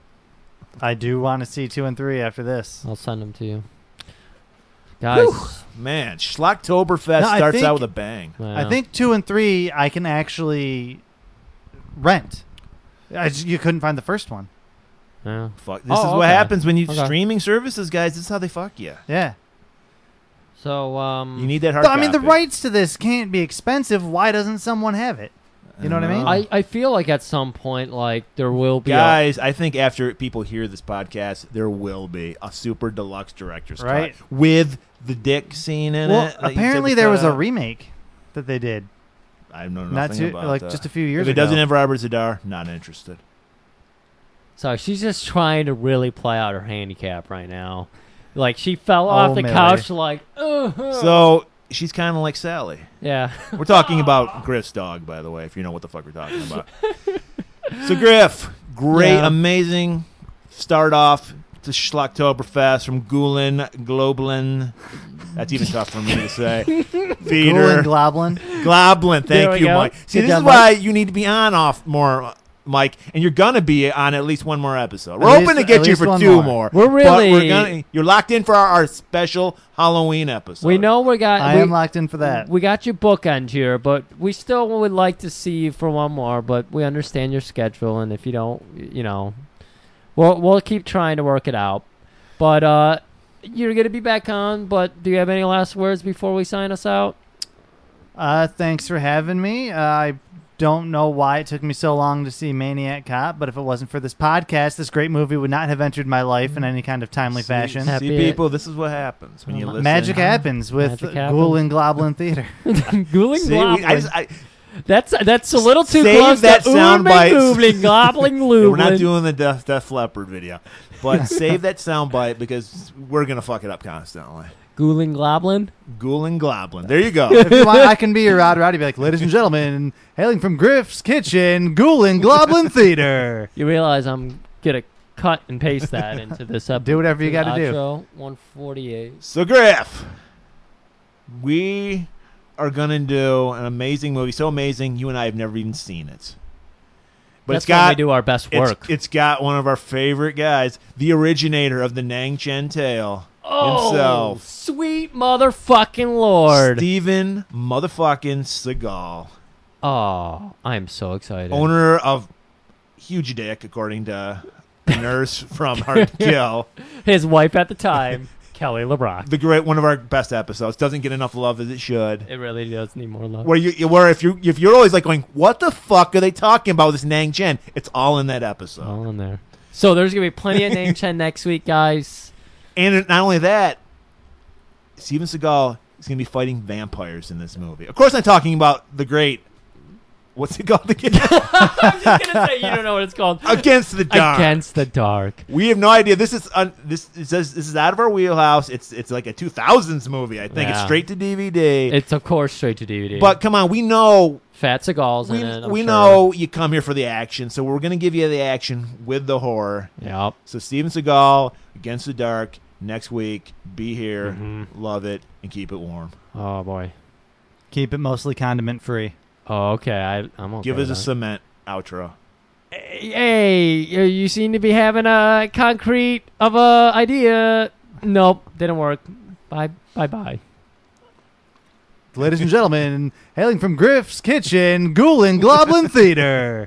I do want to see two and three after this.
I'll send them to you, guys.
Man, Schlocktoberfest
No, I
starts
think-
out with a bang.
I think two and three I can actually rent. I just- you couldn't find the first one.
Yeah.
Fuck, this
Oh,
is
okay.
what happens when you
Okay.
streaming services, guys. This is how they fuck you.
Yeah.
So um,
You need that hard.
I mean, the
copy.
rights to this can't be expensive. Why doesn't someone have it? You know what I mean?
I, I feel like at some point like there will be a-
Guys, I think after people hear this podcast, there will be a super deluxe director's
Right.
cut with the dick scene in
well,
it. that uh, you said uh,
apparently
was
there
cut
was a
out.
remake that they did.
I know nothing
Not too
about
like
that.
just a few
If
years
it
ago.
doesn't have Robert Zadar, not interested.
So she's just trying to really play out her handicap right now. Like she fell off the
Oh,
Millie.
couch like uh
So she's kind of like Sally.
yeah.
We're talking about Griff's dog, by the way, if you know what the fuck we're talking about. so, Griff, great,
Yeah.
amazing start off to Schlocktoberfest from Gulen, Globlin. That's even tough for me to say.
Gulen
Theater.
Globlin.
Goblin,
There we
thank you,
go.
Mike. See,
Good
this
job,
is why you need to be on off more, uh, Mike, and you're gonna be on at least one more episode. We're
At least-
hoping to
at
get you
least
for
one
two
more.
more.
We're
but
really-
gonna, you're locked in for our, our special Halloween episode.
we know we got
I
we,
am locked in for that.
we got your bookend here, but we still would like to see you for one more, but we understand your schedule and if you don't you know we'll we'll keep trying to work it out. But uh you're gonna be back on, but do you have any last words before we sign us out?
Uh, thanks for having me. Uh, I don't know why it took me so long to see Maniac Cop, but if it wasn't for this podcast, this great movie would not have entered my life in any kind of timely fashion.
Mm. See,
Happy-
people, this is what happens when you listen.
Magic happens with
Magic
Ghoul and Globlin Theater.
Ghouling
See, we- I just, I,
That's that's a little too
Save
close
that
to
sound
ooming,
bite.
goobling, gobbling,
we're not
loobling.
doing the Def, Def Leopard video, but save that soundbite because we're gonna fuck it up constantly.
Ghouling Goblin.
Ghoul and Goblin. There you go.
if you want, I can be your Rod Roddy. Be like, ladies and gentlemen, hailing from Griff's Kitchen, Ghoul and Globlin Theater.
You realize I'm gonna cut and paste that into this episode.
Do whatever you got to do.
Outro 148.
So Griff, we are gonna do an amazing movie. So amazing, you and I have never even seen it. But
That's
it's got
when we do our best
it's-
work.
it's got one of our favorite guys, the originator of the Nang Chen tale
oh,
himself,
sweet motherfucking lord!
Steven motherfucking Seagal,
oh, I'm so excited.
owner of huge dick, according to the nurse from Hard to Kill.
His wife at the time, Kelly LeBrock.
The great one of our best episodes doesn't get enough love as it should.
It really does need more love.
where you where if you if you're always like going, what the fuck are they talking about with this Nang Chen? It's all in that episode.
All in there. So there's gonna be plenty of name chen next week, guys.
And not only that, Steven Seagal is going to be fighting vampires in this movie. Of course, I'm talking about the great What's it called again?
I'm just gonna say you don't know what it's called.
Against the dark.
Against the dark.
We have no idea. This is un- this it says this is out of our wheelhouse. It's it's like a 2000s movie. I think it's
Yeah.
straight to DVD.
It's of course straight to DVD.
but come on, we know
Fat Seagal's
we,
in it. I'm
we
sure.
know you come here for the action, so we're gonna give you the action with the horror.
Yep.
So Steven Seagal against the dark next week. Be here, love it, and keep it warm.
Oh boy.
Keep it mostly condiment free.
Oh, okay. I, I'm okay.
Give
with
us a
that.
cement outro.
hey, you you seem to be having a concrete of a idea. Nope, didn't work. Bye, bye, bye.
Ladies and gentlemen, hailing from Griff's Kitchen, Ghoulin Globlin Theater.